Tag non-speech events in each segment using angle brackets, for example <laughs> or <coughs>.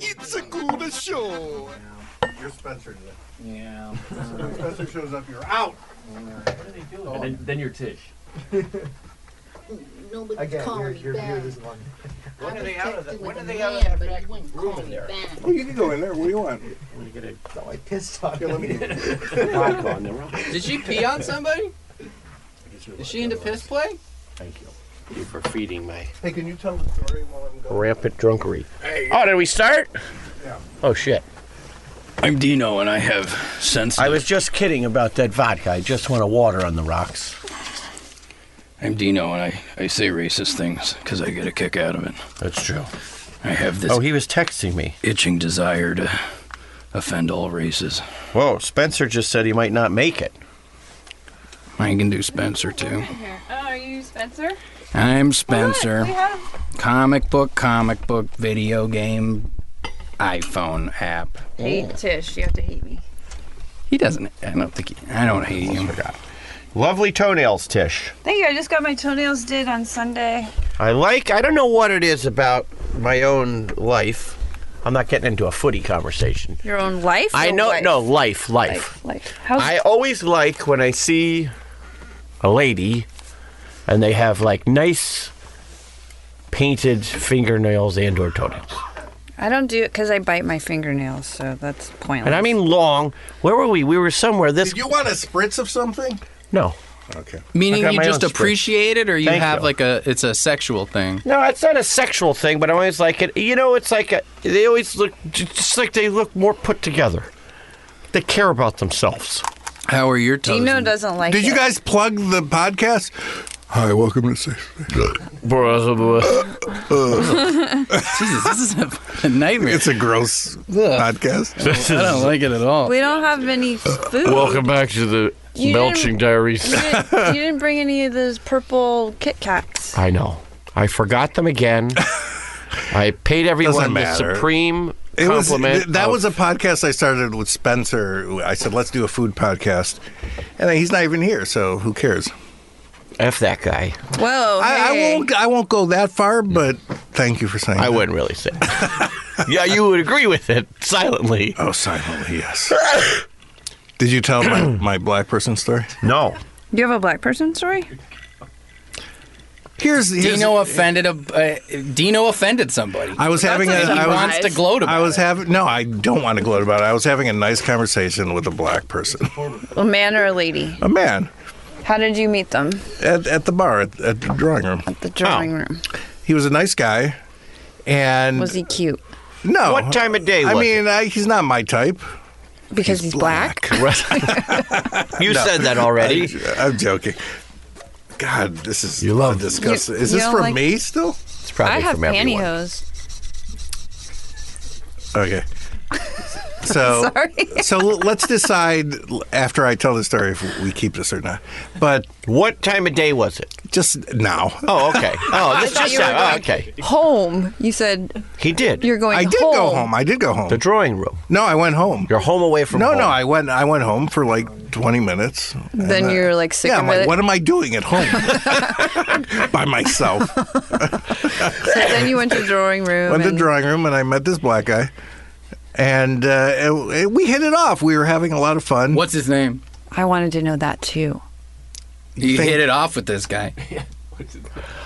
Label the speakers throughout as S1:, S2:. S1: It's a cool show.
S2: You're Spencer today.
S3: Yeah.
S2: When Spencer shows up, you're out.
S4: And then, then you're Tish.
S5: Nobody
S6: Again,
S5: called
S6: your,
S5: me
S6: your
S5: back.
S6: view is one.
S5: When
S7: are they out of that- when are they out of that back room in there?
S5: Back.
S1: Well, you can go in there. What do you want?
S6: No, I pissed on
S2: Okay, let
S6: him.
S2: me-
S8: Rock on the rock.
S3: Did she pee on somebody? Is she into piss play?
S8: Thank you. Thank you for feeding my
S2: Hey, can you tell the story while I'm going?
S8: rampant drunkery. Oh, did we start?
S2: Yeah.
S8: Oh shit!
S4: I'm Dino, and I have sensed.
S8: I was just kidding about that vodka. I just want to water on the rocks.
S4: I'm Dino, and I, I say racist things because I get a kick out of it.
S8: That's true.
S4: I have this
S8: Oh, he was texting me.
S4: itching desire to offend all races.
S8: Whoa, Spencer just said he might not make it.
S4: I can do Spencer too.
S9: Here. Oh, are you Spencer?
S4: I'm
S9: Look, we
S4: Spencer.
S9: have
S4: Comic book, comic book, video game, iPhone app.
S8: Oh.
S9: hate Tish. You have to hate me.
S4: He doesn't. I don't think. He, I don't hate him.
S8: Lovely toenails, Tish.
S9: Thank you. I just got my toenails did on Sunday.
S8: I like. I don't know what it is about my own life. I'm not getting into a footy conversation.
S9: Your own life?
S8: I
S9: or
S8: know.
S9: life?
S8: No, life, life.
S9: Life. Life. How's
S8: I always like when I see a lady and they have like nice painted fingernails and or toenails.
S9: I don't do it because I bite my fingernails, so that's pointless.
S8: And I mean long. Where were we? We were somewhere this
S2: Did you want a spritz of something?
S8: No.
S2: Okay.
S3: Meaning
S8: got
S3: you
S8: my
S3: just
S8: own spritz.
S3: appreciate it, or you
S8: Thank
S3: have
S8: you.
S3: like a it's a sexual thing.
S8: No, it's not a sexual thing, but I always like it. You know, it's like a, they always look just like they look more put together. They care about themselves.
S3: How are your toes?
S9: Dino
S3: in-
S9: doesn't like
S2: Did you
S9: it.
S2: guys plug the podcast? Hi, welcome to Safe.
S3: Jesus, this is a
S4: <laughs>
S3: fucking nightmare.
S2: It's a gross podcast.
S3: I don't like it at all.
S9: We don't have
S2: <laughs>
S9: any food.
S8: back to the
S9: You Belching didn't-
S8: Diaries.
S9: You didn't, you didn't bring any of those purple Kit Kats.
S8: I know. I forgot them <laughs> again. I paid everyone the
S2: matter.
S8: supreme
S2: It was,
S8: compliment. Oh.
S2: th- that
S8: of-
S2: was a podcast I started with Spencer. I said, let's do a food podcast. And he's not even here, so who cares?
S8: f that guy.
S9: Whoa.
S2: I, I
S9: hey.
S2: won't I won't go that far, but thank you for saying
S8: I
S2: that.
S8: wouldn't really say. <laughs> yeah, you would agree with it silently.
S2: Oh, silently, yes. Did you tell my, my black person story?
S8: No.
S9: Do you have a black person story?
S2: Here's, here's
S3: Dino offended a uh, Dino offended somebody.
S2: I was having a
S3: he
S2: I was,
S3: wants to gloat about.
S2: I was
S3: it.
S2: having no, I don't want to gloat about it. I was having a nice conversation with a black person,
S9: A man or a lady?
S2: a man,
S9: How did you meet them?
S2: at, at the bar at, at the drawing room.
S9: At the drawing room.
S2: He was a nice guy, and
S9: Was he cute?
S2: no.
S8: What time of day?
S2: I
S8: was
S2: mean, I, he's not my type.
S9: Because he's, black?
S8: it? you said that already.
S2: I'm joking. God, this is you
S8: love-
S2: disgusting.
S9: You-
S2: Is
S9: you
S2: this
S9: don't
S2: from
S9: like-
S2: me still?
S8: It's probably
S9: I have
S8: from everyone.
S9: pantyhose.
S2: Okay.
S9: <laughs>
S2: So so l- let's decide l- after I tell the story if we keep this or not. But
S8: What time of day was it?
S2: just now.
S8: Oh, okay. Oh, this just now. Oh, okay.
S9: Home. You said
S8: He did.
S9: you're going
S2: I did
S9: home.
S2: go home. I did go home.
S8: the drawing room.
S2: No, I went home.
S8: You're home away from
S2: no,
S8: home.
S2: no, I went. I went home for like twenty minutes. and
S9: Then you're like sick
S2: yeah.
S9: of
S2: I'm like,
S9: it. <laughs>
S2: what am I doing at home <laughs> by myself?
S9: So then you went to the drawing room.
S2: went to the
S9: and-
S2: drawing room and I met this black guy, and uh, it- it- we hit it off. We were having a lot of fun.
S3: What's his name?
S9: I wanted to know that too.
S3: You
S2: think-
S3: hit it off with this guy.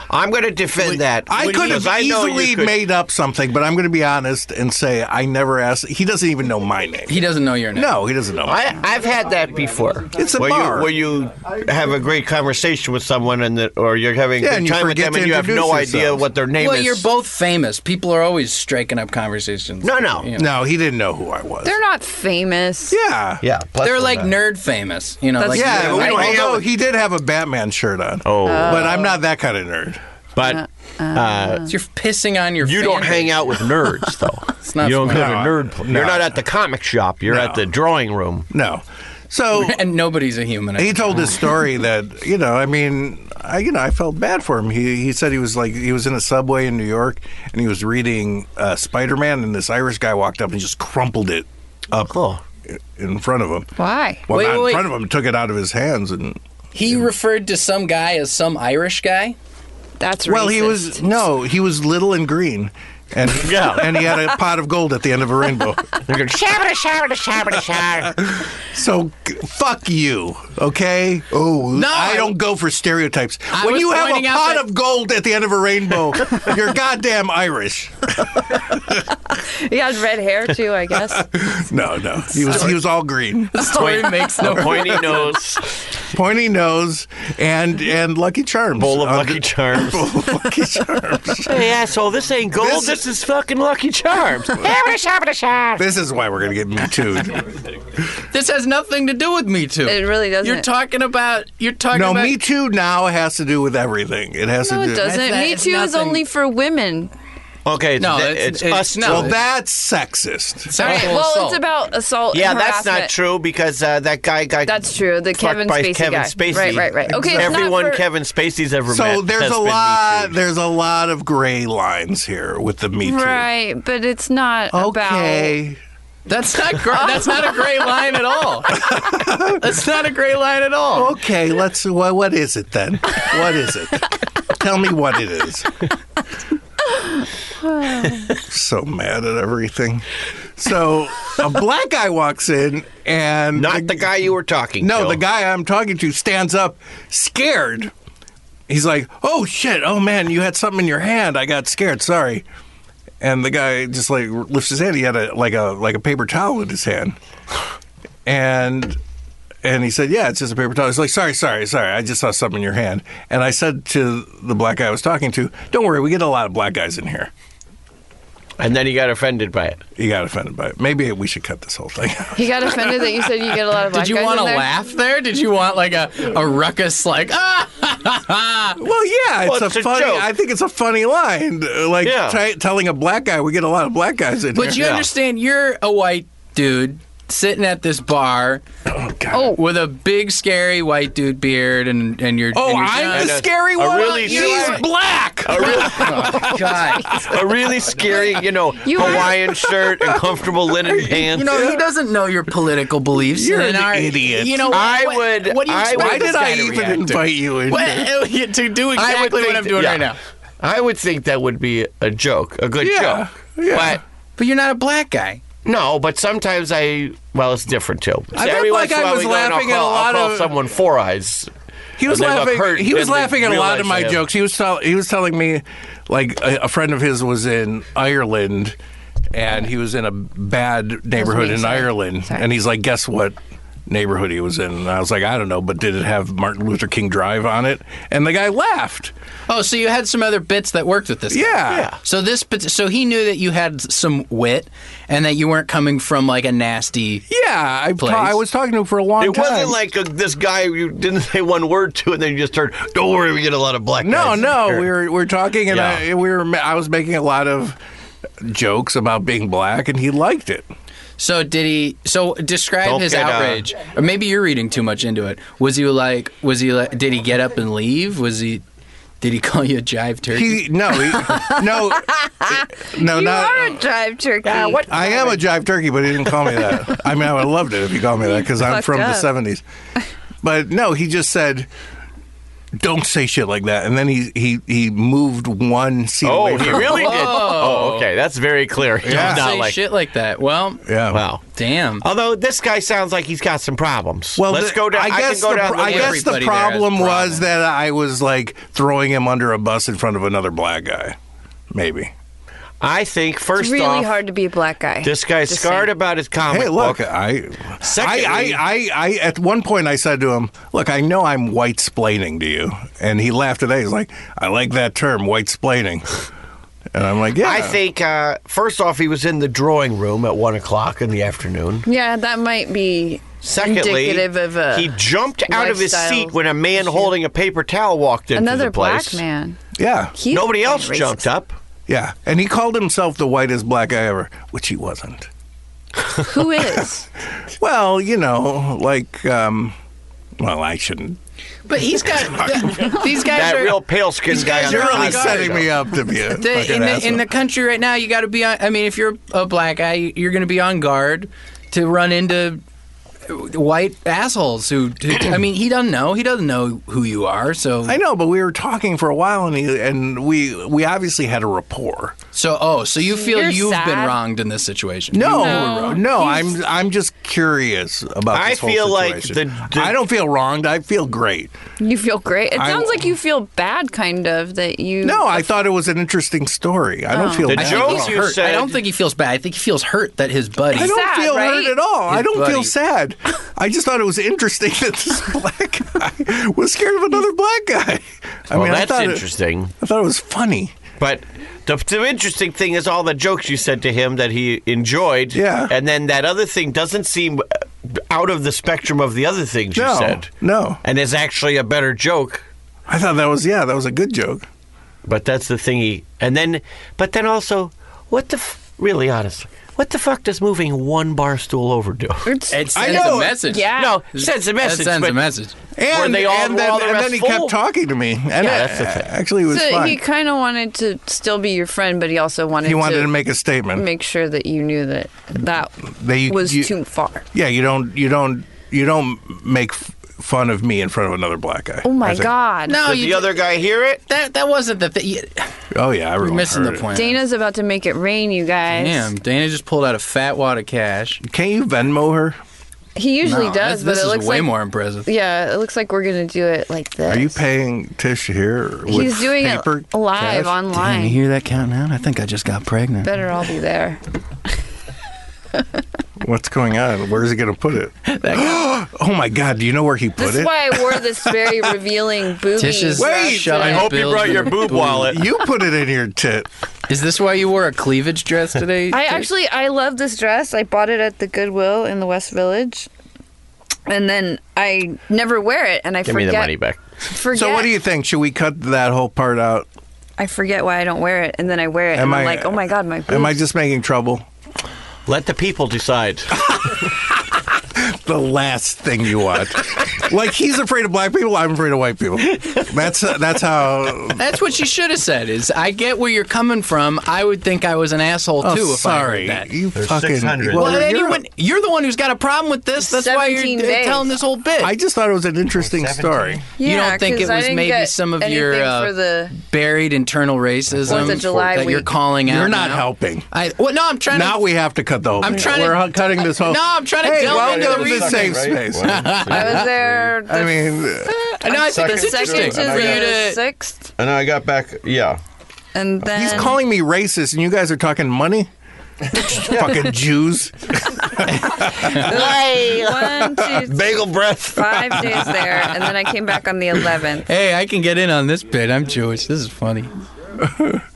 S8: I'm going to defend that.
S2: I could have
S8: Because I know you
S2: easily
S8: could-
S2: made up something, but I'm going to be honest and say I never asked. He doesn't even know my name.
S3: He doesn't know your name.
S2: No, he doesn't know. my
S8: I, I've had that before.
S2: It's a
S8: where
S2: bar.
S8: You, where you have a great conversation with someone and that, or you're having
S2: Yeah,
S8: a
S2: and
S8: good
S2: you
S8: time with
S2: forget
S8: them
S2: to
S8: and you have no
S2: introduce
S8: idea
S2: yourselves.
S8: what their name
S3: Well,
S8: is.
S3: you're both famous. People are always striking up conversations.
S8: No, no.
S3: You know.
S2: No, he didn't know who I was.
S9: They're not famous.
S2: yeah.
S8: Yeah. plus
S3: They're
S8: we're
S3: like
S8: not-
S3: nerd famous. You know,
S9: That's-
S3: like
S2: Yeah,
S9: Yeah,
S2: we
S9: I
S2: don't-
S9: hang out
S2: although
S8: with-
S2: he did have a Batman shirt on.
S8: Oh.
S3: uh,
S2: but I'm not that kind of nerd.
S8: but
S3: you're pissing on your.
S8: you
S3: fan
S8: don't
S3: base.
S8: hang out with nerds, though.
S3: <laughs> It's not
S8: you don't
S3: smart.
S8: go to nerd. pl- You're not at the comic shop. You're
S2: No.
S8: at the drawing room.
S2: No. So
S3: <laughs> and nobody's a human.
S2: he told his story that you know, I mean, I you know, I felt bad for him. He he said he was like he was in a subway in New York and he was reading uh, Spider Man and this Irish guy walked up and just crumpled it up
S8: Oh.
S2: in front of him.
S9: Why?
S2: Well,
S3: Wait,
S2: not
S3: wait, wait.
S2: in front of him, took it out of his hands and.
S3: He referred to some guy <laughs> as some Irish guy.
S9: That's
S2: Well, he
S9: racist.
S2: was no, he was little and green.
S3: <laughs>
S2: and
S8: Yeah.
S2: and he had a pot of gold at the end of a rainbow.
S8: They're going, shabba shabba shabba shabba.
S2: So g- fuck you, okay? Oh,
S4: No,
S2: I
S4: I-
S2: don't go for stereotypes.
S4: I
S2: when
S4: was
S2: you have a
S4: pointing out
S2: pot
S4: that-
S2: of gold at the end of a rainbow, you're goddamn Irish.
S9: <laughs> He had red hair too,
S2: <laughs>
S9: I guess.
S2: No, no, he was he was all green,
S4: The story makes
S2: <laughs>
S4: no
S8: Pointy nose,
S2: pointy nose, and and Lucky Charms.
S8: bowl of
S2: Uh,
S8: Lucky Charms.
S2: bowl of <laughs> Lucky Charms.
S8: Hey asshole, this ain't gold. This, is fucking Lucky Charms. Shabba shabba shabba.
S2: This is why we're gonna get me too.
S4: This has nothing to do with Me Too.
S9: It really doesn't.
S4: You're talking about. You're talking
S2: No,
S4: about.
S2: me too. Now has to do with everything. It has
S9: no,
S2: to do.
S9: it doesn't.
S4: not-
S9: Me
S4: it's
S9: too is
S4: nothing.
S9: only for women.
S8: Okay,
S4: No,
S8: no,
S4: it's-
S8: it's,
S4: it's-
S8: us.
S4: no.
S2: Well,
S8: too.
S2: that's sexist.
S4: Sexual
S9: Right, well,
S4: assault.
S9: it's about assault.
S8: yeah,
S9: and
S8: that's not
S9: harassment.
S8: true because uh, that guy got
S9: That's true. The
S8: fucked
S9: Kevin
S8: by
S9: Spacey
S8: Kevin
S9: guy.
S8: Spacey.
S9: Right, right, right. Okay, it's not
S8: everyone
S9: for-
S8: Kevin Spacey's ever met.
S2: So there's
S8: has
S2: a
S8: been Me
S2: lot.
S8: Too.
S2: There's a lot of gray lines here with the me too.
S9: Right, but it's not about.
S2: Okay.
S4: That's not gr- that's not a gray line at all. that's not a gray line at all.
S2: Okay, let's. Well, what is it then? What is it? Tell me what it is. so mad at everything. So a black guy walks in and
S8: Not the guy you were talking.
S2: No,
S8: to.
S2: the guy I'm talking to stands up, scared. He's like, "Oh shit! Oh man, you had something in your hand. I got scared. Sorry." And the guy just like lifts his hand. He had a like a like a paper towel in his hand, and and he said, "Yeah, it's just a paper towel." He's like, "Sorry, sorry, sorry. I just saw something in your hand." And I said to the black guy I was talking to, "Don't worry, we get a lot of black guys in here."
S8: and then he got offended by it.
S2: He got offended by it. Maybe we should cut this whole thing. <laughs> out.
S9: He got offended that you said you get a lot of black
S4: Did you
S9: guys
S4: want to
S9: in there?
S4: laugh there? Did you want like a, a ruckus like ah?
S2: Well, yeah, it's,
S8: Well,
S2: a,
S8: it's a
S2: funny.
S8: joke.
S2: I think it's a funny line, uh, like
S8: Yeah.
S2: t- telling a black guy we get a lot of black guys in
S4: But you
S2: here.
S8: Yeah.
S4: understand you're a white dude sitting at this bar
S2: oh, God.
S9: Oh.
S4: with a big scary white dude beard and and you're
S2: Oh,
S4: and you're
S2: I'm
S4: <laughs> drunk.
S2: the
S8: a-
S2: scary
S8: a
S2: one.
S8: really
S2: He's
S8: scary-
S2: black.
S8: A
S4: Oh
S8: really,
S2: <laughs>
S8: a really scary, you know,
S9: You are-
S8: Hawaiian shirt and comfortable
S9: <laughs>
S2: <laughs>
S8: linen pants.
S4: You know he doesn't know your political beliefs.
S2: You're
S4: and
S2: an
S4: our-
S2: idiot.
S4: You know
S8: I
S4: what,
S8: would-
S4: What do you
S8: I
S4: expect
S8: would-
S2: Why
S4: this
S2: did
S4: guy
S2: I
S4: to
S2: even
S4: react to?
S2: invite you in? here?
S4: Well, to do exactly what
S8: think
S4: I'm doing
S8: that-
S4: right
S8: yeah.
S4: now?
S8: I would think that would be a joke, a good
S2: Yeah,
S8: joke.
S2: yeah.
S8: But
S4: But you're not a black guy.
S8: no, but sometimes I well, it's different too.
S2: I felt
S8: Every
S2: like
S8: once in
S2: I
S8: while
S2: was
S8: we go and I'll
S2: laughing at a
S8: call- I'll
S2: lot
S8: call
S2: of-
S8: someone four eyes.
S2: He was
S8: And they look
S2: laughing.
S8: hurt,
S2: he was
S8: then they
S2: laughing at a lot of
S8: realize
S2: my
S8: they have-
S2: jokes. He was tell, he was telling me, like a, a friend of his was in Ireland, and he was in a bad neighborhood
S9: me,
S2: in
S9: sorry.
S2: Ireland, and he's like, guess what? Neighborhood he was in, and I was like, I don't know, but did it have Martin Luther King Drive on it? And the guy laughed.
S4: Oh, so you had some other bits that worked with this. guy.
S2: Yeah. Yeah.
S4: So this, pat- so he knew that you had some wit, and that you weren't coming from like a nasty.
S2: Yeah, I,
S4: Place.
S2: I was talking to him for a long
S8: It
S2: time.
S8: wasn't like a, this guy you didn't say one word to, and then you just heard, "Don't worry, we get a lot of black
S2: No,
S8: guys."
S2: no, we were we were talking, and
S8: Yeah.
S2: I we were I was making a lot of jokes about being black, and he liked it.
S4: So did he? So describe
S8: Don't
S4: his
S8: get, uh,
S4: outrage, or maybe you're reading too much into it. Was he like? Was he like? Did he get up and leave? Was he? Did he call you a jive turkey?
S2: He no, he, no,
S9: <laughs>
S2: no,
S9: You
S2: not.
S9: are a drive turkey.
S2: I am a jive turkey, but he didn't call me that. I mean, I would have loved it if he called me that because I'm
S9: Fucked
S2: from
S9: up.
S2: the '70s. But no, he just said, "Don't say shit like that." And then he he he moved one seat
S8: Oh,
S2: away
S8: he
S2: from
S8: really did. Oh, okay, that's very clear. He was
S2: Yeah.
S8: not
S4: Say
S8: like
S4: shit like that. Well,
S2: yeah. Uh,
S8: wow.
S4: damn.
S8: Although this guy sounds like he's got some problems.
S2: Well,
S8: let's
S2: the-
S8: go down. I,
S2: I guess
S8: can go
S2: the,
S8: down.
S2: pro- I
S8: the
S4: list.
S2: guess the
S4: Everybody there has
S2: problem was
S4: problems.
S2: that I was like throwing him under a bus in front of another black guy. Maybe.
S8: I think
S2: <laughs>
S9: It's
S8: first
S9: really
S8: off,
S9: hard to be a black guy.
S8: this guy's
S9: Just
S8: scarred
S9: saying.
S8: about his comic
S2: Hey, look,
S8: book.
S2: I,
S8: Secondly-
S2: I, I, I, I, at one point I said to him, "Look, I know I'm white splaining to you," and he laughed at that. He's like, "I like that term, white splaining," and I'm like, "Yeah."
S8: I think uh, first off, he was in the drawing room at one o'clock in the afternoon.
S9: Yeah, that might be
S8: Secondly,
S9: indicative of a
S8: he jumped out of his
S9: lifestyle
S8: seat when a man holding a paper towel walked into
S9: another
S8: the place.
S9: black man.
S2: yeah,
S9: He's
S8: Nobody
S9: fucking
S8: else
S9: racist.
S8: jumped up.
S2: yeah, and he called himself the whitest black guy ever, which he wasn't.
S8: <laughs>
S9: Who is?
S2: Well, you know, like, um, well, I shouldn't.
S4: But
S2: <laughs>
S4: he's got <laughs> these guys
S8: That
S4: are
S8: real pale skinned guy. on
S2: You're
S8: the
S2: really
S8: hot side,
S2: setting
S8: though.
S2: me up to be a
S4: the,
S2: fucking
S4: in the in
S2: asshole.
S4: the country right now, you got to be on. I mean, if you're a black guy, you're going to be on guard to run into white assholes who. who I mean, he doesn't know. He doesn't know who you are. So
S2: I know, but we were talking for a while, and he, and we we obviously had a rapport.
S4: So, oh, so you feel
S9: You're
S4: you've been
S9: sad.
S4: wronged in this situation?
S2: No,
S9: No.
S2: no, I'm I'm just curious about.
S8: I
S2: This whole
S8: feel like
S2: situation.
S8: the- the-
S2: I don't feel wronged. I feel great.
S9: You feel great. It
S2: I-
S9: sounds like you feel bad, kind of, that you.
S2: No, I thought it was an interesting story. I
S9: Oh.
S2: don't feel
S8: The
S2: bad.
S4: I
S8: joke
S4: think he's
S8: you
S4: hurt. I
S8: said-
S4: don't think he feels bad. I think he feels hurt that his buddy.
S2: I don't
S9: sad,
S2: feel
S9: right?
S2: hurt at all. I
S4: His
S2: don't feel
S4: buddy.
S2: sad. I just thought it was interesting that this <laughs> black guy was scared of another black guy. I
S8: well,
S2: mean, I
S8: that's
S2: thought It,
S8: interesting.
S2: I thought it was funny.
S8: But the, the interesting thing is all the jokes you said to him that he enjoyed.
S2: Yeah.
S8: And then that other thing doesn't seem uh, out of the spectrum of the other things you
S2: No,
S8: said.
S2: no.
S8: And is actually a better joke.
S2: I thought that was yeah, that was a good joke.
S8: But that's the thing he. And then, but then also, what the. F- really, honestly, what the fuck does moving one bar stool over do?
S9: It's,
S4: It sends
S8: I know.
S4: a message.
S9: Yeah.
S8: No, sends a
S4: That
S8: message.
S4: sends
S8: but
S4: a message.
S2: And,
S8: they all-
S2: and
S8: were
S2: then,
S8: all the
S2: and
S8: rest
S2: then he
S8: full?
S2: kept talking to me. And
S8: Yeah,
S2: I-
S8: that's the thing.
S2: Actually, it was
S9: so
S2: fun.
S9: he kind of wanted to still be your friend, but he also wanted,
S2: He wanted to, make a statement.
S9: make sure that you knew that that
S2: They-
S9: was
S2: you-
S9: too far.
S2: yeah, you don't, you don't, you don't make f- fun of me in front of another black guy.
S9: Oh my
S2: I think-
S9: God.
S4: No,
S8: Did
S4: you,
S8: the other guy hear it?
S4: that that wasn't the thing.
S2: Oh yeah,
S4: You're
S2: everyone
S4: missing the
S2: heard it.
S4: point.
S9: Dana's about to make it rain, you guys.
S4: Damn, Dana just pulled out a fat wad of cash.
S2: Can't you Venmo her?
S9: He usually
S4: No, this-
S9: does, but
S4: this
S9: it
S4: is
S9: looks
S4: way
S9: like
S4: more impressive.
S9: yeah, it looks like we're gonna do it like this.
S2: Are you paying Tish here? With
S9: He's doing Oh.
S2: paper
S9: it live
S2: cash?
S9: online.
S4: hear that counting out? I think I just got pregnant.
S9: Better all be there.
S2: What's going on? Where's he going to put
S4: <laughs>
S2: it? oh my God! Do you know where he put
S9: This
S2: it?
S9: is why I wore this very revealing booby.
S4: Tish's
S2: Wait,
S4: shut
S9: I
S4: up
S8: hope you
S4: build
S8: brought
S4: in
S8: your
S4: a
S8: boob wallet.
S2: you put it in your tit.
S4: Is this why you wore a cleavage dress today?
S9: I actually I love this dress. I bought it at the Goodwill in the West Village. And then I never wear it and I
S8: Give me
S9: forget
S8: the money back.
S9: forget
S2: So what do you think? Should we cut that whole part out?
S9: I forget why I don't wear it and then I wear it
S2: Am
S9: and I'm
S2: I-
S9: like, "Oh my god, my boobs.
S2: Am I just making trouble?
S8: Let the people decide.
S2: The last thing you
S9: <laughs>
S2: want. like he's afraid of black people. I'm afraid of white people. That's that's how.
S4: That's what you should have said. Is I get where you're coming from. I would think I was an asshole
S2: Oh,
S4: too if
S2: sorry,
S4: I heard that.
S2: you fucking.
S8: 600.
S2: Well,
S4: Well,
S2: you're-
S4: anyone, you're the one who's got a problem with this. That's why you're
S9: 17
S4: uh,
S9: days.
S4: telling this whole bit.
S2: I just thought it was an interesting story.
S9: yeah,
S4: you don't think
S9: 'cause
S4: it
S9: I
S4: was
S9: didn't
S4: maybe
S9: get
S4: some of your,
S9: anything
S4: uh,
S9: for the
S4: Buried internal racism
S9: Fourth of July
S4: that you're
S9: week.
S4: calling out.
S2: You're not
S4: now.
S2: helping.
S4: I well, no, I'm trying
S2: Now
S4: to.
S2: we have to cut the whole
S4: I'm
S2: thing.
S4: trying to-
S2: We're hu- cutting this whole.
S4: No, I'm trying to
S2: hey,
S4: delve into
S2: welcome
S4: the
S2: to the
S4: reason.
S2: safe space.
S9: I was there
S2: <laughs>
S9: the
S2: I mean, uh,
S4: no, I think it's
S9: second
S4: interesting
S9: to
S4: for you
S9: the
S4: to.
S9: sixth,
S8: and I got back. Yeah.
S9: and then
S2: he's calling me racist, and you guys are talking
S4: <laughs>
S2: money. Fucking Jews.
S9: one,
S4: <laughs>
S9: two, three,
S8: Bagel breath.
S9: five days there, and then I came back on the 11th.
S4: Hey, I can get in on this bit. I'm Jewish. This is funny.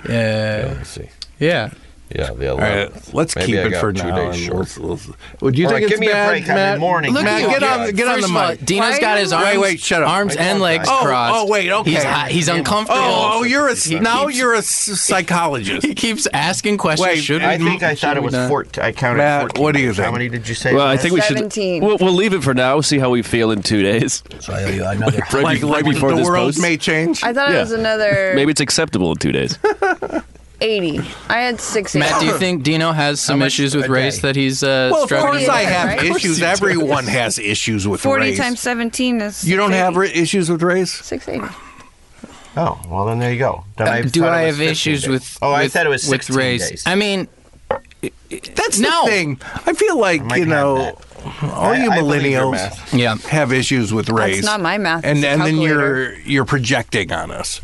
S4: Yeah,
S8: Let's see.
S4: yeah.
S8: Yeah, the
S2: All right,
S8: 11th.
S2: let's
S8: Maybe
S2: keep
S8: I
S2: it
S8: got
S2: for
S8: two
S2: now.
S8: days
S2: and
S8: short.
S2: we'll- we'll- Would you
S8: All
S2: think
S8: right,
S2: it's
S8: give me a
S2: bad,
S8: break. I'm in
S2: Matt?
S8: mourning.
S4: at
S8: Look
S2: Matt,
S4: you.
S2: get on, get on
S4: First
S2: the
S4: of all,
S2: mic.
S4: Dino's
S9: Why
S4: got
S9: are
S4: his
S9: you
S4: arms,
S2: Wait, wait, shut up.
S4: arms and legs
S2: Oh,
S4: crossed.
S2: oh, wait, okay.
S4: He's, hot- he's uncomfortable.
S2: Oh, oh, you're a
S8: He
S2: now
S8: keeps-
S2: you're a s- psychologist.
S4: He keeps asking questions.
S2: Wait,
S4: should we?
S8: I think I
S4: should
S8: thought it
S4: we
S8: was
S4: not?
S8: 14. I counted
S2: Matt,
S8: 14.
S2: what do you
S8: How
S2: think?
S8: many did you say?
S5: Well, I think we should.
S9: 17.
S5: We'll, we'll leave it for now. See how we feel in two days. right,
S2: Like,
S5: be-
S2: like
S5: right before
S2: the
S5: this
S2: world
S5: post.
S2: may change.
S9: I thought it
S5: Yeah.
S9: was another
S5: Maybe it's acceptable in two
S10: <laughs>
S5: days.
S9: 80. I had 60.
S4: Matt, do you
S9: <laughs>
S4: think Dino has some issues with race that he's uh,
S2: well, of
S4: struggling
S2: course
S4: with?
S2: I have
S9: Right?
S2: issues. Everyone has issues with
S9: 40
S2: race.
S9: times 17 is.
S2: you don't have ri- issues with race?
S9: 680.
S8: Oh, well, then there you go. Then
S4: Do
S8: thought it
S4: I
S8: was
S4: have
S8: 15
S4: issues
S8: days.
S4: with?
S8: Oh, I
S4: with-
S8: thought it was
S4: with
S8: 16
S4: race.
S8: days.
S4: I mean,
S2: That's
S4: No.
S2: the thing. I feel like
S8: might
S2: you
S8: have
S2: know, all
S8: I-
S2: you
S8: I believe your
S2: millennials
S8: math.
S4: yeah.
S2: have issues with race.
S9: That's not my math.
S2: and
S9: it's a
S2: and then
S9: calculator.
S2: you're you're projecting on us.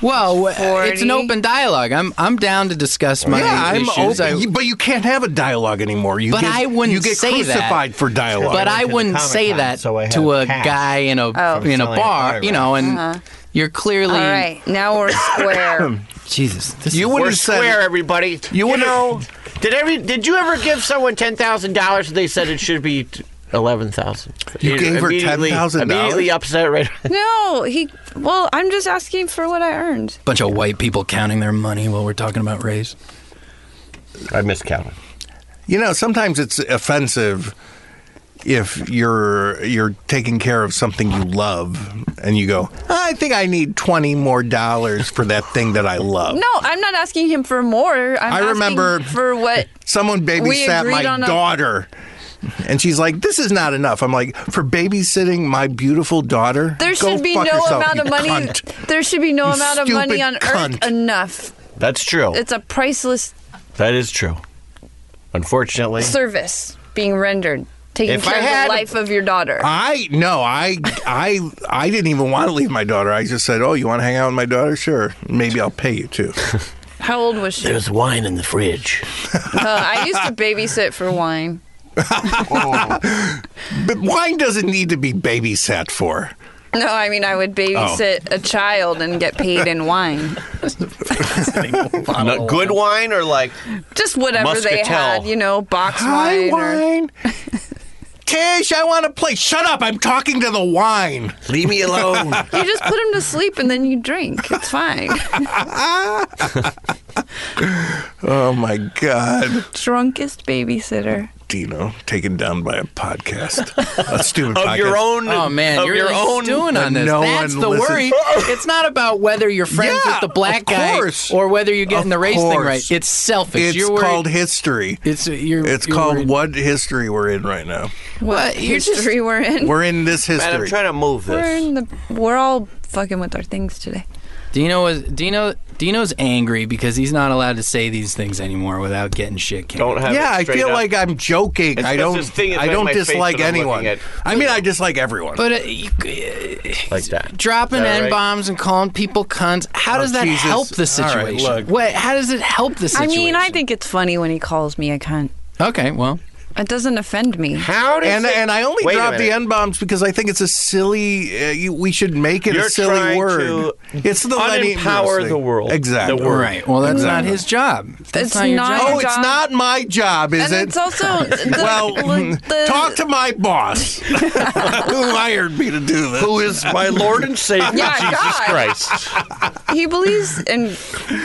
S4: Well, w- it's an
S9: 40.
S4: open dialogue. I'm I'm down to discuss my
S2: yeah, I'm
S4: issues. I-
S2: open, You- but you can't have a dialogue anymore. You
S4: But
S2: get,
S4: I wouldn't
S2: you get
S4: say that.
S2: crucified for dialogue.
S4: but
S8: I
S4: I
S8: went to the
S4: wouldn't say
S8: Comic-Con,
S4: that
S8: so I
S4: to
S8: had
S4: a
S8: a pass
S4: guy in a
S9: From
S4: in a
S8: selling a
S4: bar,
S8: firearm.
S4: you know, and you're clearly
S9: All right, now
S2: <coughs>
S9: we're square.
S4: Jesus. This
S2: you
S4: is,
S2: wouldn't
S8: We're
S2: have said
S8: square, everybody. You,
S2: wouldn't-
S8: know, did every did you ever give someone ten thousand dollars and they said it should be eleven thousand?
S2: You gave her $10,000?
S8: Immediately upset, right?
S9: no, he. Well, I'm just asking for what I earned.
S4: bunch of white people counting their money while we're talking about race.
S8: I miscounted.
S2: You know, sometimes it's offensive if you're you're taking care of something you love and you go, I think I need twenty more dollars for that thing that I love.
S9: No, I'm not asking him for more. I'm
S2: I
S9: asking
S2: remember-
S9: for what.
S2: Someone babysat
S9: agreed
S2: my
S9: on a-
S2: daughter. And she's like, "This is not enough." I'm like, "For babysitting my beautiful daughter,
S9: There
S2: Go
S9: should be
S2: fuck
S9: no
S2: yourself,
S9: amount
S2: you
S9: of money.
S2: cunt."
S9: There should be no
S2: You
S9: amount of money
S2: stupid
S9: on
S2: cunt.
S9: earth enough
S11: That's true.
S9: It's a priceless
S11: that is true. Unfortunately,
S9: service being rendered, taking
S11: If I
S9: care of
S11: had-
S9: the life of your daughter.
S2: I no, I I I didn't even want to leave my daughter. I just said, "Oh, you want to hang out with my daughter? Sure. Maybe I'll pay you
S9: <laughs>
S2: too."
S9: How old was she?
S11: there's wine in the fridge.
S9: Uh, I used to babysit for wine.
S2: but wine doesn't need to be babysat for.
S9: No, I mean I would babysit a child and get paid in wine.
S11: No, good wine or like
S9: Just whatever they
S11: Muscatel.
S9: had, you know, box
S2: Hi,
S9: wine. or-
S2: wine. <laughs> Tish, I want to play. Shut up! I'm talking to the wine.
S11: leave me alone.
S9: You just put him to sleep and then you drink. It's fine.
S2: Oh my god,
S9: Drunkest babysitter.
S2: Dino, taken down by a
S11: <laughs>
S2: podcast, a stupid
S11: of
S2: podcast.
S11: your own.
S4: Oh man,
S11: of
S4: you're
S11: your
S4: really
S11: own.
S4: stewing on this.
S2: No
S4: That's
S2: one
S4: the
S2: listens.
S4: worry. <laughs> it's not about whether you're friends
S2: Yeah,
S4: with the black
S2: of
S4: guy
S2: course.
S4: or whether you're getting
S2: Of
S4: the race thing
S2: course.
S4: right. It's selfish.
S2: It's
S4: you're worried.
S2: called history.
S4: It's you're.
S2: It's
S4: you're
S2: called
S4: worried.
S2: what history we're in right now.
S9: What
S4: you're just-
S9: history we're in?
S2: We're in this
S11: Man, I'm
S2: history.
S11: trying to move
S9: We're
S11: this.
S9: in the. We're all fucking with our things today.
S4: Dino is Dino. Dino's angry because he's not allowed to say these things anymore without getting shit kicked.
S11: Don't have.
S2: yeah,
S11: it
S2: I
S11: straight
S2: feel
S11: up.
S2: like I'm joking.
S11: It's
S2: I
S11: 'cause
S2: don't.
S11: this thing is
S2: I
S11: right in
S2: don't
S11: my face
S2: dislike
S11: that I'm looking
S2: anyone.
S11: at.
S2: I mean, I dislike everyone.
S4: But uh, you, uh,
S11: Like that.
S4: dropping
S11: Is that right?
S4: n bombs and calling people cunts. How
S2: Oh,
S4: does that
S2: Jesus.
S4: help the
S2: All right,
S4: situation?
S2: look.
S4: What? How does it help the situation?
S9: I mean, I think it's funny when he calls me a cunt.
S4: Okay, well,
S9: It doesn't offend me.
S11: How does
S2: and
S11: it-
S2: and I only
S11: Wait a
S2: drop the
S11: minute.
S2: n bombs because I think it's a silly. Uh, you, we should make it a
S11: You're
S2: silly
S11: trying
S2: word.
S11: to
S2: it's the Lenny
S11: unempower
S2: Bruce
S11: the
S2: thing.
S11: world.
S2: Exactly.
S11: The word.
S4: right. Well, that's
S2: Exactly.
S4: not his job. That's
S9: It's
S4: not your
S9: not-
S4: job.
S2: Oh,
S9: My
S2: it's
S9: job.
S2: not my job, is
S9: and
S2: it?
S9: it's also
S2: <laughs>
S9: the,
S2: well,
S9: <laughs> the-
S2: <laughs> talk to my boss <laughs> who hired me to do this.
S11: Who is my Lord and
S8: <laughs>
S11: Savior
S9: Yeah,
S11: Jesus
S9: God.
S11: Christ?
S9: He believes in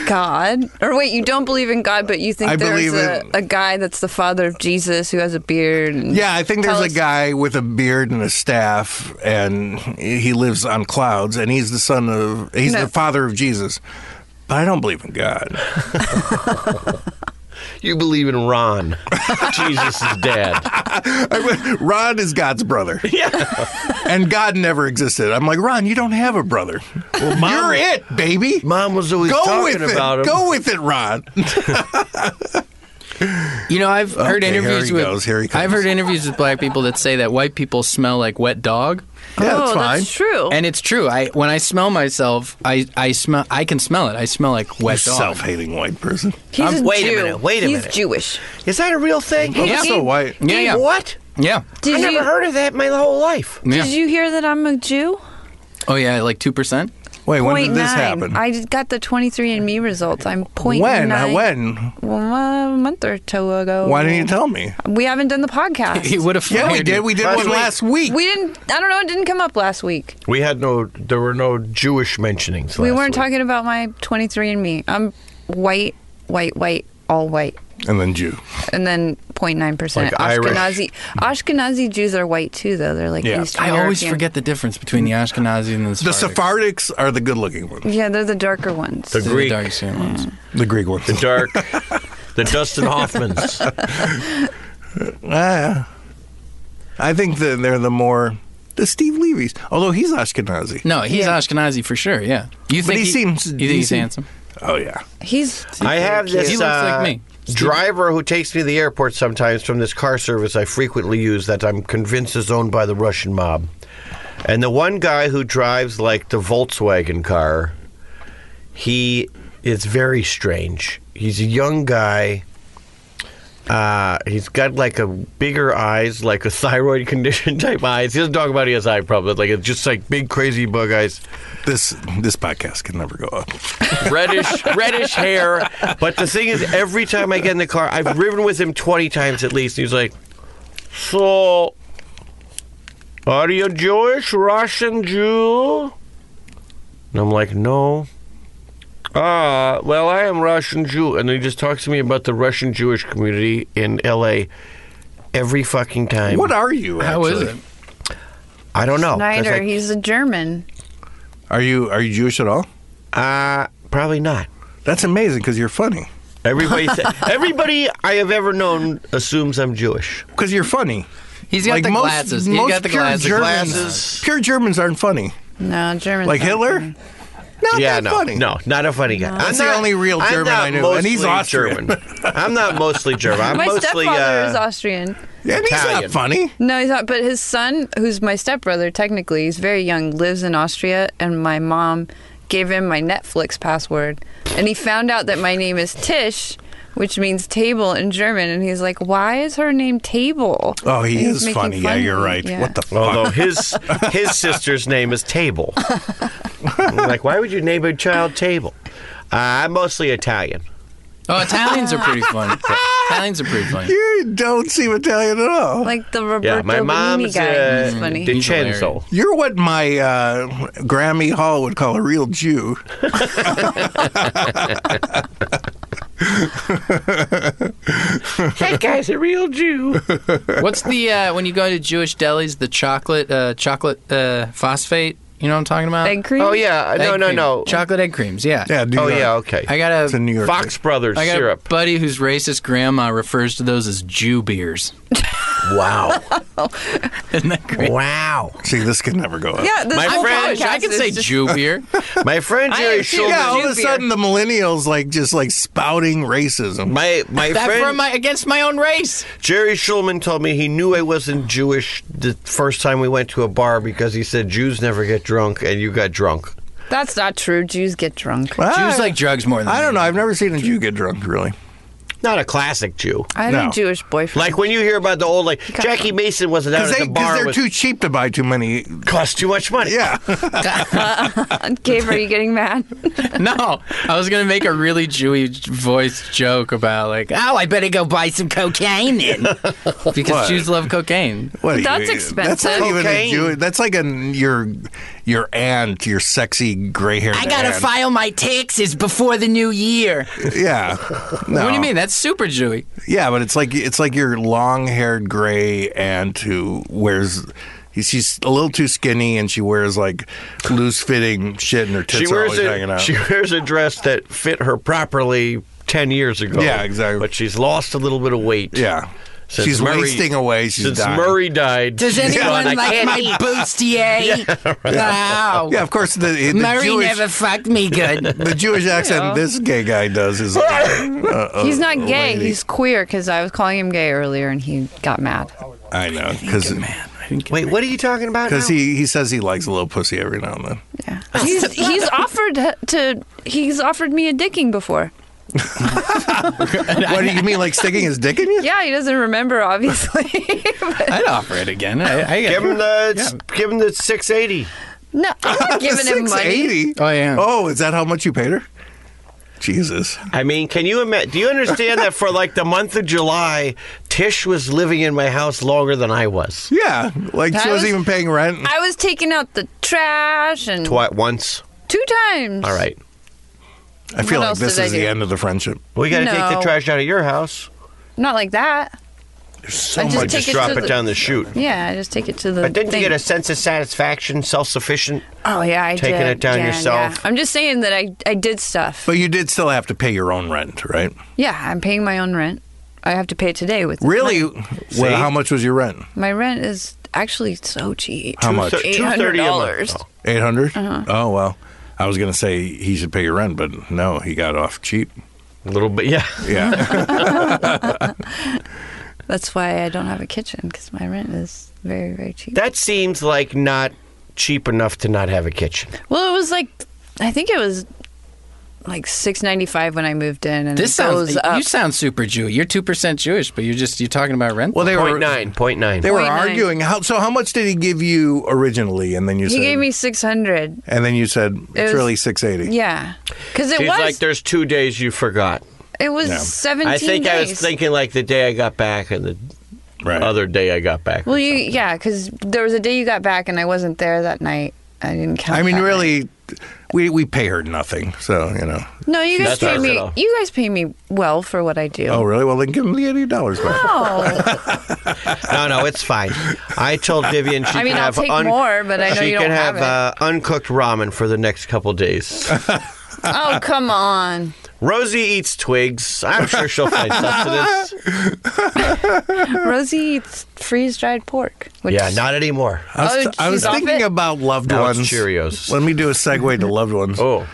S9: God, or wait, you don't believe in God, but you think
S2: I
S9: there's
S2: believe
S9: a,
S2: in-
S9: a guy that's the father of Jesus who has a beard. And
S2: Yeah, I think there's
S9: Tell
S2: a
S9: us-
S2: guy with a beard and a staff, and he lives on clouds, and he's the son of, he's
S9: No.
S2: the father of Jesus. But I don't believe in God.
S11: You believe in Ron, Jesus' dad.
S2: Ron is God's brother. Yeah. and God never existed. I'm like, Ron, you don't have a brother.
S11: Mom-
S2: You're it, baby.
S11: Mom was always
S2: Go
S11: talking
S2: with it.
S11: about him.
S2: Go with it, Ron. <laughs>
S4: You know, I've heard
S2: Okay, here
S4: interviews
S2: he
S4: with
S2: goes, here he comes.
S4: I've heard interviews with black people that say that white people smell like wet dog.
S2: Yeah,
S9: oh,
S2: that's fine.
S9: that's true.
S4: And it's true. I when I smell myself, I I smell I can smell it. I smell like wet dog.
S2: Self-hating white person.
S9: He's
S11: I'm-
S9: a
S11: um, wait a
S9: Jew.
S11: minute, wait a
S9: He's
S11: minute.
S9: Jewish.
S11: Is that a real thing?
S4: Yeah.
S2: So white.
S4: Yeah, yeah.
S11: What?
S4: Yeah.
S9: Did
S11: I
S9: you,
S11: never heard of that in my whole life.
S4: Yeah.
S9: Did you hear that I'm a Jew?
S4: oh yeah, like 2%?
S2: Wait, when did
S9: Point
S2: this
S9: nine.
S2: happen?
S9: I just got the 23andMe results. I'm point
S2: when?
S9: nine.
S2: When?
S9: Well, a month or two ago.
S2: Why didn't you tell me?
S9: We
S11: <laughs>
S9: haven't done the
S4: He
S9: podcast.
S4: would have
S2: Yeah, we did. We did
S11: Last
S2: one
S11: week.
S2: last week.
S9: We didn't. I don't know. It didn't come up last week.
S11: We had no, there were no Jewish mentionings.
S9: we
S11: last
S9: weren't
S11: week.
S9: talking about my 23andMe. I'm white, white, white, all white.
S2: and then Jew.
S9: and then 0.9 percent
S11: Like Irish.
S9: Ashkenazi. Ashkenazi Jews are white too, though they're like
S2: Yeah.
S9: Eastern.
S4: I always
S9: European.
S4: forget the difference between the Ashkenazi and the
S2: The
S4: Sephardic.
S2: Sephardics are the good-looking ones.
S9: Yeah, they're the darker ones.
S11: The
S4: They're
S11: Greek,
S4: The dark skin ones.
S9: Mm.
S2: The Greek ones.
S11: the
S9: <laughs>
S11: dark, the Dustin Hoffmans.
S2: <laughs> Ah, I think that they're the more the Steve Levy's. Although he's Ashkenazi.
S4: No, he's
S9: Yeah.
S4: Ashkenazi for sure. Yeah, you think
S2: he seems-
S4: You think
S2: he
S4: he's
S2: seems-
S4: handsome?
S2: Oh yeah.
S9: He's
S11: I have this
S4: He looks like
S11: uh,
S4: me.
S11: driver who takes me to the airport sometimes from this car service I frequently use that I'm convinced is owned by the Russian mob. And the one guy who drives like the Volkswagen car, he is very strange. He's a young guy. Uh, he's got like a bigger eyes, like a thyroid condition type eyes. He doesn't talk about E he has eye problems. Like it's just like big crazy bug eyes
S2: This this podcast can never go up.
S11: reddish reddish hair. But the thing is, every time I get in the car, I've ridden with him twenty times at least. He's like, "So, are you Jewish, Russian Jew?" And I'm like, "No." Ah, well, I am Russian Jew, and he just talks to me about the Russian Jewish community in L.A. every fucking time.
S2: What are you?
S4: How
S2: Actually?
S4: is it?
S11: I don't know. Oh, That's
S9: Schneider.
S11: like,
S9: he's a German.
S2: Are you are you Jewish at all?
S11: uh, probably not.
S2: That's amazing because you're funny.
S11: Everybody, sa- everybody I have ever known assumes I'm Jewish.
S2: Because you're funny.
S4: He's got
S2: like
S4: the
S2: most,
S4: glasses. He's
S2: most
S4: got the
S2: pure
S4: glasses.
S2: Germans,
S11: Glasses.
S2: pure Germans aren't funny.
S9: No, German.
S2: Like Hitler? Not
S11: yeah,
S2: that
S11: no,
S2: funny.
S11: no, not a funny guy.
S2: That's the only real
S11: I'm
S2: German
S11: not
S2: I knew, and he's
S11: mostly
S2: Austrian.
S11: German. <laughs> I'm not mostly German. I'm
S9: my
S11: mostly
S9: stepfather
S11: uh,
S9: is Austrian.
S2: And he's
S11: Italian.
S2: not funny.
S9: No, he's not. But his son, who's my stepbrother, technically, he's very young, lives in Austria, and my mom gave him my Netflix password. And he found out that my name is Tish, which means table in German. And he's like, why is her name Table?
S2: Oh, he
S9: And he's
S2: is
S9: making
S2: funny. Yeah,
S9: fun of
S2: you're
S9: me.
S2: right.
S9: Yeah.
S2: What the fuck?
S11: Although his his sister's name is Table. I'm like, why would you name a child Table? Uh, I'm mostly Italian.
S4: Oh, Italians are
S2: <laughs>
S4: pretty funny. Italians are pretty funny.
S2: you don't seem Italian at all.
S9: Like the
S11: Yeah,
S9: Roberto
S11: my
S9: Benigni
S11: mom's
S9: guy.
S11: uh, Oh,
S9: He's funny.
S4: He's
S11: DiCenzo.
S4: hilarious.
S2: You're what my uh, Grammy Hall would call a real Jew.
S11: That guy's a real Jew.
S4: What's the uh, when you go to Jewish delis, the chocolate uh, chocolate uh, phosphate? You know what I'm talking about?
S9: Egg cream?
S11: Oh yeah, no,
S4: Egg
S11: no,
S4: cream.
S11: no.
S4: Chocolate egg creams. Yeah.
S2: Yeah, New
S11: Oh
S2: York.
S11: yeah, okay.
S4: I got a
S2: It's a New York.
S11: Fox Brothers
S4: I got a
S11: syrup.
S4: buddy whose racist grandma refers to those as Jew beers. <laughs>
S11: <laughs> Wow,
S4: Isn't that great?
S11: wow.
S2: See, this could never go up.
S9: Yeah, this
S11: My
S9: whole
S11: friend-
S9: podcast
S4: I can
S9: is
S4: say
S9: just-
S4: Jew <laughs> beer.
S11: My friend Jerry Schulman.
S2: Yeah, all of
S9: Jew
S2: a
S9: beer.
S2: sudden the millennials like just like spouting racism.
S11: My my
S4: that
S11: friend
S4: for my against my own race. <laughs>
S11: Jerry Schulman told me he knew I wasn't Jewish the first time we went to a bar because he said Jews never get drunk and you got drunk.
S9: That's not true. Jews get drunk.
S2: I-
S4: Jews like drugs more than
S2: I don't
S4: me.
S2: know. I've never seen a Jew get drunk. Really,
S11: Not a classic Jew.
S9: I had
S2: No.
S9: a Jewish boyfriend.
S11: Like when you hear about the old like Jackie Mason wasn't out
S2: because
S11: at
S2: they
S11: the bar
S2: because they're
S11: was-
S2: too cheap to buy too many.
S11: cost too much money. <laughs>
S2: Yeah, <laughs>
S9: Gabe, are you getting mad?
S4: No, I was gonna make a really Jewy voice joke about like, oh, I better go buy some
S2: <laughs>
S4: cocaine then, because
S2: What?
S4: Jews love cocaine.
S2: What do
S9: That's
S2: That's not
S9: expensive.
S2: even a
S11: Cocaine.
S2: Jew. That's like a your your aunt, your sexy gray haired. aunt.
S4: my taxes before the new year.
S2: Yeah. No.
S4: What do you mean? That's super Jewy.
S2: Yeah, but it's like it's like your long-haired gray aunt who wears. She's a little too skinny, and she wears like loose-fitting shit, and her tits
S11: She
S2: are
S11: wears
S2: always hanging
S11: a
S2: out.
S11: she <laughs> wears a dress that fit her properly ten years ago.
S2: Yeah, exactly.
S11: But she's lost a little bit of weight.
S2: yeah,
S11: Since
S2: she's
S11: Murray-
S2: wasting away. She's
S11: Since
S2: dying.
S11: Murray died. I can't eat.
S4: bustier? Wow.
S2: Yeah, of course the, the Jewish
S4: fucked me good.
S2: the Jewish accent this gay guy does is uh,
S9: he's
S11: Oh,
S9: not gay.
S2: lady.
S9: He's queer because I was calling him gay earlier and he got mad.
S2: I know because
S11: Wait, what are you talking about? now?
S2: he he says he likes a little pussy every now and <laughs> then.
S9: He's he's offered to he's offered me a dicking before.
S2: What do you mean, like sticking his dick in you?
S9: Yeah, he doesn't remember obviously. <laughs> But
S4: I'd offer it again. I, I
S11: give him the give him the six eighty.
S9: no,
S11: <laughs>
S9: I'm not giving him money.
S2: 680?
S4: Oh, yeah.
S2: Oh, is that how much you paid her? Jesus.
S11: I mean, can you imagine? Do you understand that for like the month of July, Tish was living in my house longer than I was?
S2: Yeah, like she
S9: That
S2: wasn't
S9: was-
S2: even paying rent.
S9: I was taking out the trash and
S11: Twi- once.
S9: two times.
S11: All right.
S2: I feel
S9: What
S2: like
S9: else
S2: this
S9: did I
S2: is the
S9: do?
S2: end of the friendship.
S11: We got to take
S9: No.
S11: the trash out of your house.
S9: Not like that.
S2: There's so
S9: I just
S2: much.
S9: take
S11: Just
S9: it
S11: drop
S9: to
S11: it
S9: the-
S11: down the chute.
S9: Yeah, I just take it to the.
S11: But didn't
S9: thing.
S11: you get a sense of satisfaction, self sufficient?
S9: Oh yeah, I
S11: taking
S9: did.
S11: it down
S9: Yeah,
S11: yourself?
S9: yeah. I'm just saying that I I did stuff.
S2: But you did still have to pay your own rent, right?
S9: yeah, I'm paying my own rent. I have to pay it today with this
S2: Really?
S9: money.
S11: See?
S2: Well, how much was your rent?
S9: My rent is actually so cheap.
S2: How much?
S9: Eight hundred dollars.
S2: Eight
S9: Uh-huh.
S2: Oh well, I was gonna say he should pay your rent, but no, he got off cheap.
S11: A little bit, yeah.
S2: Yeah,
S9: That's why I don't have a kitchen because my rent is very very cheap.
S11: That seems like not cheap enough to not have a kitchen.
S9: well, it was like I think it was like six ninety five when I moved in, and
S4: This
S9: it goes
S4: sounds.
S9: up.
S4: You sound super Jew. You're two percent Jewish, but you're just you're talking about rent.
S2: <laughs> Well, they were
S11: Point nine, point nine.
S2: They were
S9: Point nine.
S2: arguing. How so? How much did he give you originally? And then you
S9: He
S2: said,
S9: gave me six hundred.
S2: and then you said it's
S9: was-
S2: really six eighty.
S9: Yeah, because it
S11: He's
S9: was
S11: like, there's two days you forgot.
S9: it was
S2: Yeah.
S9: seventeen.
S11: I think I
S9: days.
S11: was thinking like the day I got back and the
S2: Right.
S11: other day I got back.
S9: Well, you yeah, because there was a day you got back and I wasn't there that night. I didn't count.
S2: I mean,
S9: that night.
S2: really, we we pay her nothing. So you know.
S9: No, you guys
S11: That's
S9: pay
S11: ours
S9: me.
S11: at all.
S9: You guys pay me well for what I do.
S2: Oh really? Well, then give him the eighty dollars back.
S11: <laughs>
S9: Oh.
S11: No, no, it's fine. I told Vivian she
S9: <laughs> I mean,
S11: can
S9: I'll
S11: have
S9: take
S11: un-
S9: more, but I know
S11: she
S9: you
S11: can
S9: don't have <laughs>
S11: have, uh, uncooked ramen for the next couple days.
S9: oh, come on.
S11: Rosie eats twigs. I'm sure she'll find
S9: <laughs>
S11: sustenance.
S9: Rosie eats freeze dried pork. Which
S11: Yeah, not anymore.
S2: I was,
S9: Oh,
S2: I was
S9: she's off
S2: thinking
S9: it?
S2: about loved
S11: Now it's
S2: ones.
S11: Cheerios.
S2: Let me do a segue to loved ones.
S11: Oh,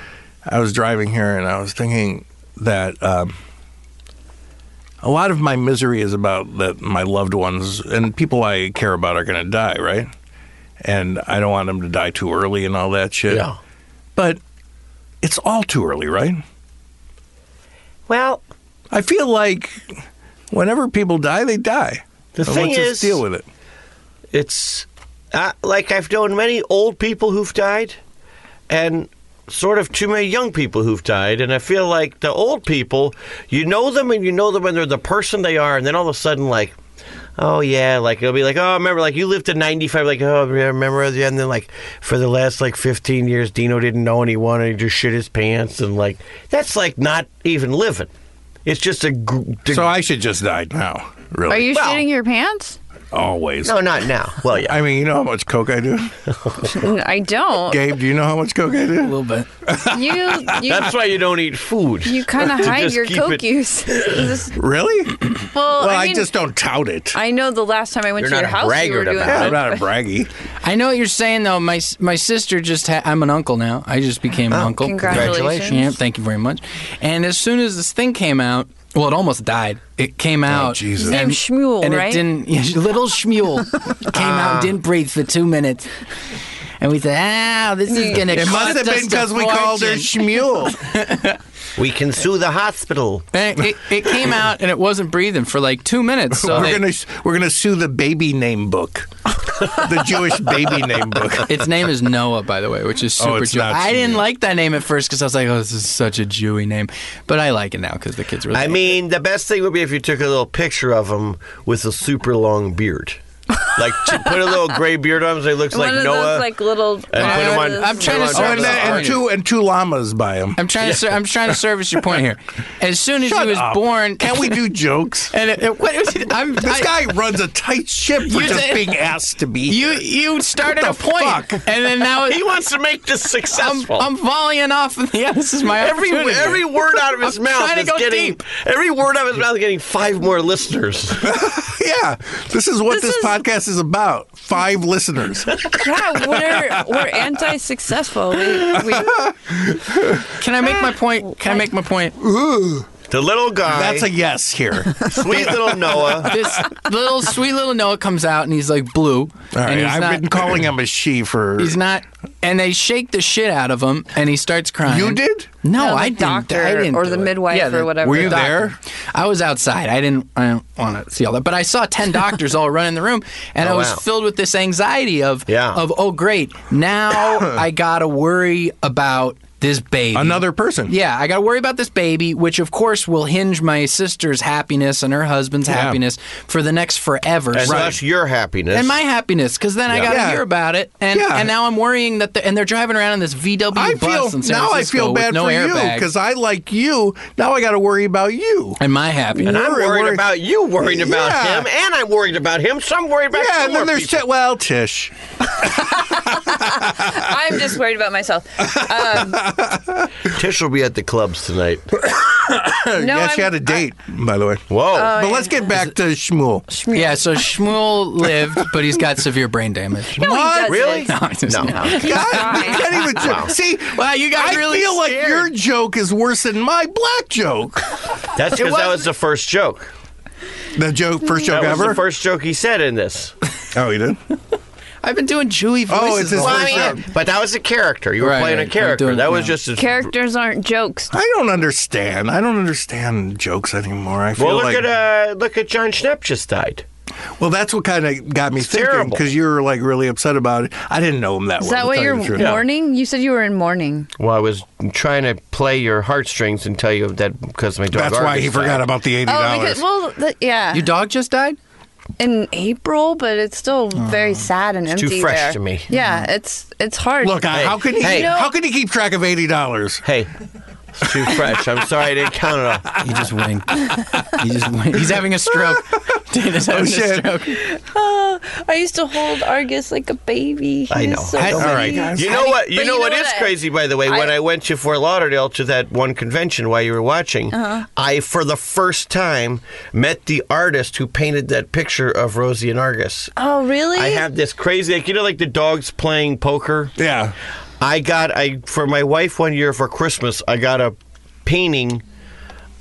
S2: I was driving here and I was thinking that um, a lot of my misery is about that my loved ones and people I care about are going to die, right? And I don't want them to die too early and all that shit.
S11: yeah.
S2: But it's all too early, right?
S11: Well,
S2: I feel like whenever people die, they die.
S11: The
S2: And
S11: thing
S2: let's
S11: is-
S2: just deal with it.
S11: it's uh, like I've known many old people who've died, and sort of too many young people who've died. And I feel like the old people, you know them and you know them and they're the person they are, and then all of a sudden, like, oh yeah, like it'll be like, oh, remember, like you lived to 95, like, oh, yeah, remember, yeah, and then like for the last like 15 years, Dino didn't know anyone and he just shit his pants, and like that's like not even living. It's just a. gr-
S2: So I should just die now, really.
S9: Are you
S11: Well-
S9: shitting your pants?
S2: Always.
S11: no, not now. Well, yeah.
S2: I mean, you know how much coke I do?
S9: I don't.
S2: Gabe, do you know how much coke I
S4: a
S2: do?
S4: little bit.
S9: You you
S11: <laughs> <laughs> That's why you don't eat food.
S9: you kind of
S11: To
S9: hide
S11: just
S9: your
S11: keep
S9: coke
S11: it- <laughs>
S9: use. This-
S2: Really?
S9: well,
S2: Well,
S9: I,
S2: I,
S9: mean,
S2: just don't tout it.
S9: I know the last time I went
S11: You're
S9: to
S11: not
S9: your
S11: a
S9: house, you were
S11: braggart
S9: doing
S11: about
S2: yeah,
S9: that.
S2: I'm not a braggy.
S4: I know what you're saying though. My my sister just ha- I'm an uncle now. I just became an
S2: Oh,
S4: uncle.
S9: congratulations.
S4: Yeah, thank you very much. And as soon as this thing came out, well, it almost died. It came out.
S2: Jesus. His
S4: and-
S9: name's Shmuel,
S4: and
S9: right?
S4: it didn't. <laughs> yeah, little Shmuel came out and didn't breathe for two minutes. And we said, "Ah, this is gonna."
S2: It must have been because we called her Shmuel.
S11: We can sue the hospital.
S4: And it, it came
S2: <laughs>
S4: out and it wasn't breathing for like two minutes. <laughs> So
S2: we're
S4: they-
S2: gonna we're gonna sue the baby name book, the Jewish baby name
S4: <laughs>
S2: book.
S4: Its name is Noah, by the way, which is
S2: Oh,
S4: super
S2: it's
S4: Jew.
S2: not
S4: I didn't
S2: Shmuel.
S4: like that name at first because I was like, "Oh, this is such a Jewy name," but I like it now because the kids really.
S11: I mean, the best thing would be if you took a little picture of him with a super long beard. Like, to put a little gray beard on him so he looks
S9: One
S11: like
S9: of
S11: Noah.
S9: those like little.
S11: and put 'em on-
S9: Noah's-
S4: I'm trying to
S11: Put 'em
S2: Oh,
S11: on
S2: and,
S11: top
S2: then-
S11: of
S2: and two and two llamas by him.
S4: I'm trying to. Ser- I'm trying to service your
S2: <laughs>
S4: point here. As soon as
S2: Shut
S4: he was
S2: up.
S4: born,
S2: Can we do jokes?
S4: and it, it, what was it?
S2: <laughs>
S4: I'm,
S2: This
S4: I-
S2: guy runs a tight ship for
S4: You
S2: just
S4: did-
S2: being asked to be.
S4: you you started a
S2: What the
S4: point,
S2: fuck?
S4: and
S2: <laughs>
S4: then now
S11: He wants to make this
S4: I'm,
S11: successful.
S4: I'm volleying off. Yeah, this is my
S11: every
S4: opportunity.
S11: every word out of his
S4: I'm
S11: mouth
S4: trying to
S11: is
S4: go
S11: getting
S4: deep.
S11: every word out of his mouth is getting five more listeners.
S2: yeah, this is what
S9: This
S2: this,
S9: is-
S2: podcast is about. Five listeners.
S9: yeah, we're we're anti-successful. We, we,
S4: Can I make my point? Can I make my
S2: <laughs>
S4: point?
S11: the little guy,
S2: That's a yes here.
S11: sweet little Noah.
S4: This little sweet little Noah comes out, and he's like blue.
S2: All right,
S4: and he's
S2: I've
S4: not,
S2: been calling him a she for.
S4: He's not. And they shake the shit out of him, and he starts crying.
S2: You did?
S4: No,
S9: No, the
S4: I didn't.
S9: doctor
S4: I didn't
S9: or
S4: do
S9: the
S4: it.
S9: midwife or whatever.
S2: Were you
S4: doctor.
S2: there?
S4: I was outside. I didn't. I don't want to see all that, but I saw ten
S9: <laughs>
S4: doctors all run in the room, and
S11: Oh,
S4: I was
S11: wow.
S4: filled with this anxiety of,
S11: Yeah.
S4: of oh great,
S11: <coughs>
S4: now I gotta worry about this baby.
S2: Another person.
S4: Yeah, I got to worry about this baby, which of course will hinge my sister's happiness and her husband's happiness for the next forever.
S11: And
S4: So-
S11: thus your happiness.
S4: and my happiness, because then I got to
S2: Yeah.
S4: hear about it, and
S2: Yeah.
S4: and now I'm worrying that the, and they're driving around in this VW
S2: I
S4: bus
S2: feel
S4: in San
S2: now. I
S4: Francisco
S2: feel
S4: with
S2: bad
S4: no
S2: for you
S4: airbags.
S2: because I like you. Now I got to worry about you.
S4: and my happiness.
S11: And I'm
S2: Worry-
S11: worried
S2: worry-
S11: about you worrying about
S2: Yeah.
S11: him, and I'm worried about him, so I'm worried about
S2: Yeah,
S11: two
S2: and then
S11: more
S2: there's
S11: people.
S2: Ti- well, Tish.
S9: I'm just worried about myself.
S11: Tish will be at the clubs tonight.
S9: No,
S2: yeah,
S9: I'm,
S2: she had a date, by the way.
S11: Whoa.
S9: Oh,
S2: but let's get back to Shmuel.
S4: Yeah, so Shmuel lived, but he's got severe brain damage.
S9: no, he doesn't.
S11: Really?
S4: <laughs> No, I just-
S11: No.
S2: <laughs> God, you can't even joke. See,
S4: Wow, you got
S2: I
S4: really
S2: feel like
S4: scared.
S2: your joke is worse than my black joke.
S11: That's because that was the first joke.
S2: The joke, first joke
S11: That was
S2: ever.
S11: the first joke he said in this.
S2: oh, you did.
S4: I've been doing Jewy
S2: <laughs>
S4: voices.
S2: Oh, it's his
S4: all
S2: first
S4: the time.
S2: joke.
S11: But that was a character. You were
S4: Right,
S11: playing
S4: right. I'm
S11: a character.
S4: doing-
S11: that was
S4: yeah.
S11: just a
S9: Characters aren't jokes.
S2: I don't understand. I don't understand jokes anymore. I feel
S11: Well, look
S2: like
S11: at uh, look at John Schnepp just died.
S2: well, that's what kind of got me thinking
S11: terrible.
S2: because you were like really upset about it. I didn't know him that
S9: Is
S2: well.
S9: that
S2: to
S9: what
S2: tell you
S9: you're
S2: the truth.
S9: mourning? You said you were in mourning.
S11: Well, I was trying to play your heartstrings and tell you that because my dog.
S2: That's why
S11: Argus
S2: he forgot
S11: died.
S2: about the eighty
S9: Oh,
S2: dollars.
S9: because well, the, yeah,
S4: Your dog just died?
S9: in April, but it's still
S8: Oh,
S9: very sad and
S11: too
S9: empty.
S11: fresh
S9: there.
S11: to me.
S8: Mm-hmm.
S9: Yeah, it's it's hard.
S2: Look, I,
S11: Hey,
S2: how can he
S11: hey.
S2: how can he keep track of eighty dollars?
S11: Hey,
S8: It's too fresh. I'm sorry I didn't count it all.
S4: He just winked. He just winked. He's having
S2: <laughs>
S4: a <laughs> stroke. Dana's having
S2: shit.
S4: a stroke.
S9: Oh, I used to hold Argus like a baby. He
S8: I know.
S9: was So
S8: I- all
S9: sweet.
S2: right, guys.
S8: You know what? You
S9: But
S8: know what is
S9: I-
S8: crazy, by the way. when
S9: I-
S8: I went to Fort Lauderdale to that one convention while you were watching, I for the first time met the artist who painted that picture of Rosie and Argus.
S9: Oh, really?
S8: I have this crazy, like you know, like the dogs playing poker.
S2: Yeah.
S8: I got I for my wife one year for Christmas. I got a painting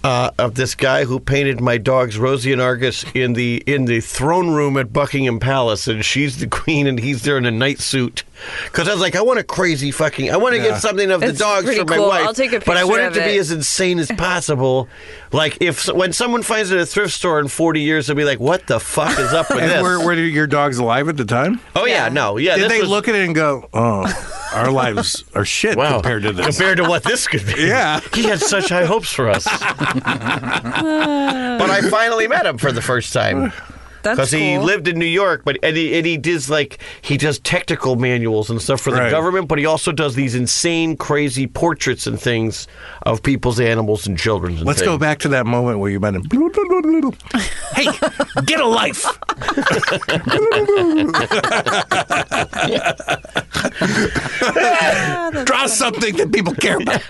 S8: uh, of this guy who painted my dogs Rosie and Argus in the in the throne room at Buckingham Palace, and she's the <laughs> queen and he's there in a night suit. Because I was like, I want a crazy fucking, I want to
S2: Yeah.
S8: get something of
S9: That's
S8: the dogs
S9: pretty
S8: for my
S9: cool.
S8: wife,
S9: I'll take a
S8: but I
S9: picture
S8: want it
S9: of
S8: to be
S9: it.
S8: as insane as possible. like if when someone finds it at a thrift store in forty years, they'll be like, what the fuck is
S9: <laughs>
S8: up with
S2: And
S8: this?
S2: were, were your dogs alive at the time?
S8: oh yeah, no, yeah.
S2: Did
S8: this
S2: they
S8: was-
S2: look at it and go, "Oh, our lives are shit
S8: Wow.
S2: compared to this"?
S8: compared to what this could be.
S2: <laughs> Yeah.
S8: He had such high hopes for us. but I finally met him for the first time.
S9: That's
S8: Because he
S9: <laughs> cool.
S8: lived in New York, but and he, and he does like he does technical manuals and stuff for the
S2: Right.
S8: government, but he also does these insane, crazy portraits and things of people's animals and children. And
S2: Let's go
S8: things.
S2: back to that moment where you met him. Hey, get a life! Draw something that people care about.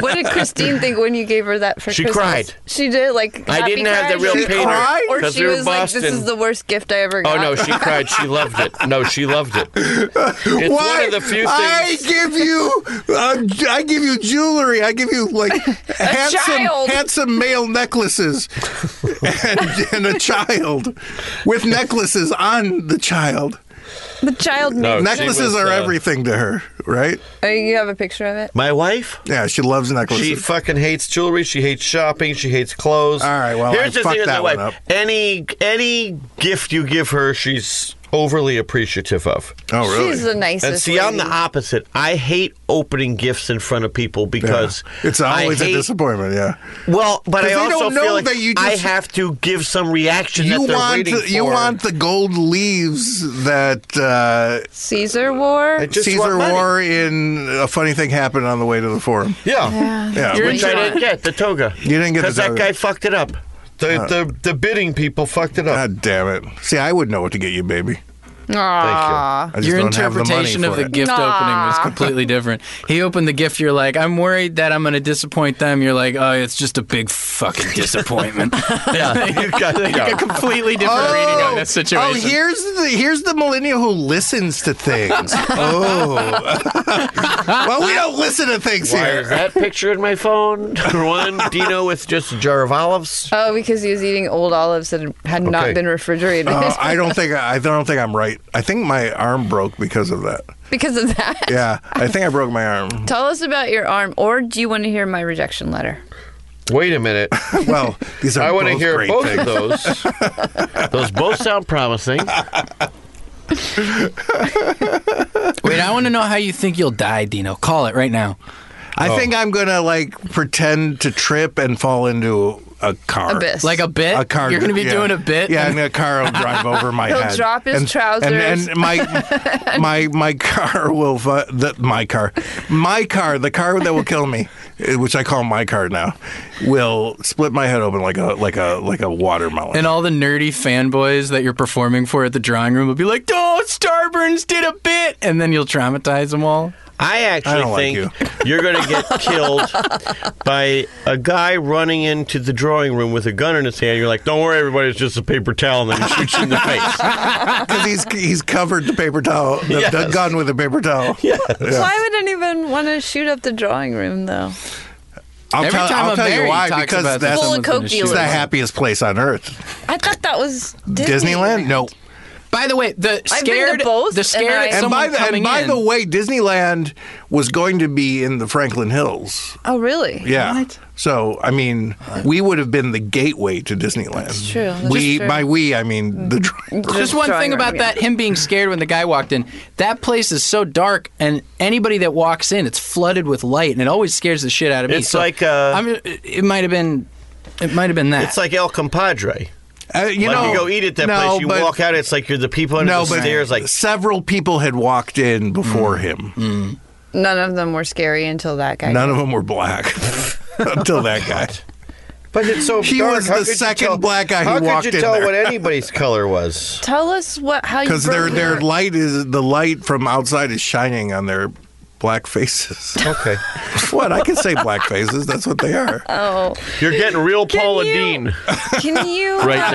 S9: What did Christine think when you gave her that for
S8: She
S9: Christmas?
S8: cried.
S9: She did. Like
S8: I
S9: happy
S8: didn't have the
S9: cries,
S8: real
S9: or-
S2: She
S8: painter
S2: cried?
S9: Or
S8: because
S9: she
S8: we were
S9: was like,
S8: Boston.
S9: "This is the worst gift I ever
S8: oh
S9: got."
S8: no, she cried. She loved it. No, she loved it. It's one of the few things.
S2: I give you, uh, I give you jewelry. I give you
S8: <laughs>
S2: like handsome,
S9: child.
S2: handsome male necklaces, and, and a child with necklaces on the child.
S9: <laughs> the child.
S8: No,
S9: No.
S8: she
S2: necklaces
S8: was,
S2: are
S8: uh,
S2: everything to her, right?
S9: you have a picture of it.
S8: My wife.
S2: Yeah, she loves necklaces.
S8: She fucking hates jewelry. She hates shopping. She hates clothes.
S2: All right, well, I
S8: here's the
S2: fucked
S8: thing with my
S2: that one up.
S8: wife. Any any gift you give her, she's overly appreciative of.
S2: oh, really?
S9: She's the nicest.
S8: And see, I'm the
S9: lady.
S8: opposite. I hate opening gifts in front of people because
S2: it's
S8: I
S2: always
S8: hate-
S2: a disappointment. Yeah,
S8: Well, but
S2: 'Cause
S8: I
S2: they
S8: also
S2: don't know
S8: feel like
S2: that you
S8: I
S2: just-
S8: have to give some reaction
S2: you
S8: that they're
S2: want
S8: waiting
S2: the, you
S8: for.
S2: want the gold leaves that uh,
S9: Caesar wore.
S8: I just
S2: Caesar
S8: want money.
S2: wore in a funny thing happened on the way to the forum.
S8: Yeah.
S2: Yeah,
S9: You're
S8: Which I didn't get the toga.
S2: You didn't get the
S8: because that
S2: toga.
S8: guy fucked it up. The, the the bidding people fucked it up.
S2: God damn it! See, I would know what to get you, baby.
S9: Aww.
S2: I just
S4: Your
S2: don't have the money
S4: interpretation of
S2: for
S4: the
S2: it.
S4: gift opening was
S9: Aw.
S4: completely different. He opened the gift. You're like, I'm worried that I'm going to disappoint them. You're like, oh, it's just a big fucking
S9: <laughs>
S4: disappointment. <laughs>
S8: Yeah, you got
S4: like a
S8: yeah.
S4: completely different reading on this situation.
S2: oh, here's the here's the millennial who listens to
S4: <laughs>
S2: things. oh, <laughs> well, we don't listen to things
S8: Why
S2: here.
S8: is that picture in
S11: <laughs>
S8: my phone? Number one, Dino with just a jar of olives.
S9: Oh, because he was eating old olives that had
S8: Okay.
S9: not been refrigerated
S2: Uh, I don't think I don't think I'm right. I think my arm broke because of that.
S9: <laughs> because of that.
S2: Yeah, I think I broke my arm.
S9: Tell us about your arm, or do you want to hear my rejection letter?
S8: Wait
S2: <laughs>
S8: a minute.
S2: Well, these are
S8: I want to
S2: both
S8: hear
S2: great
S8: both
S2: things.
S8: of those.
S2: <laughs>
S8: Those both sound promising.
S4: Wait, I want to know how you think you'll die, Dino. Call it right now.
S2: I think
S4: Oh.
S2: I'm gonna like pretend to trip and fall into a car
S9: Abyss.
S4: Like a bit.
S2: A car.
S4: You're going to be
S2: yeah.
S4: doing a bit.
S2: Yeah,
S4: and-
S2: and a car will
S4: <laughs>
S2: drive over my
S9: He'll
S2: head.
S9: drop his
S2: and, And,
S9: trousers.
S2: and
S9: <laughs>
S2: my my my car will fu- the, my car my car the car that will kill me, eh, which I call my car now, will split my head open like a like a like a watermelon.
S4: and all the nerdy fanboys that you're performing for at the drawing room will be like, "Oh, Starburns did a bit," and then you'll traumatize them all.
S8: I
S2: I
S8: actually
S2: don't like
S8: think <laughs> you. are going to get killed by a guy running into the drawing room with a gun in his hand. You're like, don't worry, everybody, it's just a paper towel, and then he shoots you in the face.
S2: Because he's he's covered the paper towel, the, the
S8: Yes.
S2: gun with a paper towel.
S9: Why would anyone want to shoot up the drawing room, though?
S2: I'll
S4: Every
S2: tell,
S4: time
S2: I'll
S4: a
S2: tell you
S4: Mary
S2: why
S4: talks
S2: because
S4: about
S2: that's
S9: Full of Coke
S4: it's
S2: it's
S9: dealers.
S2: the happiest place on earth.
S9: I thought that was Disney.
S2: Disneyland? Nope.
S4: By the way, the
S9: I've been to
S4: scared,
S9: both,
S4: the scared
S9: and I-
S4: at
S2: And
S4: someone
S2: by, the,
S4: coming
S2: and by
S4: in.
S2: the way, Disneyland was going to be in the Franklin Hills.
S9: Oh, really?
S2: Yeah. So I mean, we would have been the gateway to Disneyland. That's
S9: true. That's
S2: we
S9: true.
S2: by we I mean the drawing room.
S4: Just one
S9: Drawing
S4: thing
S9: room,
S4: about
S9: yeah.
S4: that, him being scared when the guy walked in. That place is so dark, and anybody that walks in, it's flooded with light, and it always scares the shit out of me.
S8: It's
S4: So
S8: like, uh,
S4: I'm, it might have been, it might have been that.
S8: It's like El Compadre.
S2: Uh, you
S8: like
S2: know,
S8: you go eat at that
S2: no,
S8: place, you
S2: but-
S8: walk out, it's like Mm. you're the people under
S2: No,
S8: the
S2: but
S8: stairs, like
S2: several people had walked in before him.
S9: none of them were scary until that guy.
S2: None of them were black <laughs> until that guy.
S11: But it's so
S2: He
S11: dark.
S2: was
S11: how
S2: the
S11: could you
S2: second
S11: tell-
S2: black guy who
S11: How
S2: walked
S11: could you
S2: in
S11: tell
S2: there?
S11: what anybody's color was?
S9: Tell us what how you
S2: Because their
S9: broke your-
S2: their light is the light from outside is shining on their black faces. <laughs>
S11: Okay,
S2: what I can say black faces. That's what they are.
S9: <laughs> Oh,
S11: you're getting real
S9: Can
S11: Paula
S9: you-
S11: Dean
S9: can you
S11: right
S9: uh,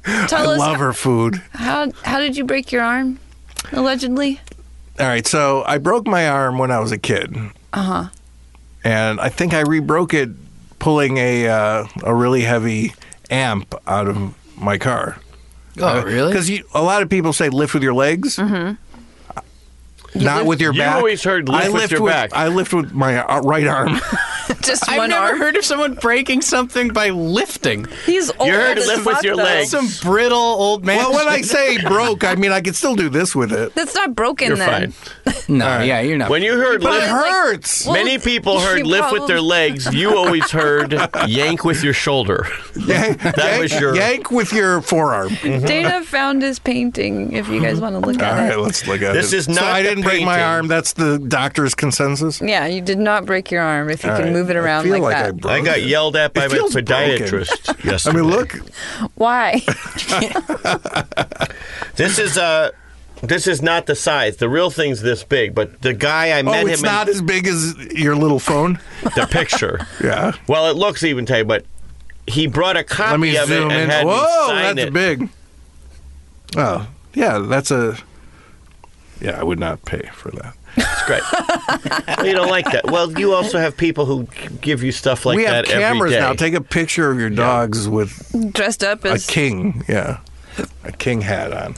S11: now.
S9: Tell
S2: I
S9: us
S2: love her food.
S9: how how did you break your arm? Allegedly,
S2: All right, so I broke my arm when I was a kid. Uh huh. And I think I rebroke it pulling a uh, a really heavy amp out of my car.
S4: Oh, really?
S2: Because a lot of people say lift with your legs. Mm-hmm. Not with your
S11: You
S2: back.
S11: always heard lift
S2: I
S11: with your back.
S2: I lift with my uh, right arm.
S9: <laughs>
S2: <laughs>
S9: just
S4: I've
S9: one
S4: never
S9: arm.
S4: heard of someone breaking something by lifting.
S9: <laughs> He's old.
S11: You heard
S9: as
S11: live with
S9: fuck,
S11: your
S9: though.
S11: legs.
S4: Some brittle old man.
S2: well, when I say broke, I mean I can still do this with it.
S9: That's not broken.
S11: You're
S9: then
S11: fine.
S4: <laughs> no, yeah, you're not.
S11: When you heard
S2: But it
S11: lift,
S2: hurts.
S9: Well,
S11: many people
S9: <laughs> you
S11: heard lift with their
S9: probably-
S11: legs. You always heard yank with your shoulder.
S2: <laughs>
S11: <laughs>
S2: yank, yank-
S11: was your-
S2: yank with your forearm.
S9: Dana found his painting. If you guys want to look
S2: All
S9: at
S2: right,
S9: it.
S2: let's look at
S11: This
S2: it.
S11: is
S2: So
S11: not
S2: I
S11: the
S2: didn't break my
S11: painting.
S2: arm. That's the doctor's consensus.
S9: Yeah, you did not break your arm. If you can move it around
S2: I feel
S9: like,
S2: like, I,
S9: that.
S2: broke
S11: I got
S2: it.
S11: yelled at by
S2: It
S11: my
S2: feels
S11: podiatrist
S2: I
S11: yesterday.
S2: mean, look. <laughs>
S9: Why? <laughs>
S11: This is uh this is not the size. The real thing's this big, but the guy I
S2: Oh,
S11: met
S2: it's
S11: him
S2: not as big as your little phone.
S11: in
S2: <laughs>
S11: the picture.
S2: Yeah.
S11: Well, it looks even tight, but he brought a copy
S2: Let me
S11: of
S2: zoom
S11: it
S2: in.
S11: and had me
S2: Whoa,
S11: sign
S2: that's
S11: it.
S2: big. Oh, yeah, that's a. Yeah, I would not pay for that.
S11: It's great. well, you don't like that. Well, you also have people who give you stuff like
S2: we have
S11: that
S2: cameras
S11: every day.
S2: now. Take a picture of your dogs with
S9: Dressed up
S2: a
S9: as
S2: king. Yeah, a king hat on.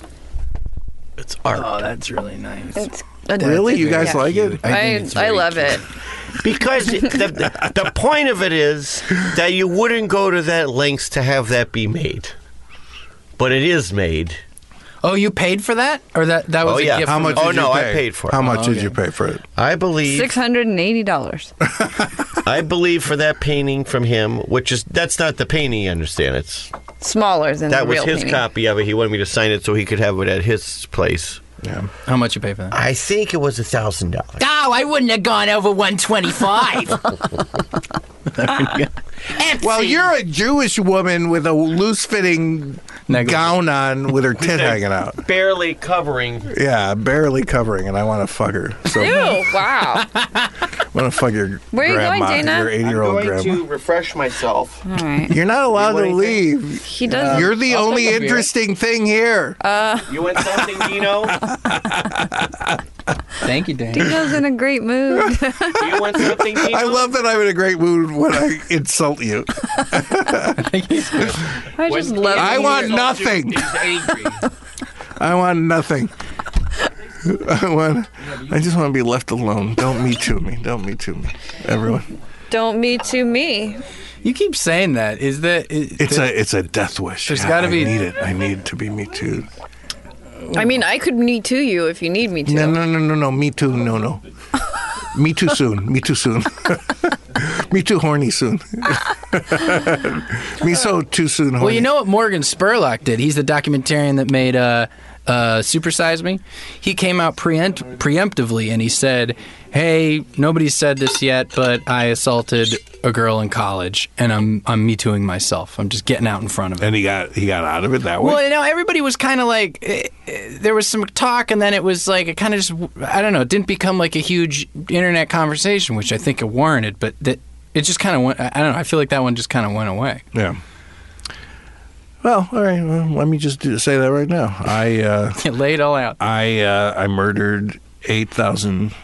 S11: it's art
S4: oh, that's really nice.
S9: It's a-
S2: Really, you guys
S9: yeah.
S2: like it?
S9: I, I love it.
S11: because the, the the point of it is that you wouldn't go to that lengths to have that be made, but it is made.
S4: Oh, you paid for that, or that that was
S11: Oh,
S4: a
S11: yeah.
S4: gift?
S2: How
S4: from
S2: much?
S4: the-
S11: Oh,
S2: did you
S11: no, I
S2: pay?
S11: paid for it.
S2: How much
S4: Oh,
S2: did
S4: okay.
S2: you pay for
S11: <laughs>
S2: it?
S11: I believe
S9: Six hundred and eighty dollars.
S11: I believe for that painting from him, which is that's not the painting. You understand? It's
S9: Smaller than
S11: that
S9: the
S11: was
S9: real
S11: his
S9: painting.
S11: copy of it. He wanted me to sign it so he could have it at his place.
S2: Yeah.
S4: How much you pay for that?
S11: I think it was a thousand dollars.
S4: Oh, I wouldn't have gone over 125.
S2: Well, you're a Jewish woman with a loose-fitting
S4: Negligee.
S2: gown on with her
S11: <laughs>
S2: tit hanging out.
S11: Barely covering.
S2: Yeah, barely covering, and I want to fuck her. So
S9: Ew!
S2: I
S11: <laughs>
S9: Wow.
S2: want to fuck your
S9: Where are you
S2: grandma,
S9: going, Dana?
S2: your
S12: I'm
S2: eighty-year-old
S12: going
S2: grandma.
S12: to refresh myself.
S9: All right.
S2: You're not allowed
S12: What
S2: to
S12: do you think?
S2: leave.
S9: He does.
S2: You're the
S4: Um, I'll
S2: only
S4: take a beer.
S2: interesting thing here.
S9: Oh.
S12: You want something, Dino?
S4: Thank you, Dan.
S9: Dino's in a
S2: <laughs>
S9: great mood.
S12: Do you want something, Dino?
S2: I love that I'm in a great mood when I <laughs> insult you.
S9: <laughs> I just love.
S2: I
S9: you.
S2: want nothing.
S12: He's angry.
S2: I want nothing. <laughs> I want. I just want to be left alone. Don't me to me. Don't me to me. Everyone.
S9: Don't me to me.
S4: You keep saying that. Is that is,
S2: It's a it's a death wish.
S4: There's
S2: Yeah,
S4: gotta
S2: I
S4: be-
S2: need it. I need to be me too.
S9: I mean, I could me to you if you need me to.
S2: No, no, no, no, no. Me too. No, <laughs> no. me too soon. Me too soon. <laughs> me too horny soon. <laughs> me so too soon horny.
S4: Well, you know what Morgan Spurlock did? He's the documentarian that made uh, uh, Super Size Me. He came out preempt- preemptively and he said, "Hey, nobody said this yet, but I assaulted a girl in college, and I'm I'm me tooing myself. I'm just getting out in front of it."
S2: And he got he got out of it that way.
S4: Well, you know, everybody was kind of like, eh, eh, there was some talk, and then it was like, it kind of just, I don't know, it didn't become like a huge internet conversation, which I think it warranted, but that it just kind of went, I I don't know, I feel like that one just kind of went away.
S2: Yeah. Well, all right. Well, let me just do, say that right now. I uh,
S4: <laughs> It laid all out.
S2: I uh, I murdered eight thousand,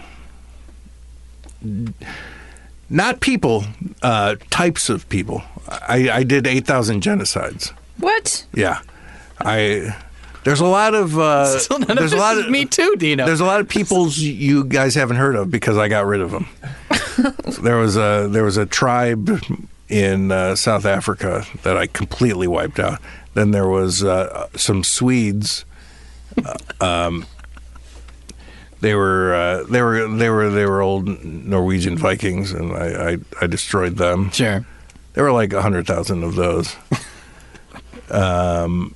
S2: not people, uh, types of people. I, I did eight thousand genocides.
S9: What?
S2: Yeah, I. There's a lot of
S4: <laughs>
S2: uh,
S4: Still none
S2: there's a
S4: of this
S2: lot
S4: is me too, Dino.
S2: There's a lot of
S4: <laughs>
S2: peoples you guys haven't heard of because I got rid of them. there was a there was a tribe in uh, South Africa that I completely wiped out. Then there was uh, some Swedes. um, they were uh, they were they were they were old Norwegian Vikings, and I I, I destroyed them.
S4: Sure.
S2: There were like hundred thousand of
S9: <laughs>
S2: those. um,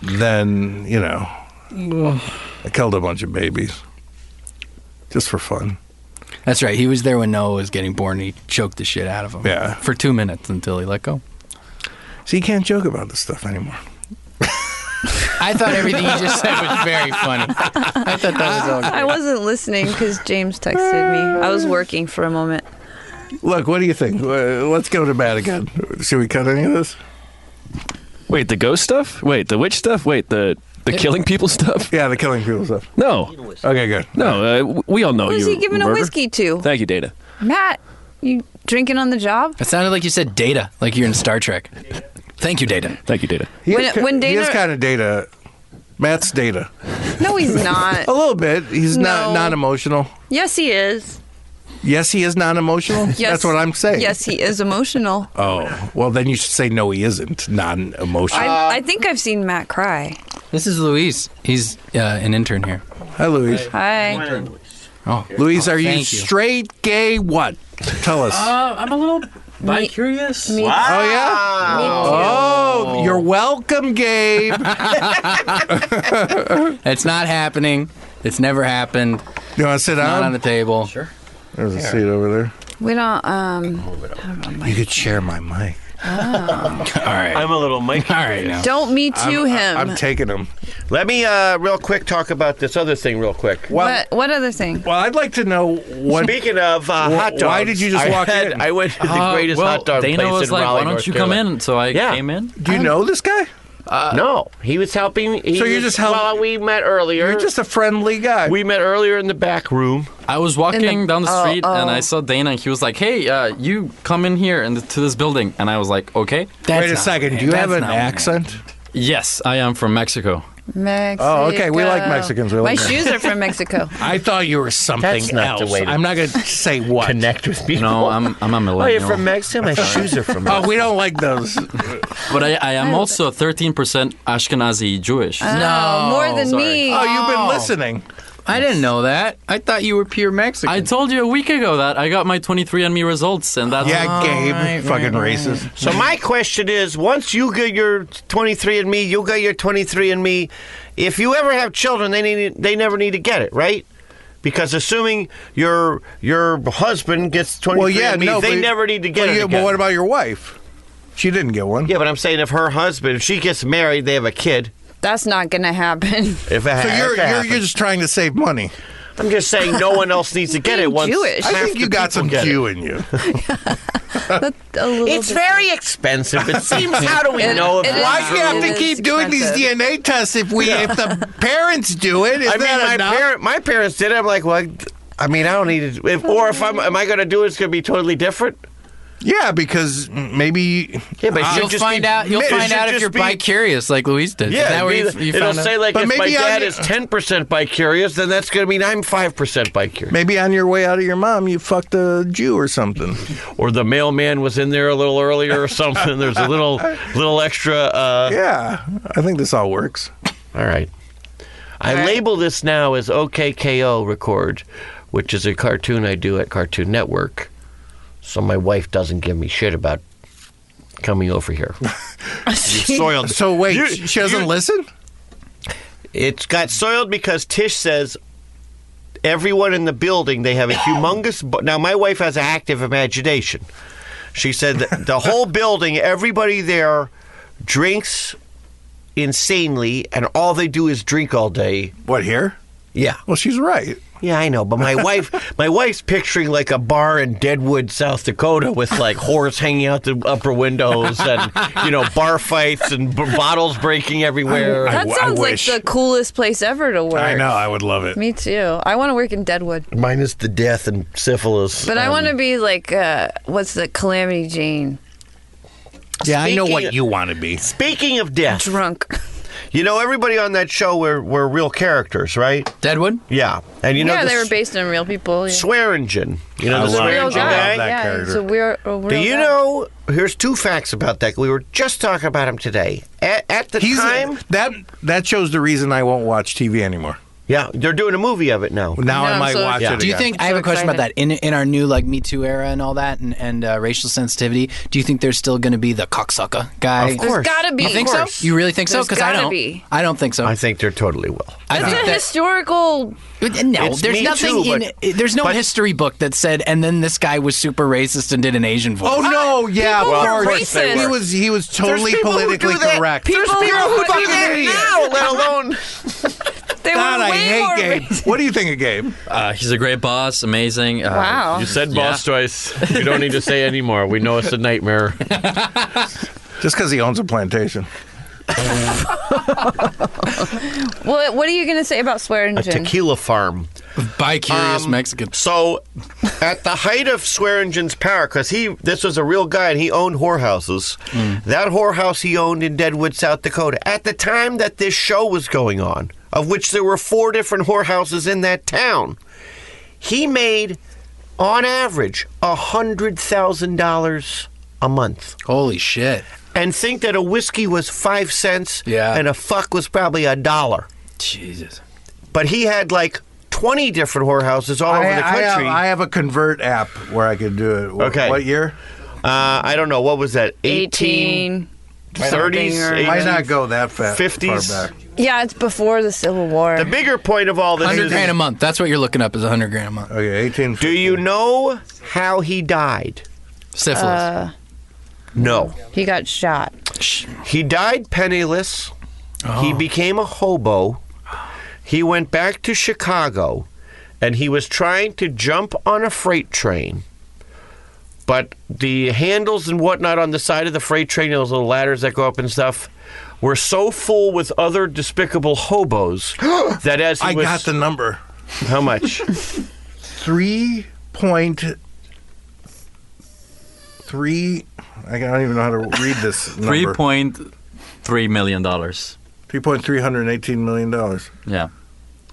S2: then you know, I killed a bunch of babies just for fun.
S4: That's right. He was there when Noah was getting born. He choked the shit out of him.
S2: Yeah.
S4: For two minutes until he let go.
S2: So you can't joke about this stuff anymore.
S4: I thought everything you just said was <laughs> very funny. I thought that
S2: <laughs>
S4: was all
S9: I wasn't listening because James texted me. I was working for a moment.
S2: Look, what do you think? Uh, Let's go to Matt again. Should we cut any of this?
S13: Wait, the ghost stuff? Wait, the witch stuff? Wait, the the killing people stuff? <laughs>
S2: Yeah, the killing people stuff.
S13: No,
S2: Okay, good.
S13: no, uh, w- we all know
S9: Who's
S13: you.
S9: he giving a
S13: murder.
S9: whiskey to?
S13: Thank you, Data.
S9: Matt, you drinking on the job?
S4: It sounded like you said data, like you're in Star Trek. Thank you, data.
S13: Thank you, Data.
S2: He
S9: When-
S2: is ki-
S9: when
S2: he is
S9: Dana-
S2: kind of data. Matt's data. <laughs>
S9: No, he's
S2: A
S9: not.
S2: little bit. He's
S9: No.
S2: not non-emotional.
S9: Oh. yes, he is.
S2: Yes, he is non-emotional.
S9: Yes.
S2: That's what I'm saying.
S9: Yes, he is emotional.
S2: Oh, well, then you should say no. He isn't non-emotional.
S9: I, I think I've seen Matt cry.
S4: This is Luis. He's uh, an intern here.
S2: Hi, Louise.
S9: Hi.
S4: Oh,
S2: Louise, are you
S4: Thank you.
S2: straight, gay, what? Tell us.
S10: Uh, I'm a little bi curious.
S2: oh yeah. Oh, you're welcome, Gabe.
S4: It's not happening. It's never happened.
S2: <laughs> you want to sit
S4: Not
S2: down?
S4: on the table. Sure.
S2: There's a seat over there.
S9: We don't. Um.
S2: You could share my mic.
S4: All right.
S11: I'm a little Mike.
S4: All right now.
S9: Don't me too him.
S2: I'm taking him.
S11: Let me uh, real quick talk about this other thing real quick.
S2: Well,
S9: what? What other thing?
S2: well, I'd like to know what.
S11: Speaking of uh,
S2: Wh-
S11: hot dogs,
S2: why did you just
S11: I
S2: walk
S11: had-
S2: in?
S11: I went to the
S10: Uh,
S11: greatest
S10: well,
S11: hot dog
S10: Dana
S11: place
S10: was
S11: in
S10: like,
S11: Raleigh,
S10: "Why don't
S11: North
S10: you
S11: Carolina."
S10: come in?" So I
S11: Yeah.
S10: came in.
S2: Do you know this guy?
S11: no, he was helping. He
S2: So you
S11: was-
S2: just helped-
S11: Well, we met earlier.
S2: You're just a friendly guy.
S11: we met earlier in the back room.
S10: I was walking
S9: In the-
S10: down the
S9: oh,
S10: street and
S9: oh.
S10: I saw Dana, and he was like, "Hey, uh, you come in here and to this building." And I was like, "Okay,
S4: That's
S2: Wait a
S4: not
S2: second.
S4: right.
S2: Do you
S4: That's
S2: have an
S4: not right.
S2: accent?
S10: yes, I am from Mexico."
S9: Mexico.
S2: Oh, okay, we like Mexicans, we
S9: My
S2: like them.
S9: shoes are
S2: <laughs>
S9: from Mexico.
S2: I thought you were something
S11: That's not the
S2: else.
S11: way to
S2: I'm not going to say what.
S11: Connect with people.
S10: No, I'm I'm a millennial.
S11: Oh, you're from Mexico.
S10: <laughs>
S11: My shoes are from.
S2: Oh, we don't like <laughs> those.
S10: But I, I am also 13% Ashkenazi Jewish.
S9: No, Oh, more than
S10: sorry.
S9: me.
S2: Oh, you've been listening.
S4: I didn't know that. I thought you were pure Mexican.
S10: I told you a week ago that I got my 23andMe results, and that's
S2: Yeah, Gabe,
S4: right,
S2: fucking
S4: right,
S2: racist.
S11: So my question is, once you get your 23andMe, you got your 23andMe. If you ever have children, they need they never need to get it, right? Because assuming your your husband gets 23andMe,
S2: Well, yeah, no,
S11: they
S2: but-
S11: never need to get
S2: well,
S11: it.
S2: yeah,
S11: again.
S2: But what about your wife? She didn't get one.
S11: yeah, but I'm saying if her husband, if she gets married, they have a kid.
S9: That's not gonna
S2: <laughs>
S9: happen.
S11: If it,
S2: So
S11: if
S2: you're
S11: it
S2: you're,
S11: happens.
S2: you're just trying to save money.
S11: I'm just saying no one else needs to get it.
S9: Being
S11: Once
S9: Jewish.
S2: I
S11: half
S2: think
S11: the
S2: you got
S11: people
S2: some
S11: get it.
S2: Jew in you.
S9: A little
S11: It's
S9: bit.
S11: very expensive. It seems. How do we
S9: <laughs> It-
S11: know? If
S9: it is.
S2: Why
S11: it's
S2: do you have
S9: It
S2: to
S9: is
S2: keep doing these
S9: expensive.
S2: DNA tests if we if the
S9: <laughs>
S2: parents do it? Is
S11: I
S2: that
S11: mean, my
S2: enough?
S11: parent, my parents did. it. I'm like, well, I mean, I don't need to. If, or if I'm, am I going to do it? It's going to be totally different.
S2: yeah, because maybe
S11: Yeah, but it
S4: You'll
S11: should just
S4: find
S11: be-
S4: out. You'll
S11: it
S4: find
S11: should
S4: out if
S11: just
S4: you're
S11: be-
S4: bi-curious, like Luis did. Is
S11: Yeah,
S4: that
S11: it'll
S4: where
S11: be-
S4: you, you
S11: it'll
S4: found out?
S11: say like
S2: But
S11: if my
S2: maybe I-
S11: dad is ten percent bi curious, then that's going to mean I'm five percent bi curious.
S2: maybe on your way out of your mom you fucked a Jew or
S11: <laughs>
S2: something.
S11: Or the mailman was in there a little earlier or something. There's a little little extra. Uh,
S2: yeah, I think this all works.
S11: All right, I label this now as OKKO record, which is a cartoon I do at Cartoon Network, so my wife doesn't give me shit about coming over here. soiled.
S2: So wait,
S11: You-
S2: she doesn't
S11: you-
S2: listen.
S11: It's got soiled because Tish says everyone in the building they have a humongous. bu- Now my wife has an active imagination. She said that the whole building, everybody there, drinks insanely, and all they do is drink all day.
S2: What here?
S11: Yeah,
S2: Well, she's right.
S11: yeah, I know. But my wife, my wife's picturing like a bar in Deadwood, South Dakota, with like whores hanging out the upper windows, and you know, bar fights and b- bottles breaking everywhere.
S9: That
S2: I
S9: sounds like
S2: wish.
S9: the coolest place ever to work.
S2: I know. I would love it.
S9: Me too. I want to work in Deadwood,
S11: Minus the death and syphilis.
S9: but I
S11: um,
S9: want to be like uh, what's the Calamity Jane
S2: Yeah, I know
S11: Speaking-
S2: what you want to be.
S11: Speaking of death,
S9: drunk?
S11: you know everybody on that show were were real characters, right?
S4: Deadwood.
S11: Yeah, and
S9: <laughs>
S11: you know
S9: yeah,
S11: the
S9: they were based on real people. Yeah.
S11: Swearingen. You know
S2: I
S11: the
S2: love- I
S9: real
S11: Swearingen
S2: love
S9: guy.
S11: guy.
S2: that
S9: yeah,
S2: character.
S9: it's a weird. A real
S11: Do you
S9: guy.
S11: know? Here's two facts about that. We were just talking about him today. At, at the
S2: He's
S11: time,
S2: that that shows the reason I won't watch TV anymore.
S8: Yeah, they're doing a movie of it now.
S2: Now I No, might so- watch it
S4: Do you think I have a question about that in in our new like Me Too era and all that and and uh, racial sensitivity? Do you think there's still going to be the cocksucker guy?
S8: Of There's course.
S9: gotta be.
S4: You think
S9: Of
S4: so?
S9: course.
S4: You really think so?
S9: There's
S4: Because I
S9: gotta
S4: don't.
S9: be.
S4: I don't think so. I
S8: think they're totally will.
S4: I
S9: It's
S4: think
S9: a
S4: <laughs> that. uh,
S9: historical.
S4: No, there's nothing in. There's no history book that said, and then this guy was super racist and did an Asian voice.
S2: Oh no! Yeah,
S9: People
S2: of
S9: were
S2: course they were.
S9: racist. He
S2: He was he was totally
S9: people who do
S2: politically
S9: that.
S2: correct.
S9: People
S2: There's
S9: who do
S2: fucking
S9: that
S2: hate it.
S9: now,
S8: let alone.
S9: They
S2: God,
S9: were
S2: I
S9: way more
S2: hate Gabe. What do you think of Gabe?
S10: Uh, he's a great boss, amazing. Uh,
S9: Wow.
S8: You said boss twice. You don't need to say any more. We know it's a nightmare.
S2: Just because he owns a plantation.
S9: Well, what are you gonna say about swear
S8: a
S9: engine?
S8: tequila farm.
S4: By curious
S8: Um,
S4: Mexican.
S8: So, at the height of Swearingen's power, because he this was a real guy and he owned whorehouses. That whorehouse he owned in Deadwood, South Dakota, at the time that this show was going on, of which there were four different whorehouses in that town, he made, on average, a hundred thousand dollars a month.
S4: Holy shit!
S8: <laughs> And think that a whiskey was five cents,
S4: Yeah.
S8: and a fuck was probably a dollar.
S4: Jesus.
S8: But he had like twenty different whorehouses all over
S2: I,
S8: the
S2: I
S8: country.
S2: have, I have a convert app where I could do it. Wh-
S8: Okay.
S2: What year?
S8: Uh, I don't know. What was that? 18, 30s,
S9: 18. something or-
S2: Why not go that fa-
S8: 50s?
S2: far back?
S9: Yeah, it's before the Civil War.
S8: The bigger point of all this
S4: Hundred
S8: is
S4: grand a month. That's what you're looking up is hundred grand a month.
S2: Okay, 18.
S8: do you know how he died?
S4: Syphilis.
S9: Uh,
S8: No.
S9: he got shot.
S8: He died penniless.
S2: Oh.
S8: He became a hobo. He went back to Chicago and he was trying to jump on a freight train. But the handles and whatnot on the side of the freight train, those little ladders that go up and stuff, were so full with other despicable
S2: <gasps>
S8: hobos that as he
S2: I
S8: was
S2: got the number.
S8: how much?
S2: Three point three. I don't even know how to read this
S10: Three
S2: number.
S10: point three million dollars.
S2: Three point three hundred eighteen million dollars.
S10: Yeah,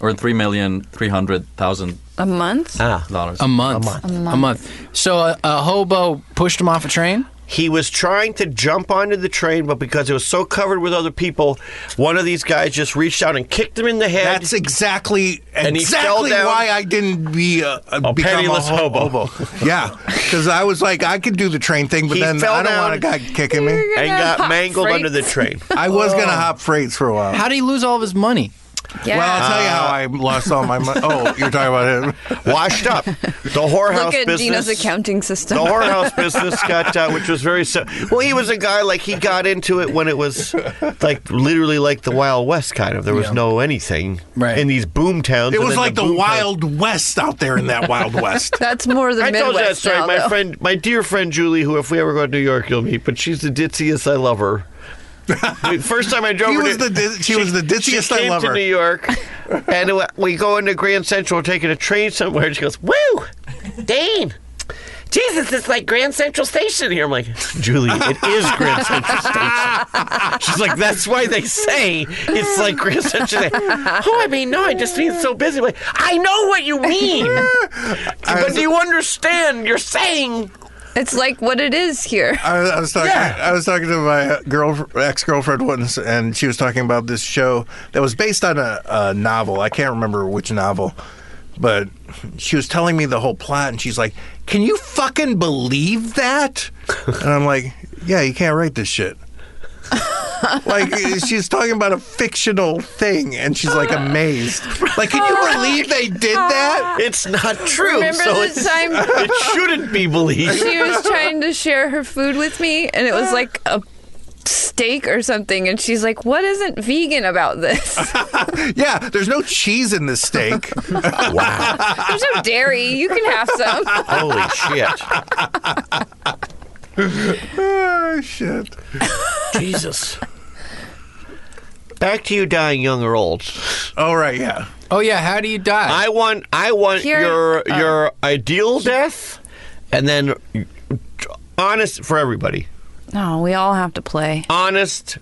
S10: or three million three hundred thousand
S9: A month?
S8: ah,
S10: dollars.
S4: a month.
S8: month.
S4: A month. So a, a hobo pushed him off a train.
S8: He was trying to jump onto the train, but because it was so covered with other people, one of these guys just reached out and kicked him in the head.
S2: That's exactly
S8: And he fell
S2: exactly
S8: down.
S2: why I didn't be a, a, become
S8: penniless
S2: a ho-
S8: hobo.
S2: yeah, because I was like, I could do the train thing, but
S8: He
S2: then
S8: fell
S2: I don't
S8: down.
S2: want a guy kicking me.
S8: and
S9: Gonna
S8: got
S9: <laughs> hop
S8: mangled
S9: freight.
S8: under the train.
S2: I was gonna hop freights for a while.
S4: How did he lose all of his money?
S9: Yeah.
S2: Well, I'll tell you how I
S8: Uh.
S2: lost all
S8: <laughs>
S2: my money. Oh, you're talking about him.
S8: Washed up. The whorehouse
S9: Look at
S8: business.
S9: Gino's accounting
S8: the
S9: <laughs> system.
S8: whorehouse business got, uh, which was very si- well. He was a guy like he got into it when it was like literally like the Wild West kind of. There was
S4: Yeah.
S8: no anything
S4: Right.
S8: in these boom towns.
S2: It
S8: and
S2: was
S8: then
S2: like the,
S8: boom towns-
S2: Wild West out there in that Wild West.
S8: <laughs>
S9: That's more the
S8: I
S9: Midwest
S8: told you that story.
S9: now,
S8: My
S9: though.
S8: friend, my dear friend Julie, who if we ever go to New York, you'll meet. But she's the ditziest. I love her.
S2: <laughs>
S8: The First time I drove
S2: He
S8: her,
S2: was
S8: to-
S2: the di- she was the ditziest
S8: She
S2: I
S8: came
S2: love
S8: to
S2: her. <laughs>
S8: New York, and wa- we go into Grand Central, taking a train somewhere. And she goes, "Woo, Dane." Jesus, it's like Grand Central Station here. I'm like, Julie, it is Grand Central Station. She's like, that's why they say it's like Grand Central Station. Oh, I mean, no, I just mean it's so busy. Like, I know what you mean. but do you understand? You're saying
S9: It's like what it is
S8: <laughs>
S9: here.
S2: I was, I was talking.
S8: Yeah.
S2: I was talking to my girl, ex girlfriend once, and she was talking about this show that was based on a, a novel. I can't remember which novel, but she was telling me the whole plot, and she's like, "Can you fucking believe that?" and I'm like, "Yeah, you can't write this shit." like she's talking about a fictional thing, and she's like amazed. Like, can you believe they did
S8: <laughs>
S2: that?
S8: it's not true.
S9: Remember
S8: so
S9: the
S8: it's-
S9: time
S8: it shouldn't be believed. <laughs>
S9: she was trying to share her food with me, and it
S8: Ah.
S9: was like a steak or something, and she's like, "What isn't vegan about this?
S8: <laughs>
S9: <laughs>
S2: Yeah, there's no cheese in this steak.
S9: There's no dairy. You can have some."
S8: Holy shit.
S2: oh shit.
S8: Jesus. Back to you dying young or old.
S2: Oh right, yeah.
S4: Oh yeah. How do you die?
S8: I want I want
S9: Here-
S8: your your ideal death and then honest for everybody.
S9: <laughs> No, we all have to play.
S8: Honest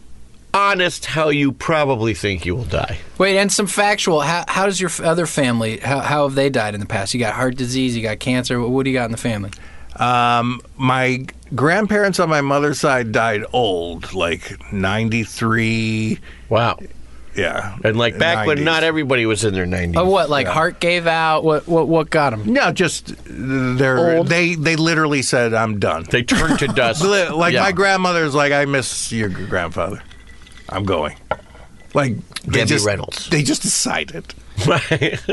S8: honest how you probably think you will die.
S4: Wait, and some factual. How, how does your f- other family? How, how have they died in the past? You got heart disease. You got cancer. What, what do you got in the family?
S2: Um, my grandparents on my mother's side died old, like 93,
S8: Wow.
S2: Yeah.
S8: And like back when
S2: 90s.
S8: not everybody was in their 90s.
S4: Of Oh, what? Like Hart gave out. What? What? What got him?
S2: No, just they're,
S4: Old.
S2: they they literally said I'm done.
S8: They turned
S11: <laughs>
S8: to dust.
S2: Li- like
S8: Yeah.
S2: my grandmother's like I miss your g- grandfather. I'm going. Like they
S8: Debbie
S2: just,
S8: Reynolds.
S2: They just decided. It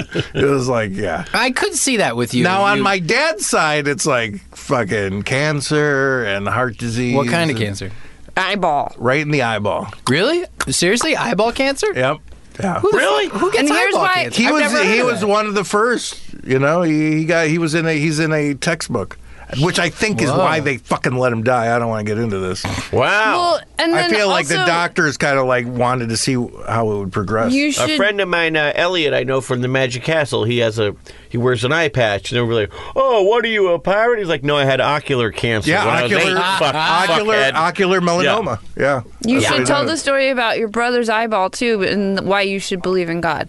S2: was like yeah.
S4: I could see that with you.
S2: now on
S4: You-
S2: my dad's side, it's like fucking cancer and heart disease.
S4: What kind of
S2: and-
S4: cancer?
S9: Eyeball.
S2: Right in the eyeball.
S4: Really? Seriously? Eyeball cancer?
S2: Yep. Yeah.
S4: Who the fuck- who gets
S9: And here's
S4: eyeball
S9: why-
S4: cancer?
S2: he
S9: I've
S2: was
S9: never heard
S2: he
S9: of
S2: was
S9: that.
S2: one of the first. You know, he, he got he was in a he's in a textbook, which I think is
S4: Whoa.
S2: why they fucking let him die. I don't want to get into this.
S8: wow.
S9: Well, and
S2: I
S9: then
S2: feel like the
S9: also,
S2: doctors kind of like wanted to see how it would progress.
S9: You should.
S8: a friend of mine, uh, Elliot, I know from the Magic Castle. He has a he wears an eye patch, and they were like, "Oh, what are you a pirate?" He's like, "No, I had ocular cancer."
S2: yeah,
S8: when I was
S2: ocular,
S8: eight." Fuck-
S2: ocular,
S8: fuckhead.
S2: ocular melanoma. Yeah,
S9: Ah, You
S2: That's what
S9: should
S2: it
S9: tell the
S2: is.
S9: story about your brother's eyeball too, and why you should believe in God.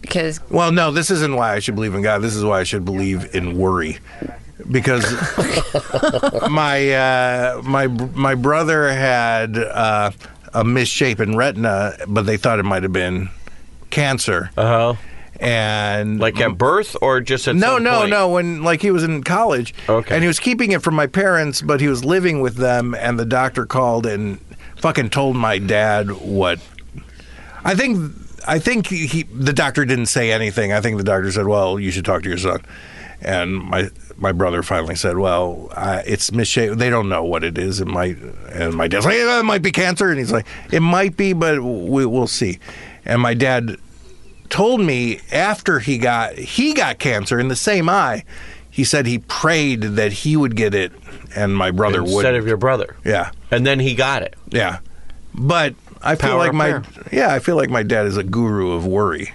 S9: Because
S2: Well, no, this isn't why I should believe in God. This is why I should believe in worry, because <laughs> my uh, my my brother had uh, a misshapen retina, but they thought it might have been cancer,
S8: Uh-huh.
S2: and
S8: <laughs> Like at birth or just at
S2: no,
S8: some
S2: no,
S8: point?
S2: no. When like he was in college,
S8: Okay.
S2: and he was keeping it from my parents, but he was living with them, and the doctor called and fucking told my dad what. I think, I think he the doctor didn't say anything. I think the doctor said, "Well, you should talk to your son," and my my brother finally said, "Well, I, it's misshapen. They don't know what it is. It might." And my dad's like, "Yeah, "It might be cancer," and he's like, "It might be, but we, we'll see." And my dad told me after he got he got cancer in the same eye he said he prayed that he would get it and my brother
S8: Instead
S2: would
S8: of your brother.
S2: yeah
S8: And then he got it.
S2: yeah but i feel
S8: Power
S2: like
S8: of
S2: my
S8: prayer.
S2: yeah i feel like my dad is a guru of worry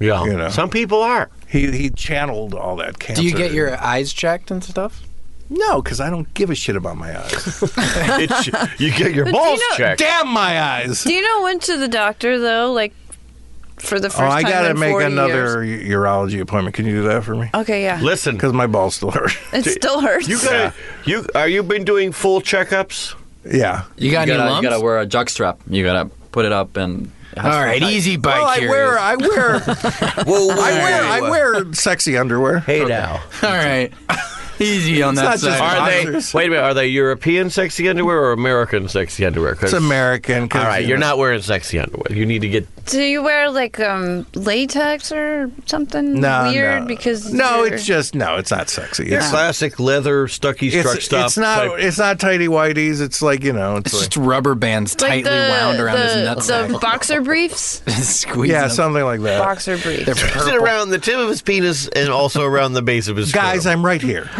S8: Yeah.
S2: You know.
S8: Some people <laughs> are.
S2: he he channeled all that cancer
S4: Do you get your eyes checked and stuff?
S2: no because i don't give a shit about my eyes
S8: It's, you get your balls
S9: know-
S8: checked.
S2: damn my eyes
S9: do you know when to the doctor though? Like for the first
S2: oh i
S9: time
S2: gotta
S9: in
S2: make
S9: 40 years.
S2: another urology appointment can you do that for me
S9: Okay, yeah,
S8: Listen,
S2: because my balls still hurt <laughs>
S9: it still hurts.
S8: you got you are you been doing full checkups?
S2: yeah
S4: You got
S10: you
S4: any
S10: gotta,
S4: lumps?
S10: You gotta wear a jock strap. You gotta put it up and.
S4: All right, easy bike
S2: well, Oh, I
S4: here.
S2: wear, I
S8: <laughs>
S2: wear, I wear, I wear sexy underwear.
S8: Hey now.
S4: All
S10: <laughs>
S4: right, easy on that
S2: not just
S4: side.
S2: our-
S8: Are they?
S2: Boxers.
S8: Wait a minute. Are they European sexy underwear or American sexy underwear? 'Cause-
S2: It's American. 'cause,
S8: All right,
S2: you
S8: you're
S2: know,
S8: not wearing sexy underwear. You need to get.
S9: Do you wear like um latex or something
S2: no,
S9: weird?
S2: no.
S9: Because
S2: no,
S9: you're-
S2: it's just no, it's not sexy.
S8: Your
S2: It's
S8: classic leather stucky
S2: it's,
S8: struck stuff.
S2: it's not
S8: type-
S2: it's not tidy whities. It's like you know, it's,
S4: It's
S2: like,
S4: just rubber bands
S9: like
S4: tightly wound around his
S9: the,
S4: <laughs>
S9: the
S4: nutsack.
S9: boxer briefs.
S4: Squeeze
S2: yeah,
S4: them.
S2: something like that.
S9: boxer briefs.
S4: They're purple.
S8: <laughs> Sit around the tip of his penis and also around the base of his
S2: Guys,
S8: scrotum.
S2: I'm right <laughs> here.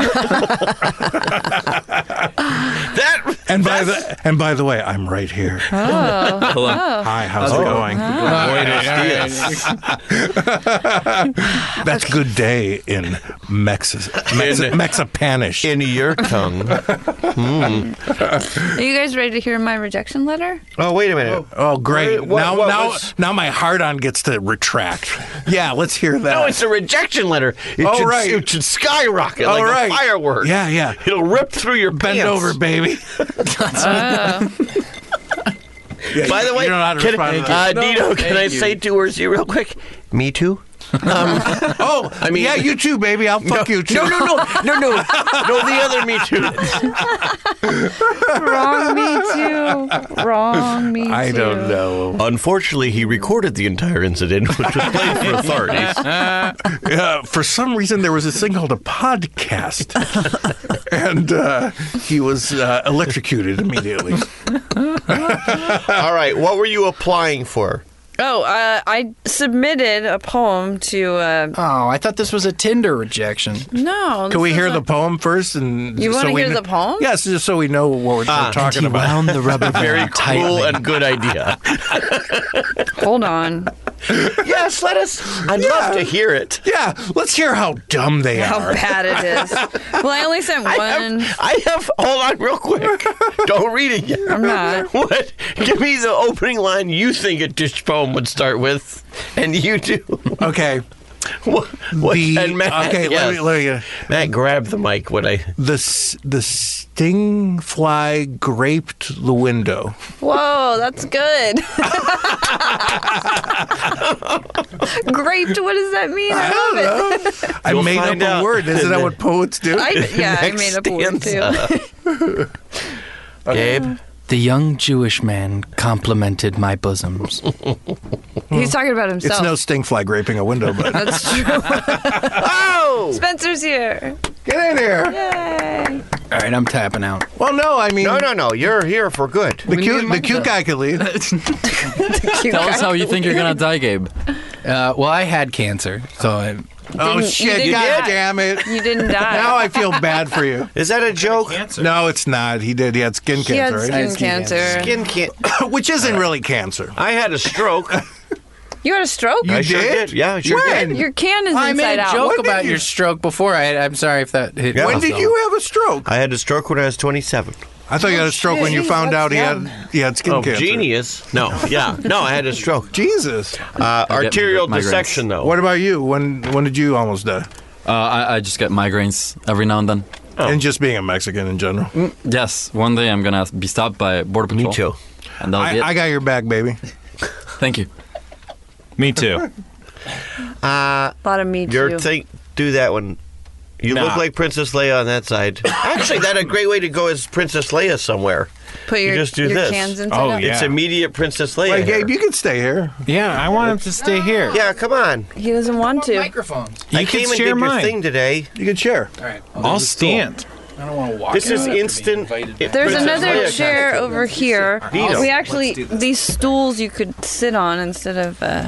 S8: that
S2: And by the and by the way, I'm right here.
S8: Oh.
S2: Hi, how's it going? That's good day in Mexis Mex-
S8: In-
S2: Mexipanish.
S8: <laughs> in your tongue.
S9: Are you guys ready to hear my
S2: <laughs>
S9: rejection letter?
S8: Oh wait a minute.
S2: Oh, great!
S8: What- what-
S2: now,
S8: what
S2: now,
S8: was-
S2: now, my hard on gets to retract. Yeah, let's hear that.
S8: No, it's a rejection letter. It,
S2: Oh,
S8: should,
S2: right.
S8: it should skyrocket
S2: Oh,
S8: like
S2: right.
S8: a firework.
S2: Yeah, yeah.
S8: It'll rip through your
S2: Bend
S8: pants.
S2: over, baby.
S8: <laughs>
S2: <laughs>
S8: By the way,
S2: you don't know how to
S8: can,
S2: respond to
S8: uh,
S2: that.
S8: Dino, can I say two words to you real quick? Me too.
S2: <laughs> Oh, I mean,
S8: mean-
S2: yeah, you too, baby. I'll fuck you too.
S8: No, no, no, no, no, no. The other me <laughs> too.
S9: Wrong me too. Wrong me
S2: <laughs>
S9: too.
S2: I don't know.
S8: Unfortunately, he recorded the entire incident, which was played for authorities.
S2: Uh, for some reason, there was this thing called a podcast, and uh, he was uh, electrocuted immediately.
S8: <laughs> All right, what were you applying for?
S9: Oh, uh, I submitted a poem to. Uh,
S4: Oh, I thought this was a Tinder rejection.
S9: no.
S2: Can we
S9: this
S2: hear
S9: is
S2: the
S9: a-
S2: poem first? And
S9: You
S2: so
S9: wanna
S2: we
S9: hear
S2: kn-
S9: the poem?
S2: Yes, just so we know what we're
S4: Ah.
S2: talking about.
S4: Round
S2: <laughs>
S4: the rubber band
S8: Very
S4: tightly.
S8: cool and good <laughs> idea.
S9: Hold on.
S8: yes, let us. I'd love to hear it.
S2: Yeah, let's hear how dumb they
S9: How
S2: are.
S9: bad it
S2: <laughs>
S9: is. Well, I only sent
S8: I have,
S9: one.
S8: I have. Hold on, real quick. Don't read it yet.
S9: I'm not.
S8: What? Give me the opening line you think a dish poem would start with, and you do. <laughs>
S2: Okay.
S8: What-
S2: The- okay, let me- let me-
S8: Matt grabbed the mic when I.
S2: The s- the sting fly graped the window.
S9: Whoa, that's good. Graped, what does that mean? I, love it.
S2: I
S8: You'll
S2: made up
S8: find
S2: a
S8: out.
S2: word. Isn't that what poets do?
S9: I, yeah, I
S8: Next
S9: made up a word
S8: stanza.
S9: too.
S8: Gabe,
S4: The young Jewish man complimented my
S2: <laughs>
S4: bosoms.
S9: He's talking about himself.
S2: it's no sting fly graping a window, but
S9: <laughs> That's true. oh! Spencer's here.
S2: get in here.
S9: Yay.
S4: All right, I'm tapping out.
S2: Well, no, I mean,
S8: no, no, no, you're here for good.
S2: the
S4: We need
S2: cute the
S4: Mike
S2: cute
S4: though.
S2: guy could <laughs> leave. Oh,
S9: Cute
S10: Tell us
S9: guy.
S10: how Oh, you think you're <laughs> gonna die, Gabe.
S4: Uh, well, I had cancer, so I,
S2: Oh
S9: you
S2: shit!
S9: didn't
S2: God
S9: die.
S2: damn it!
S9: You didn't die.
S2: Now I feel bad for you.
S8: Is that a joke?
S2: No, it's not. He did. He had skin
S9: He had
S2: cancer, right?
S9: skin cancer.
S8: Skin
S2: <laughs>
S8: can't.
S2: Which isn't really cancer.
S8: I had a stroke.
S9: You had a stroke?
S2: You
S8: I sure
S2: did?
S8: did. Yeah, I sure
S2: When?
S8: did.
S9: Your can is
S4: I made
S9: inside
S4: a
S9: out.
S4: joke
S2: did
S4: about
S2: you-
S4: your stroke before. I, I'm sorry if that hit.
S8: Yeah.
S2: When did you have a stroke? Oh,
S8: I had a stroke when I was 27.
S2: I thought you had a stroke when you
S9: shit.
S2: found out he
S9: That's
S2: had he had skin
S8: Oh,
S2: cancer.
S8: genius. No, yeah. No, I had a stroke.
S2: Oh, Jesus.
S8: Uh, arterial
S10: migraines.
S8: dissection, though.
S2: What about you? When when did you almost die?
S10: Uh, I, I just get migraines every now and then.
S8: Oh.
S2: And just being a Mexican in general.
S8: Mm.
S10: Yes, one day I'm gonna be stopped by border
S8: Me
S10: patrol.
S8: too.
S10: And that'll
S2: I,
S10: be it.
S2: I got your back,
S8: <laughs>
S2: baby.
S10: Thank you.
S11: Me too.
S8: Uh,
S9: A lot of me
S8: your
S9: too.
S8: thing, do that one. You
S11: Nah.
S8: look like Princess Leia on that side. Actually, that a great way to go is Princess Leia somewhere.
S9: Put your,
S8: just do
S9: your
S8: this.
S9: cans inside
S11: Oh,
S9: out.
S11: yeah.
S8: It's immediate Princess Leia.
S2: Hey, Gabe,
S8: hair.
S2: you can stay here.
S11: Yeah, I want him to stay here.
S8: yeah, come on.
S9: He doesn't want to.
S4: Microphones.
S11: You
S8: I
S11: can
S8: came and
S11: share
S8: did your
S11: mine.
S8: thing today.
S2: You can share.
S4: All right.
S11: I'll stand.
S4: I don't want to walk.
S8: This is instant.
S9: There's
S8: Princess
S9: another
S8: Leia
S9: chair
S8: kind of
S9: over here.
S8: Dino.
S9: We actually these stools you could sit on instead of uh,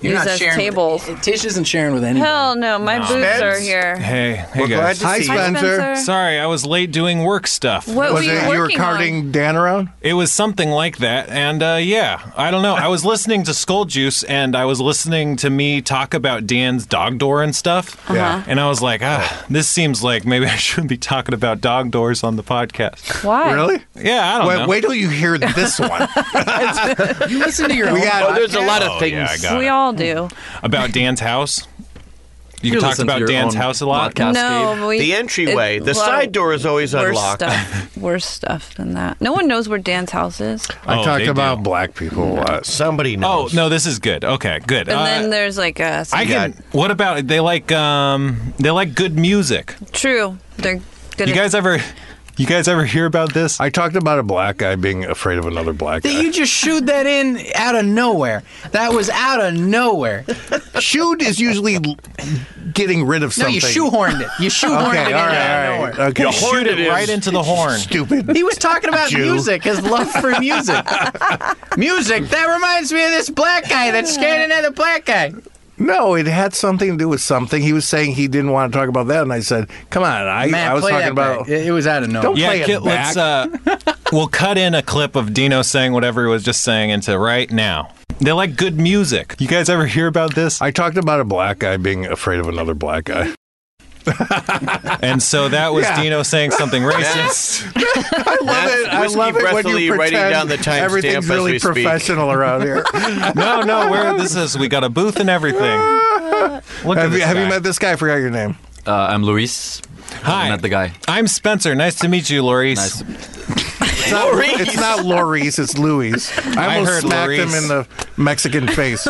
S9: use as tables.
S4: Tish isn't sharing with anyone.
S9: Hell no, my boots are
S8: Spence?
S9: here.
S11: Hey, hey
S8: We're glad
S11: guys.
S8: to
S2: Hi,
S8: see you.
S9: Hi,
S2: Spencer.
S11: Sorry, I was late doing work stuff.
S9: What were
S2: Was
S9: you
S2: it
S9: working
S2: you were carting Dan around?
S11: It was something like that, and uh, yeah, I don't know. I was listening to Skull Juice, and I was listening to me talk about Dan's dog door and stuff.
S10: Uh-huh.
S2: Yeah.
S11: And I was like, ah, this seems like maybe <laughs> I shouldn't be talking about dog doors on the podcast.
S9: on? Why?
S2: Really?
S11: Yeah, I don't know.
S2: Wait, wait till you hear
S11: <laughs>
S2: this one.
S4: You listen to your
S2: <laughs>
S4: own.
S2: We
S8: Oh,
S2: got
S8: there's a lot
S11: Oh,
S8: of
S11: yeah, I
S8: things.
S11: got
S9: We
S11: it.
S9: all do.
S11: About Dan's house. You,
S10: You
S11: talked
S10: listen to
S11: about
S10: your
S11: Dan's
S10: own
S11: house a lot.
S10: podcast.
S9: No, but we,
S8: The entryway,
S9: it's
S8: the
S9: a lot
S8: side
S9: of
S8: door is always
S9: worse
S8: unlocked.
S9: Stuff, worse stuff than that. No one knows where Dan's house is.
S2: I
S11: Oh,
S2: talked
S11: they
S2: about
S11: do.
S2: black people a lot.
S8: Somebody
S11: Oh
S10: <laughs>
S8: knows.
S11: no, this is good. Okay, good.
S9: And
S11: Uh,
S9: then there's like a
S11: I can. What about they like um they like good music?
S9: true. They're good.
S11: You guys ever? You guys ever hear about this?
S2: I talked about a black guy being afraid of another black
S4: That
S2: guy.
S4: you just shooed that in out of nowhere. That was out of nowhere.
S2: Shoot is usually l- getting rid of
S4: No,
S2: something.
S4: you shoehorned it. You shoehorned it
S2: Okay,
S4: in
S2: all
S4: out of
S2: right, all
S4: nowhere.
S2: right. Okay.
S11: You shoot it right into the horn.
S2: Stupid.
S4: He was talking about
S2: Jew.
S4: music, his love for <laughs> music. music. That reminds me of this black guy that scared another black guy.
S2: No, it had something to do with something. He was saying he didn't want to talk about that, and I said, "Come on, I,
S4: Matt,
S2: I was
S4: play
S2: talking
S4: that back.
S2: about."
S4: It, it was out of nowhere.
S2: Don't- play
S11: Yeah,
S2: it
S11: Kit, let's. Uh, we'll cut in a clip of Dino saying whatever he was just saying into right now. They like good music. You guys ever hear about this?
S2: I talked about a black guy being afraid of another black guy.
S11: And so that was
S2: Yeah.
S11: Dino saying something racist.
S2: I love it. I
S8: Whiskey
S2: love it when
S8: breathily
S2: you pretend
S8: writing down the timestamp
S2: everything's
S8: as
S2: really
S8: we speak.
S2: professional around here.
S11: no, no, where this is, we got a booth and everything. Look at
S2: have you,
S11: this
S2: have you
S11: guy.
S2: met this guy? I forgot your name.
S10: Uh, I'm Luis.
S11: Hi.
S10: I met the guy.
S11: I'm Spencer. Nice to meet you, Loris.
S10: Nice.
S2: It's not, it's not Loris. It's Louis. I
S11: I
S2: almost
S11: heard
S2: smacked
S11: Loris.
S2: him in the Mexican face.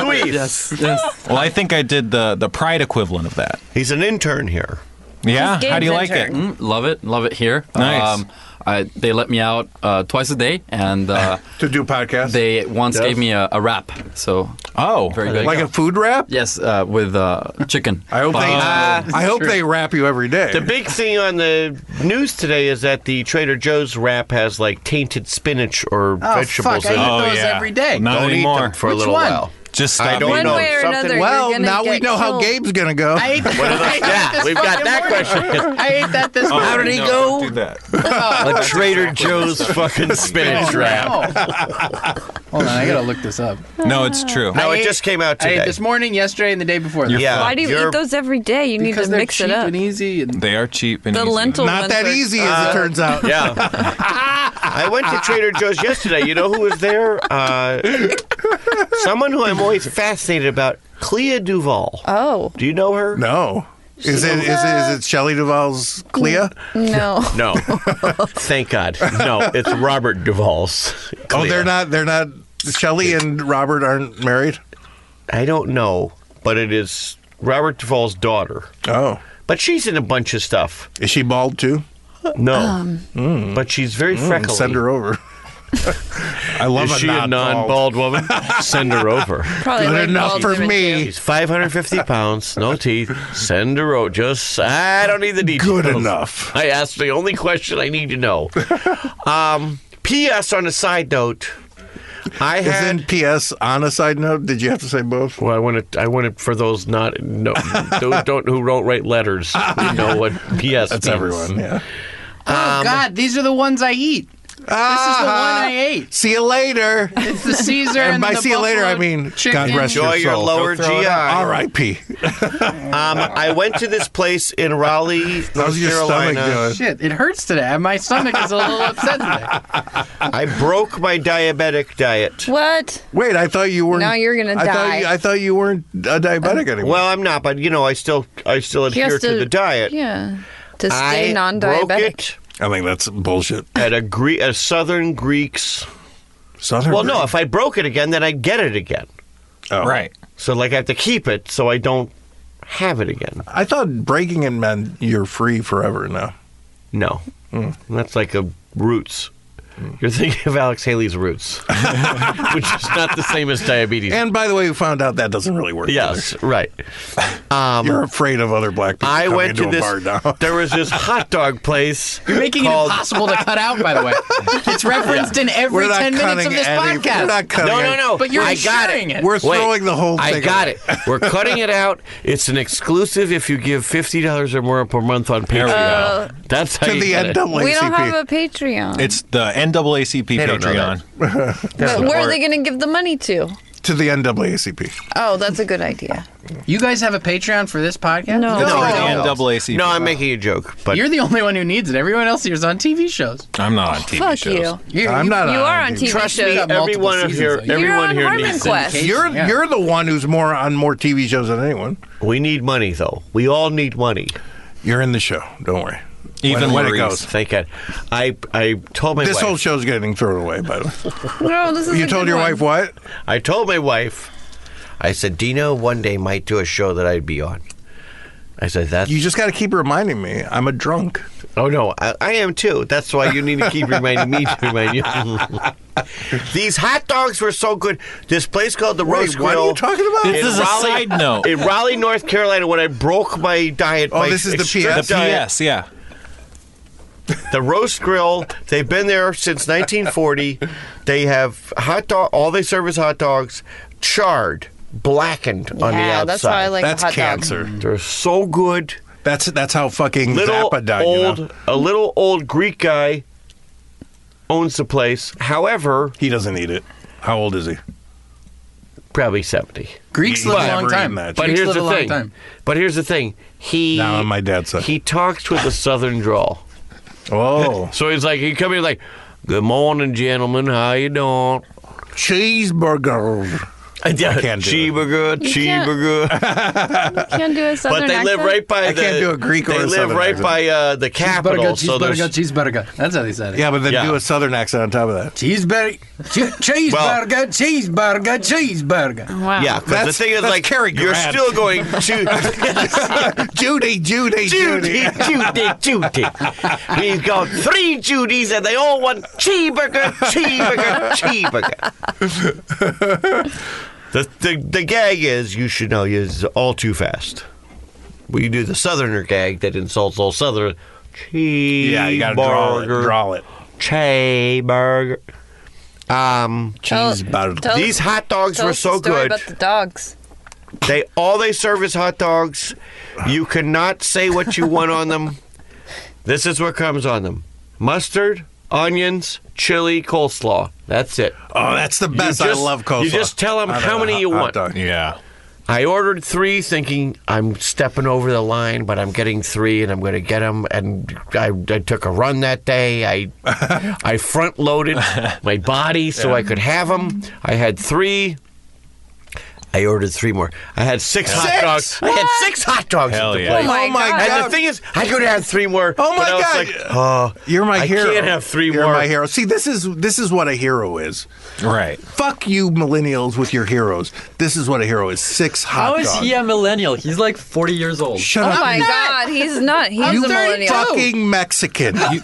S8: Luis.
S10: yes.
S11: Well, I think I did the the pride equivalent of that.
S8: He's an intern here.
S11: Yeah.
S9: He's
S11: How do you like
S9: Gabe's
S11: it?
S9: intern.
S10: Mm, love it. Love it here. Um,
S11: Nice.
S10: I, they let me out uh, twice a day,
S11: <laughs>
S10: and uh,
S2: to do podcasts.
S10: they once
S8: Yes.
S10: gave me a, a wrap. So
S11: Oh,
S10: very good.
S2: like a food wrap.
S10: yes, uh, with uh, chicken.
S2: <laughs> I hope they. uh, I hope they wrap you every day.
S8: The big thing on the news today is that the Trader Joe's wrap has like tainted spinach or
S4: Oh,
S8: vegetables
S4: fuck, I
S8: in
S4: eat
S8: it.
S11: Oh,
S4: those
S11: yeah.
S4: every day.
S11: Not
S8: Don't eat
S11: anymore.
S8: them for a
S4: Which
S8: little
S4: one?
S8: while.
S11: Just
S8: I
S11: stop.
S8: don't
S11: eating
S9: One
S8: know.
S9: way or
S8: something-
S9: another.
S2: well,
S9: you're gonna
S2: now we
S9: get
S2: know how
S9: killed.
S2: Gabe's gonna go.
S4: I <laughs> ate that. I ate that
S8: Yeah,
S4: this
S8: we've got
S4: fucking
S8: that
S4: morning.
S8: question.
S4: <laughs> I ate that this morning.
S11: Oh,
S8: did he
S11: no,
S8: go?
S11: don't do that.
S8: A Trader Joe's fucking spinach wrap.
S4: No. Oh. Hold on, I gotta look this up.
S11: No, it's true.
S8: No,
S4: I
S8: it
S4: ate-
S8: just came out
S4: I ate
S8: today.
S4: this morning, yesterday, and the day before.
S8: Yeah,
S9: Why do you
S8: you're- <laughs>
S9: eat those every day? You need
S4: Because
S9: to
S4: they're
S9: mix
S4: cheap
S9: it up.
S4: and easy. And
S11: They are cheap and
S9: The
S11: easy.
S9: lentil
S2: Not
S9: ones
S2: that
S9: are- <laughs>
S2: easy, as it turns out.
S8: Yeah. I went to Trader Joe's yesterday. You know who was there? Uh, someone who I'm always fascinated about, Clea Duvall.
S9: Oh.
S8: Do you know her?
S2: No. Is it is it, is it Shelley Duvall's Clea?
S8: <laughs>
S9: No. <laughs>
S8: No. Thank God. No, it's Robert Duvall's.
S2: Oh, they're not. They're not. Shelley and Robert aren't married.
S8: I don't know, but it is Robert Duvall's daughter.
S2: Oh.
S8: But she's in a bunch of stuff.
S2: Is she bald too?
S8: No. But she's very
S2: Mm,
S8: freckly.
S2: send her
S8: <laughs>
S2: over. I love
S8: Is
S2: a
S8: she a
S2: not <laughs>
S8: non-bald woman? Send her over.
S9: Probably Good Oh, like enough bald for women, me. too.
S8: She's 550 pounds, no teeth. Send her over. Just I don't need the details. Good enough. I asked the only question I need to know. Um, P.S. On a side note, I had
S2: Isn't P.S. on a side note? Did you have to say both?
S8: Well, I want to. I want it for those
S2: <laughs>
S8: not no those don't who don't write letters. You know what P.S.
S2: That's
S8: means.
S2: everyone, yeah.
S4: Oh God, these are the ones I eat. this is the
S8: Uh-huh.
S4: one I ate.
S2: Ah, See you later.
S4: It's the Caesar
S2: And
S4: and,
S2: by
S4: the
S2: see you later, I
S4: buffalo
S2: mean
S4: chicken.
S2: God rest
S8: Enjoy your
S2: your soul.
S8: lower
S2: Don't throw it
S8: GI.
S2: out. R.I.P.
S8: Um, I went to this place in Raleigh, North
S2: How's your stomach
S8: Carolina.
S2: doing?
S4: Shit, it hurts today. My stomach is a little upset today.
S8: I broke my diabetic diet.
S9: What?
S2: Wait, I thought you weren't.
S9: Now you're gonna
S2: I Thought
S9: die.
S2: you, I thought you weren't a diabetic anymore.
S8: Well, I'm not, but you know, I still I still
S9: He has
S8: adhere to, the diet.
S9: Yeah. To stay
S8: I broke
S9: non-diabetic.
S8: it
S2: I think that's bullshit.
S8: at a Greek, a Southern Greeks.
S2: Southern.
S8: well, no,
S2: Greek.
S8: if I broke it again, then I get it again.
S2: Oh.
S11: Right.
S8: So like I have to keep it so I don't have it again.
S2: I thought breaking it meant you're free forever now.
S8: No,
S2: Hmm.
S8: that's like a roots. You're thinking of Alex Haley's roots, <laughs> which is not the same as diabetes.
S2: And by the way, we found out that doesn't really work.
S8: yes, right. Um,
S2: either. <laughs> You're afraid of other black people.
S8: I
S2: coming
S8: went
S2: into
S8: to
S2: a bar
S8: this.
S2: now.
S8: There was this hot dog place.
S4: You're making
S8: called-
S4: it impossible to cut out, by the <laughs> way. It's referenced in every
S2: <laughs> We're not
S4: 10 minutes of
S2: cutting
S4: this
S2: any-
S4: podcast.
S2: we're not cutting
S8: No, no,
S2: any-
S8: no.
S4: But you're
S8: I got
S4: sharing it.
S2: We're
S8: Wait,
S2: throwing the whole
S8: I
S2: thing.
S8: got
S2: away.
S8: it. We're cutting it out. It's an exclusive if you give fifty dollars or more per month on
S11: we go.
S8: Patreon. That's how
S2: to
S8: you
S2: the
S8: get it.
S2: NAACP.
S9: We don't have a Patreon.
S11: It's the NAACP
S8: don't know
S11: Patreon.
S9: but where are they going to give the money to?
S2: to the NAACP.
S9: Oh, that's a good idea.
S4: You guys have a Patreon for this podcast?
S9: No.
S8: No,
S11: Or
S8: I
S11: the
S8: don't.
S11: NAACP.
S8: No, I'm making a joke, but
S4: You're the only one who needs it. Everyone else here is on TV shows.
S11: I'm not on TV
S9: Fuck
S11: shows.
S9: you.
S4: You're,
S2: I'm
S4: you-
S2: not.
S9: You
S2: on
S9: are on
S2: TV.
S9: TV
S8: trust me,
S9: shows.
S4: got multiple
S8: everyone of
S4: seasons,
S8: here,
S4: though. You're
S8: everyone
S9: on
S8: here
S9: Harmon
S8: needs
S9: Quest.
S8: it.
S4: Casey,
S2: You're
S4: yeah.
S2: you're the one who's more on more TV shows than anyone.
S8: We need money, though. We all need money.
S2: You're in the show. Don't worry. when,
S11: Even
S2: when it
S11: Maurice.
S2: goes.
S8: Thank God. I I told my
S2: This
S8: wife.
S2: whole show's getting thrown away.
S9: <laughs>
S2: By the way,
S9: No, this is
S2: you
S9: a
S2: told
S9: good
S2: your
S9: one.
S2: wife what?
S8: I told my wife. I said Dino one day might do a show that I'd be on. I said that's
S2: You just got to keep reminding me. I'm a drunk.
S8: Oh no, I, I am too. That's why you need to keep reminding me to remind you. <laughs> These hot dogs were so good. This place called the Roast
S2: Wait, what
S8: Grill
S2: are you talking about?
S11: This
S8: in
S11: is a side note.
S8: in Raleigh, North Carolina. When I broke my diet,
S2: Oh,
S8: my
S2: this is the
S8: strict
S2: PS?
S11: The
S8: diet,
S11: PS, yeah.
S8: the Roast Grill. They've been there since 1940. They have hot dog. All they serve is hot dogs, charred, blackened on the
S9: Yeah,
S8: outside.
S9: that's why I like
S2: That's
S9: hot dogs.
S2: cancer.
S8: They're so good.
S2: That's that's how fucking
S8: little
S2: Zappa died. you know?
S8: old, a little old Greek guy owns the place. However,
S2: He doesn't eat it. How old is he?
S8: probably seventy.
S4: Greeks
S2: He's
S4: live a
S2: never
S4: long time.
S2: eaten that.
S8: But
S4: Greeks
S8: here's
S4: live a
S8: the
S4: long
S8: thing.
S4: time.
S8: But here's the thing. He
S2: Now on my dad's side.
S8: he talks with a southern drawl.
S2: Oh,
S8: So he's like he come in like, "Good morning, gentlemen. How you doing?"
S2: cheeseburger.
S8: <laughs> Yeah,
S2: can't do it.
S8: cheeseburger,
S9: You can't-
S8: cheeseburger.
S9: Can't do a southern
S8: But they live
S9: accent?
S8: right by.
S2: I
S8: the,
S2: can't do a Greek or
S8: They
S2: a
S8: live
S2: southern
S8: right
S2: accent.
S8: by uh, the capital.
S4: Cheeseburger,
S8: so
S4: cheeseburger,
S8: there's
S4: cheeseburger. That's how they said it.
S2: Yeah, but then
S8: Yeah.
S2: do a southern accent on top of that.
S4: Cheeseburger, che- cheeseburger,
S8: Well-
S4: cheeseburger, cheeseburger.
S9: Wow.
S8: yeah, because the
S2: That's-
S8: thing is,
S2: that's
S8: like,
S2: Cary
S8: you're
S2: Grant. <laughs>
S8: still going to
S2: Judy, Judy,
S8: <laughs> Judy, Judy, Judy. We've got three Judies, and they all want cheeseburger, cheeseburger, cheeseburger.
S2: <laughs>
S8: the, the the gag is you should know is all too fast. We do the Southerner gag that insults all Southern. Cheeseburger,
S2: Yeah, you gotta draw it. Draw it.
S8: cheeseburger. Um,
S9: Tell-
S2: Cheeseburger.
S9: tell-
S8: these hot dogs
S9: tell
S8: were
S9: us
S8: so
S9: the story
S8: good.
S9: about the dogs.
S8: They all they serve is hot dogs. You cannot say what you want on them. This is what comes on them: mustard, onions, chili, coleslaw. That's it.
S2: Oh, that's the best. I
S8: just-
S2: love coleslaw.
S8: you just tell 'em
S2: On
S8: how
S2: a
S8: many
S2: hot-
S8: you
S2: hot
S8: want.
S2: dog.
S11: Yeah.
S8: I ordered three, thinking I'm stepping over the line, but I'm getting three, and I'm going to get them. And I, I took a run that day. I I front loaded my body so I could have them. I had three. I ordered three more. I had six hot
S1: Six?
S8: dogs. I had six hot dogs
S1: Hell
S8: at the
S1: yeah.
S8: place.
S1: Oh my Oh my God.
S8: And the thing is, I could have three more.
S2: Oh my
S8: but I was
S2: God.
S8: like, oh,
S2: You're my
S8: I
S2: hero.
S8: can't have 3
S2: You're
S8: more.
S2: my hero. See, this is this is what a hero is.
S11: Right.
S2: Fuck you, millennials, with your heroes. This is what a hero is. Six hot
S10: How is
S2: dogs.
S10: he a millennial? He's like 40 years old.
S2: Shut
S9: oh
S2: up,
S9: my
S2: you-
S9: God, he's not. He's
S2: you
S9: a
S2: <laughs>
S9: millennial.
S2: fucking Mexican. You-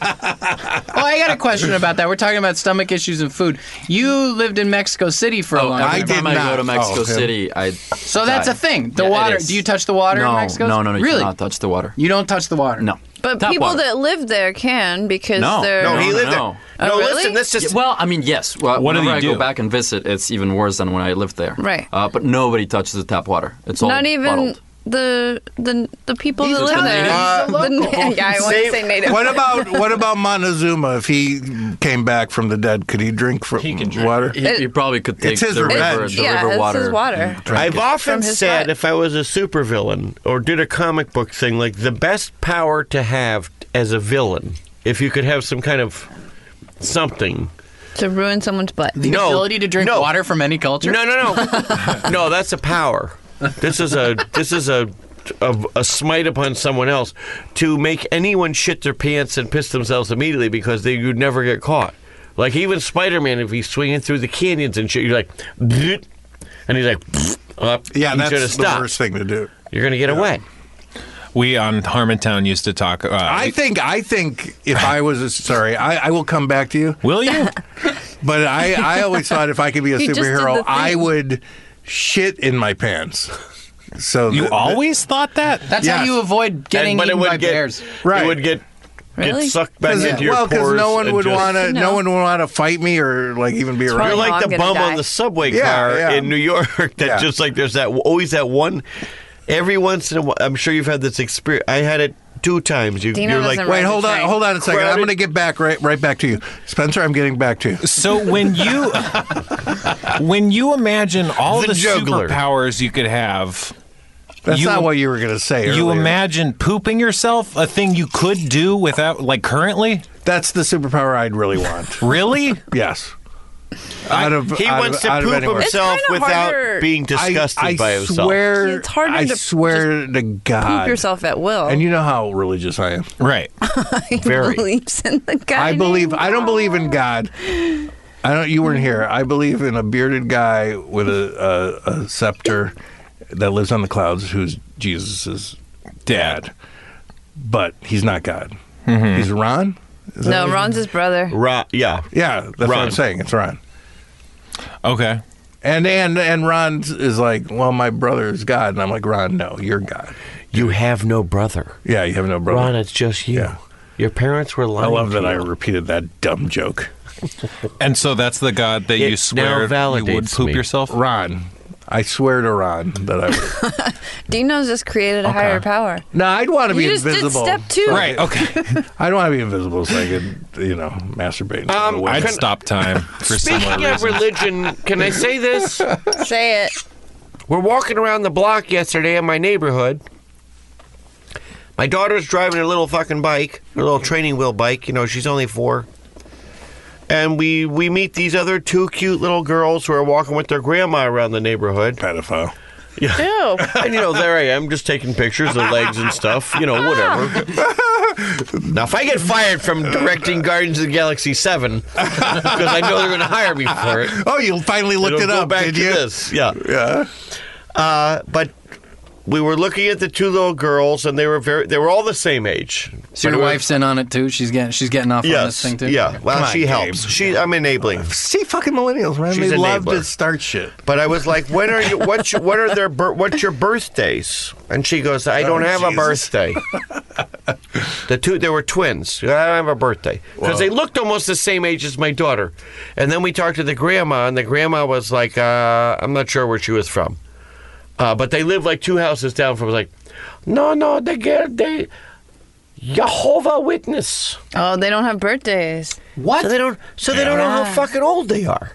S4: Oh, I got a question about that. We're talking about stomach issues and food. You lived in Mexico City for a long time.
S10: Oh, Every time I go to
S2: Oh,
S10: Mexico City, I.
S4: So that's a thing. The water. Do you touch the water
S10: no,
S4: in Mexico?
S10: No, no, no. You
S4: Really?
S10: cannot touch the water.
S4: You don't touch the water.
S10: No.
S9: But
S10: Tap
S9: people
S10: water.
S9: that live there can because they're.
S10: no.
S9: Oh, No, really? listen, this just-
S10: Yeah, well, I mean, yes. Well,
S11: What do
S10: whenever
S11: they
S10: I
S11: do?
S10: go back and visit, it's even worse than when I lived there.
S9: Right.
S10: Uh, but nobody touches the tap water. It's all
S9: not even
S10: bottled.
S9: the the the people
S10: These
S9: that
S10: are
S9: live
S10: the
S9: there.
S2: Uh, <laughs>
S10: natives.
S9: The- yeah, I want to say native.
S2: What about what about Montezuma? If he came back from the dead, could he drink from water?
S10: He, he probably could take
S2: It's his
S10: the river,
S2: revenge.
S10: the
S9: Yeah,
S10: river
S9: it's
S10: water.
S9: his water.
S10: and
S2: Mm.
S10: drink
S8: I've
S10: it.
S8: often
S9: From his
S8: said
S9: butt.
S8: if I was a supervillain or did a comic book thing, like the best power to have as a villain, if you could have some kind of something.
S9: to ruin someone's butt.
S4: The
S8: No,
S4: ability to drink
S8: no.
S4: water from any culture?
S8: No, no,
S9: <laughs>
S8: no, no. That's a power. This is a this is a, a a smite upon someone else to make anyone shit their pants and piss themselves immediately because they you'd never get caught. Like even Spider Man, if he's swinging through the canyons and shit, you're like, "Bzzzt," and he's like, "Pfft," up.
S2: Yeah,
S8: You should've
S2: that's the
S8: stopped.
S2: worst thing to do.
S8: You're gonna get away.
S11: We on Harmontown used to talk. Uh,
S2: I think I think if I was a, sorry, I, I will come back to you.
S11: Will you?
S2: <laughs> But I, I always thought if I could be
S9: <laughs>
S2: a
S9: He just did the
S2: superhero,
S9: thing.
S2: I would shit in my pants. So
S11: You
S2: th-
S11: always thought that?
S4: That's how
S2: Yes.
S4: you avoid getting
S8: And- but it
S4: eaten
S8: would
S4: by
S8: get
S4: bears.
S2: Right.
S8: It would get
S9: Really?
S8: get sucked back
S2: 'Cause-
S8: into your
S2: well,
S8: pores.
S2: because no one
S8: and
S2: would
S8: just-
S2: want to. No
S9: No.
S2: one would want to fight me or like even be around.
S9: Right
S8: You're
S9: now,
S8: like
S9: I'm
S8: the
S9: gonna
S8: bum on
S9: die.
S8: the subway
S2: Yeah,
S8: car
S2: yeah.
S8: in New York. <laughs> That
S2: Yeah.
S8: just like there's that always that one. Every once in a while, I'm sure you've had this experience. I had it two times. You,
S9: Dino
S8: you're like,
S9: doesn't
S2: Wait,
S9: Ride the
S2: hold on,
S9: train.
S2: hold on a second. I'm
S8: Crowded-
S2: going to get back right, right back to you, Spencer. I'm getting back to you.
S11: So when you <laughs> when you imagine all the,
S8: The juggler.
S11: superpowers you could have,
S2: That's
S11: You-
S2: not what you were going to say.
S11: you
S2: earlier.
S11: imagine pooping yourself, a thing you could do without, like currently.
S2: That's the superpower I'd really
S8: <laughs>
S2: want.
S11: Really?
S2: yes. Out of
S8: he
S2: out
S8: wants
S2: of, out
S8: to
S2: of
S8: poop
S2: anywhere.
S8: himself
S9: kinda
S8: without
S9: harder-
S8: being disgusted
S2: I, I
S8: by himself.
S2: Swear,
S9: It's harder
S2: I
S9: to
S2: swear to God.
S9: Poop yourself at will. <laughs>
S2: And you know how religious I am.
S11: Right.
S8: very.
S9: believes in the guy.
S2: I believe. I don't believe in God. I don't. You weren't here. I believe in a bearded guy with a, a, a scepter that lives on the clouds, who's Jesus's dad, but he's not God.
S8: Mm-hmm.
S2: He's Ron. Is that
S9: No,
S2: what his-
S9: Ron's his brother.
S8: Ra- yeah.
S2: Yeah, that's what I'm
S8: Ron.
S2: saying. It's Ron.
S11: Okay.
S2: And and and Ron is like, well, my brother is God, and I'm like, Ron, no, you're God.
S8: You have no brother.
S2: Yeah, you have no brother.
S8: Ron, it's just you.
S2: Yeah.
S8: Your parents were
S2: I
S8: lying.
S2: love
S8: to
S2: that I
S8: you.
S2: repeated that dumb joke.
S11: And so that's the god that
S8: It
S11: you
S8: now
S11: swear you would
S8: validates
S11: poop
S8: me.
S2: Oh.
S11: yourself.
S2: Ron, I swear to Ron that I would.
S9: Dino's just created a higher power.
S2: <laughs> no, I'd want to be
S9: You just did
S2: invisible.
S9: step two.
S11: Right. Okay.
S2: I'd want to be invisible so I could, you know, masturbate.
S8: Um,
S2: Away.
S11: I'd
S8: Can-
S11: stop time for similar
S8: Speaking of
S11: reasons.
S8: religion, can I say this?
S9: Say it.
S8: We're walking around the block yesterday in my neighborhood. My daughter's driving her little fucking bike, her little training wheel bike. You know, she's only four. And we we meet these other two cute little girls who are walking with their grandma around the neighborhood.
S2: pedophile.
S9: Ew.
S8: And you know, there I am, just taking pictures of legs and stuff. You know,
S2: <laughs>
S8: whatever. Now, if I get fired from directing Guardians of the Galaxy Seven, because I know they're going to hire me for it,
S2: Oh, you finally looked
S8: It'll
S2: it
S8: go
S2: up,
S8: back
S2: did
S8: to
S2: you?
S8: This. Yeah. Yeah. Uh, but we were looking at the two little girls, and they were very. They were all the same age.
S4: So
S8: But
S4: your
S8: it was-
S4: wife's in on it too. She's getting she's getting off on this
S8: Yes.
S4: thing too.
S8: Yeah. Well,
S2: on,
S8: she
S2: Gabe.
S8: helps. She. I'm enabling.
S2: See, fucking millennials, man.
S8: She's
S2: they
S8: an
S2: love
S8: enabler.
S2: to start shit.
S8: But I was like, "When are you? What's your, what are their? bir- What's your birthdays?" And she goes, "I don't
S2: Oh,
S8: have a
S2: Jesus.
S8: birthday." the two, they were twins. I don't have a birthday because they looked almost the same age as my daughter. And then we talked to the grandma, and the grandma was like, uh, "I'm not sure where she was from, uh, but they live like two houses down from." I was like, "No, no, the girl, they." Jehovah Witness.
S9: Oh, they don't have birthdays.
S8: What? So they don't. So they don't know how fucking old they are.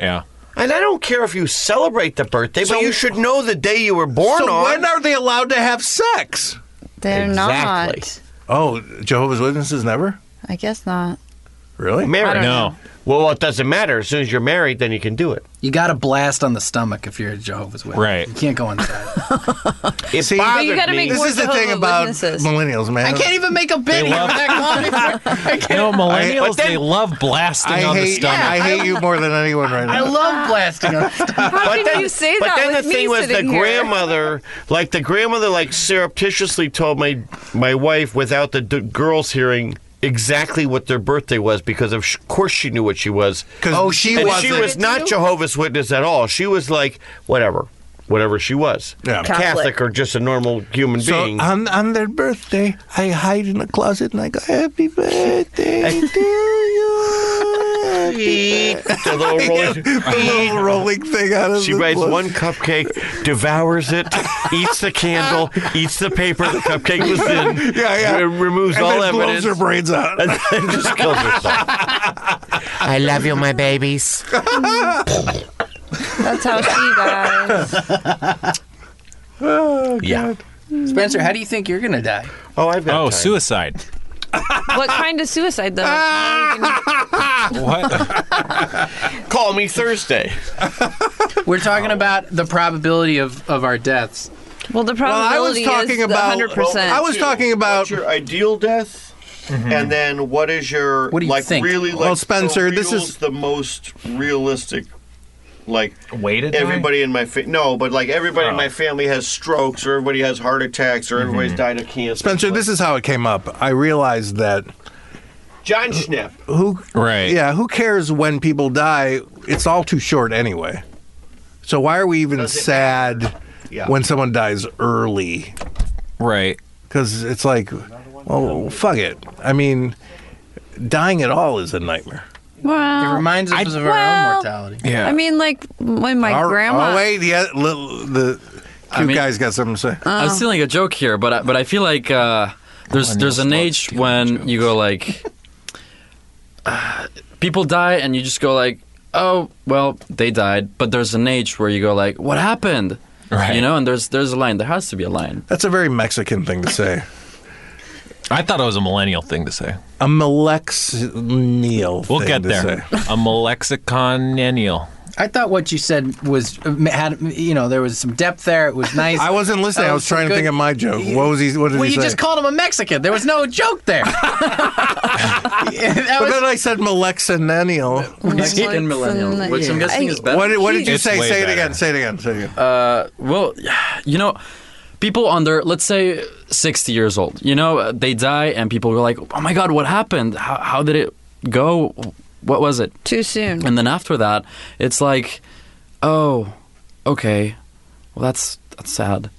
S11: yeah.
S8: And I don't care if you celebrate the birthday, but you should know the day you were born
S2: so
S8: on.
S2: when are they allowed to have sex?
S9: They're
S2: Exactly. Oh, Jehovah's Witnesses never?
S9: not. I guess
S2: <laughs>
S9: not.
S2: Really?
S9: I
S8: Married?
S9: don't No.
S8: Well, well, it doesn't matter. As soon as you're married, then you can do it.
S4: You got a blast on the stomach if you're a Jehovah's Witness.
S8: Right.
S4: You can't go inside.
S8: It
S2: See,
S4: But you gotta
S2: me.
S4: make
S2: this
S4: more
S2: is the
S4: Jehovah
S2: thing about
S4: Witnesses.
S2: millennials, man.
S4: I can't even make a
S2: They
S4: bit here
S2: love-
S4: with that comment.
S11: You know,
S2: I-
S11: millennials,
S2: but then-
S11: they love blasting
S2: I
S11: on the
S2: hate,
S11: stomach.
S2: I hate you more than anyone right now.
S4: I love blasting <laughs> on the stomach.
S9: How can you say
S8: but
S9: that
S8: then
S9: with
S8: the
S9: me
S8: thing was the
S9: sitting here?
S8: grandmother, like the grandmother, like surreptitiously told my my wife without the d- girls hearing exactly what their birthday was because of sh- course she knew what she was.
S2: Oh, she
S8: and she
S2: wasn't.
S8: was not Jehovah's Witness at all. She was like whatever, whatever she was,
S2: Yeah.
S8: Catholic.
S2: Catholic.
S8: or just a normal human
S2: So uh,
S8: being.
S2: on, on their birthday, I hide in the closet and I go, "Happy
S8: <laughs>
S2: birthday to you."
S8: Happy The little
S2: <laughs>
S8: rolling-
S2: the little rolling thing out of
S8: She
S2: the
S8: writes
S2: closet.
S8: one cupcake, devours it, eats the candle, eats the paper the cupcake was in,
S2: <laughs> Yeah, yeah.
S8: re- removes
S2: And
S8: all
S2: then blows
S8: evidence,
S2: her brains out.
S8: <laughs> and then just kills herself.
S14: I love you, my babies.
S9: That's how she
S2: <laughs>
S9: dies.
S2: Oh,
S8: Yeah.
S4: Spencer, how do you think you're going to die?
S8: Oh, I've got.
S11: Oh, suicide.
S9: what kind of
S2: <laughs>
S9: suicide though? I don't even-
S11: What?
S8: Call me Thursday.
S4: We're talking about the probability of, of our deaths.
S9: well,
S2: <laughs>
S9: the
S2: Well, I was
S9: probability
S2: talking
S9: is
S2: about.
S9: the 100%.
S2: I was talking about.
S8: your ideal death, and then what is your
S4: What do you
S8: like
S4: think?
S8: really like?
S2: Well, Spencer,
S8: the
S2: this
S8: real's
S2: is-
S8: the most realistic. Like
S11: Way to die?
S8: everybody in my fa- no, but like everybody in
S11: Oh.
S8: my family has strokes, or everybody has heart attacks, or everybody's died of cancer.
S2: Spencer,
S8: Like,
S2: this is how it came up. I realized that
S8: John Schnipp.
S2: who
S11: Right.
S2: yeah, who cares when people die? It's all too short anyway. So why are we even sad
S8: Yeah.
S2: when someone dies early?
S11: Right.
S2: Because it's like, well, fuck it. I mean, dying at all is a nightmare.
S9: Well,
S4: It reminds us of our own
S9: well,
S4: mortality.
S11: Yeah.
S9: I mean, like when my
S2: Our-
S9: grandma.
S2: Oh wait, yeah, little, the cute
S10: mean-
S2: guy's got something to say.
S10: I was stealing a joke here, but I, but I feel like uh, there's there's an age when you go like uh, people die and you just go like oh well they died, but there's an age where you go like what happened,
S11: Right.
S10: You know, and there's there's a line. There has to be a line.
S2: That's a very Mexican thing to say.
S11: I thought it was a millennial thing to say.
S2: A Malexineal.
S11: We'll
S2: thing
S11: get
S2: to
S11: there.
S2: say.
S11: A milexiconiennial.
S4: I thought what you said was uh, had you know there was some depth there. It
S2: <laughs>
S4: was nice.
S2: I wasn't listening.
S4: That
S2: I was
S4: some
S2: trying to
S4: good-
S2: think of my joke. What was he? What did
S4: well,
S2: he
S4: you
S2: say?
S4: just called him a Mexican. There was no
S2: <laughs>
S4: joke there. <laughs> that
S2: but
S4: was
S2: then I said Malexineal.
S10: Mexican millennial, which I'm guessing is better.
S2: What did, what did you
S11: It's
S2: say?
S11: way
S2: Say it
S11: better.
S2: again. Say it again. Say it again.
S10: Uh, well, <sighs> you know, people under, let's say, 60 years old, you know, they die and people go like, oh my God, what happened? How, how did it go? What was it?
S9: Too soon.
S10: And then after that, it's like, oh, okay. Well, that's that's sad.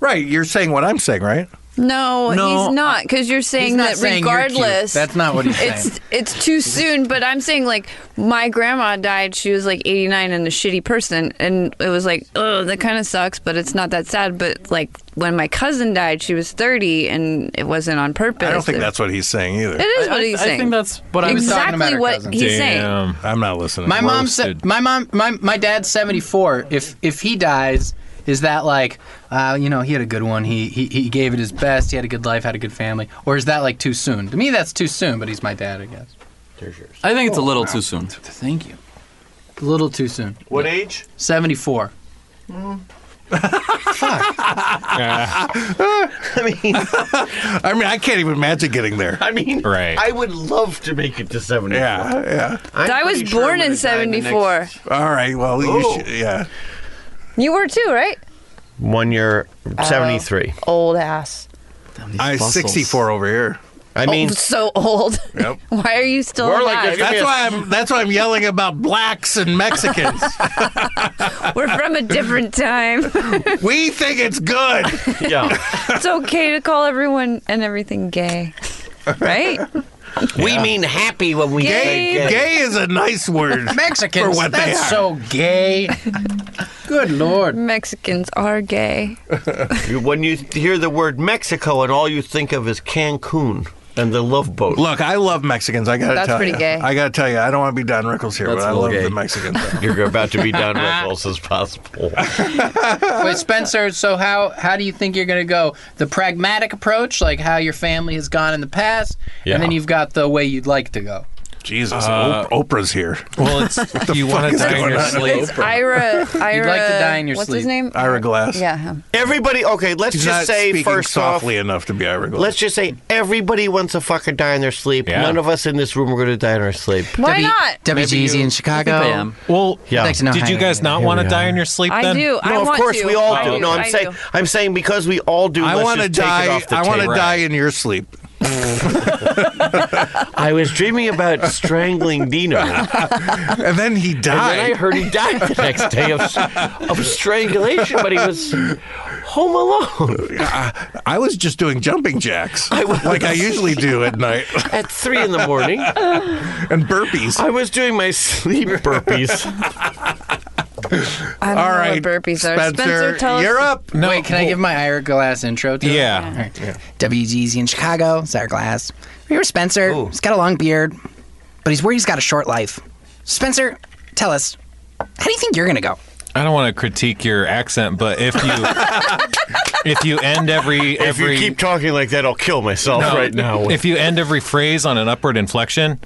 S2: right. You're saying what I'm saying, right?
S9: No,
S10: No,
S9: he's not because you're
S4: he's
S9: saying
S4: not
S9: that
S4: saying you're cute.
S9: regardless.
S4: That's not what he's saying.
S9: it's it's too soon, but I'm saying like my grandma died. She was like 89 and a shitty person, and it was like, oh, that kind of sucks, but it's not that sad. But like when my cousin died, she was 30, and it wasn't on purpose.
S2: I don't think that's what he's saying either.
S9: It is
S10: I-
S9: what
S10: I-
S9: he's
S10: I
S9: saying.
S10: think that's what I was
S4: talking
S9: exactly
S4: about her
S9: what
S4: cousin.
S9: he's saying.
S11: Damn.
S2: I'm not listening.
S4: My mom
S11: Roasted.
S4: said, my mom, my my dad's seventy four. If if he dies, is that like, uh, you know, he had a good one. He, he he gave it his best. He had a good life. Had a good family. Or is that like too soon? To me, that's too soon. But he's my dad, I guess.
S10: I think it's a little too soon.
S4: Thank you. A little too soon.
S8: What age?
S4: Seventy four.
S8: I mean,
S2: I mean, I can't even imagine getting
S8: <laughs>
S2: there.
S8: I mean,
S11: Right.
S8: I would love to make it to seventy.
S2: Yeah, yeah.
S9: I was born in 74.
S2: All right. Well,
S8: Oh.
S2: you should, yeah.
S9: You were too, right?
S8: One year, seventy-three.
S9: Old ass.
S2: I 64 over here.
S8: I mean,
S9: oh, <laughs> so old.
S2: Yep.
S9: <laughs> Why are you still
S8: We're like
S9: alive?
S8: Give me
S2: That's
S8: a-
S2: why I'm. That's why I'm yelling about blacks and Mexicans.
S9: We're from a different time.
S2: we think it's good.
S8: yeah.
S9: it's okay to call everyone and everything gay. Right?
S8: we mean happy when we say
S9: Gay.
S2: Gay is a nice word.
S4: Mexicans.
S2: For what they
S4: that's
S2: are.
S4: so gay.
S2: <laughs>
S4: good lord.
S9: Mexicans are gay.
S8: You- When you hear the word Mexico and all you think of is Cancun. and the love boat.
S2: Look, I love Mexicans. I gotta
S9: That's
S2: tell
S9: pretty
S2: you.
S9: gay.
S2: I gotta tell you, I don't want to be Don Rickles here,
S8: That's
S2: but I
S8: a little
S2: love
S8: gay.
S2: the Mexicans.
S8: You're about to be done with close as possible.
S4: Wait, Spencer. So how how do you think you're going to go? The pragmatic approach, like how your family has gone in the past,
S2: Yeah.
S4: and then you've got the way you'd like to go.
S2: Jesus,
S10: Uh,
S2: Op- Oprah's here.
S10: Well,
S2: <laughs>
S10: it's
S2: what the
S10: you
S2: fuck
S10: wanna
S2: is
S10: die in
S2: going
S10: your
S2: on?
S10: sleep.
S9: It's Ira. Ira. what's his name?
S2: Ira Glass.
S9: Yeah. him.
S8: Everybody, okay, let's
S2: He's
S8: just
S2: not
S8: say
S2: speaking
S8: first
S2: softly
S8: off,
S2: enough to be Ira Glass.
S8: let's just say everybody wants a fucker die in their sleep.
S2: Yeah.
S8: None of us in this room are going to die in our sleep.
S9: Why not?
S11: WGZ in Chicago.
S8: I am. Well, yeah.
S11: Thanks to know
S10: Did you
S11: Henry.
S10: guys not
S11: Here
S10: want to
S11: we
S10: die
S11: are.
S10: in your sleep?
S9: I
S10: then?
S9: do. I
S8: No, of
S9: want
S8: course
S9: to.
S8: we all
S9: I
S8: do. No, I'm
S9: I
S8: saying
S9: do.
S8: I'm saying because we all do.
S2: I
S8: let's
S2: want to
S8: just take it
S2: die.
S8: off the
S2: I want to
S8: table.
S2: die in your sleep.
S8: I was dreaming about strangling Dino,
S2: and then he died.
S8: And then I heard he died the next day of, of strangulation, but he was home alone
S2: I, I was just doing jumping jacks, like I usually do at night, <laughs>
S8: at three in the morning.
S2: and burpees.
S8: I was doing my sleep burpees.
S9: I don't know what burpees are. Spencer, tell us.
S2: up.
S4: No, Wait, can I give my Ira Glass intro? To it?
S10: Yeah.
S4: All right. WGZ in Chicago. It's Ira Glass. Remember Spencer? He's got a long beard, but he's worried he's got a short life. Spencer, tell us, how do you think you're going to go?
S10: I don't want to critique your accent, but
S2: <laughs>
S10: if you if you end every
S8: If <laughs> you
S10: every
S8: keep talking like that, I'll kill myself
S10: No,
S8: right now.
S10: if you end every phrase on an upward inflection,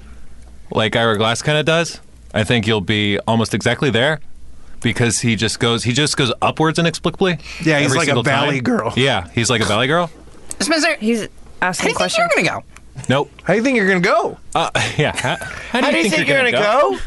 S10: like Ira Glass kind of does, I think you'll be almost exactly there because he just goes he just goes upwards inexplicably.
S2: Yeah, he's
S10: every
S2: like a
S10: single
S2: valley
S10: time.
S2: girl.
S10: Yeah, he's like a valley
S2: <laughs>
S10: girl.
S4: Spencer,
S9: he's asking questions.
S4: You're going to go.
S10: Nope.
S2: How do you think you're gonna go?
S10: Uh, <laughs> yeah. How, how do, you think,
S8: you're
S10: gonna
S8: gonna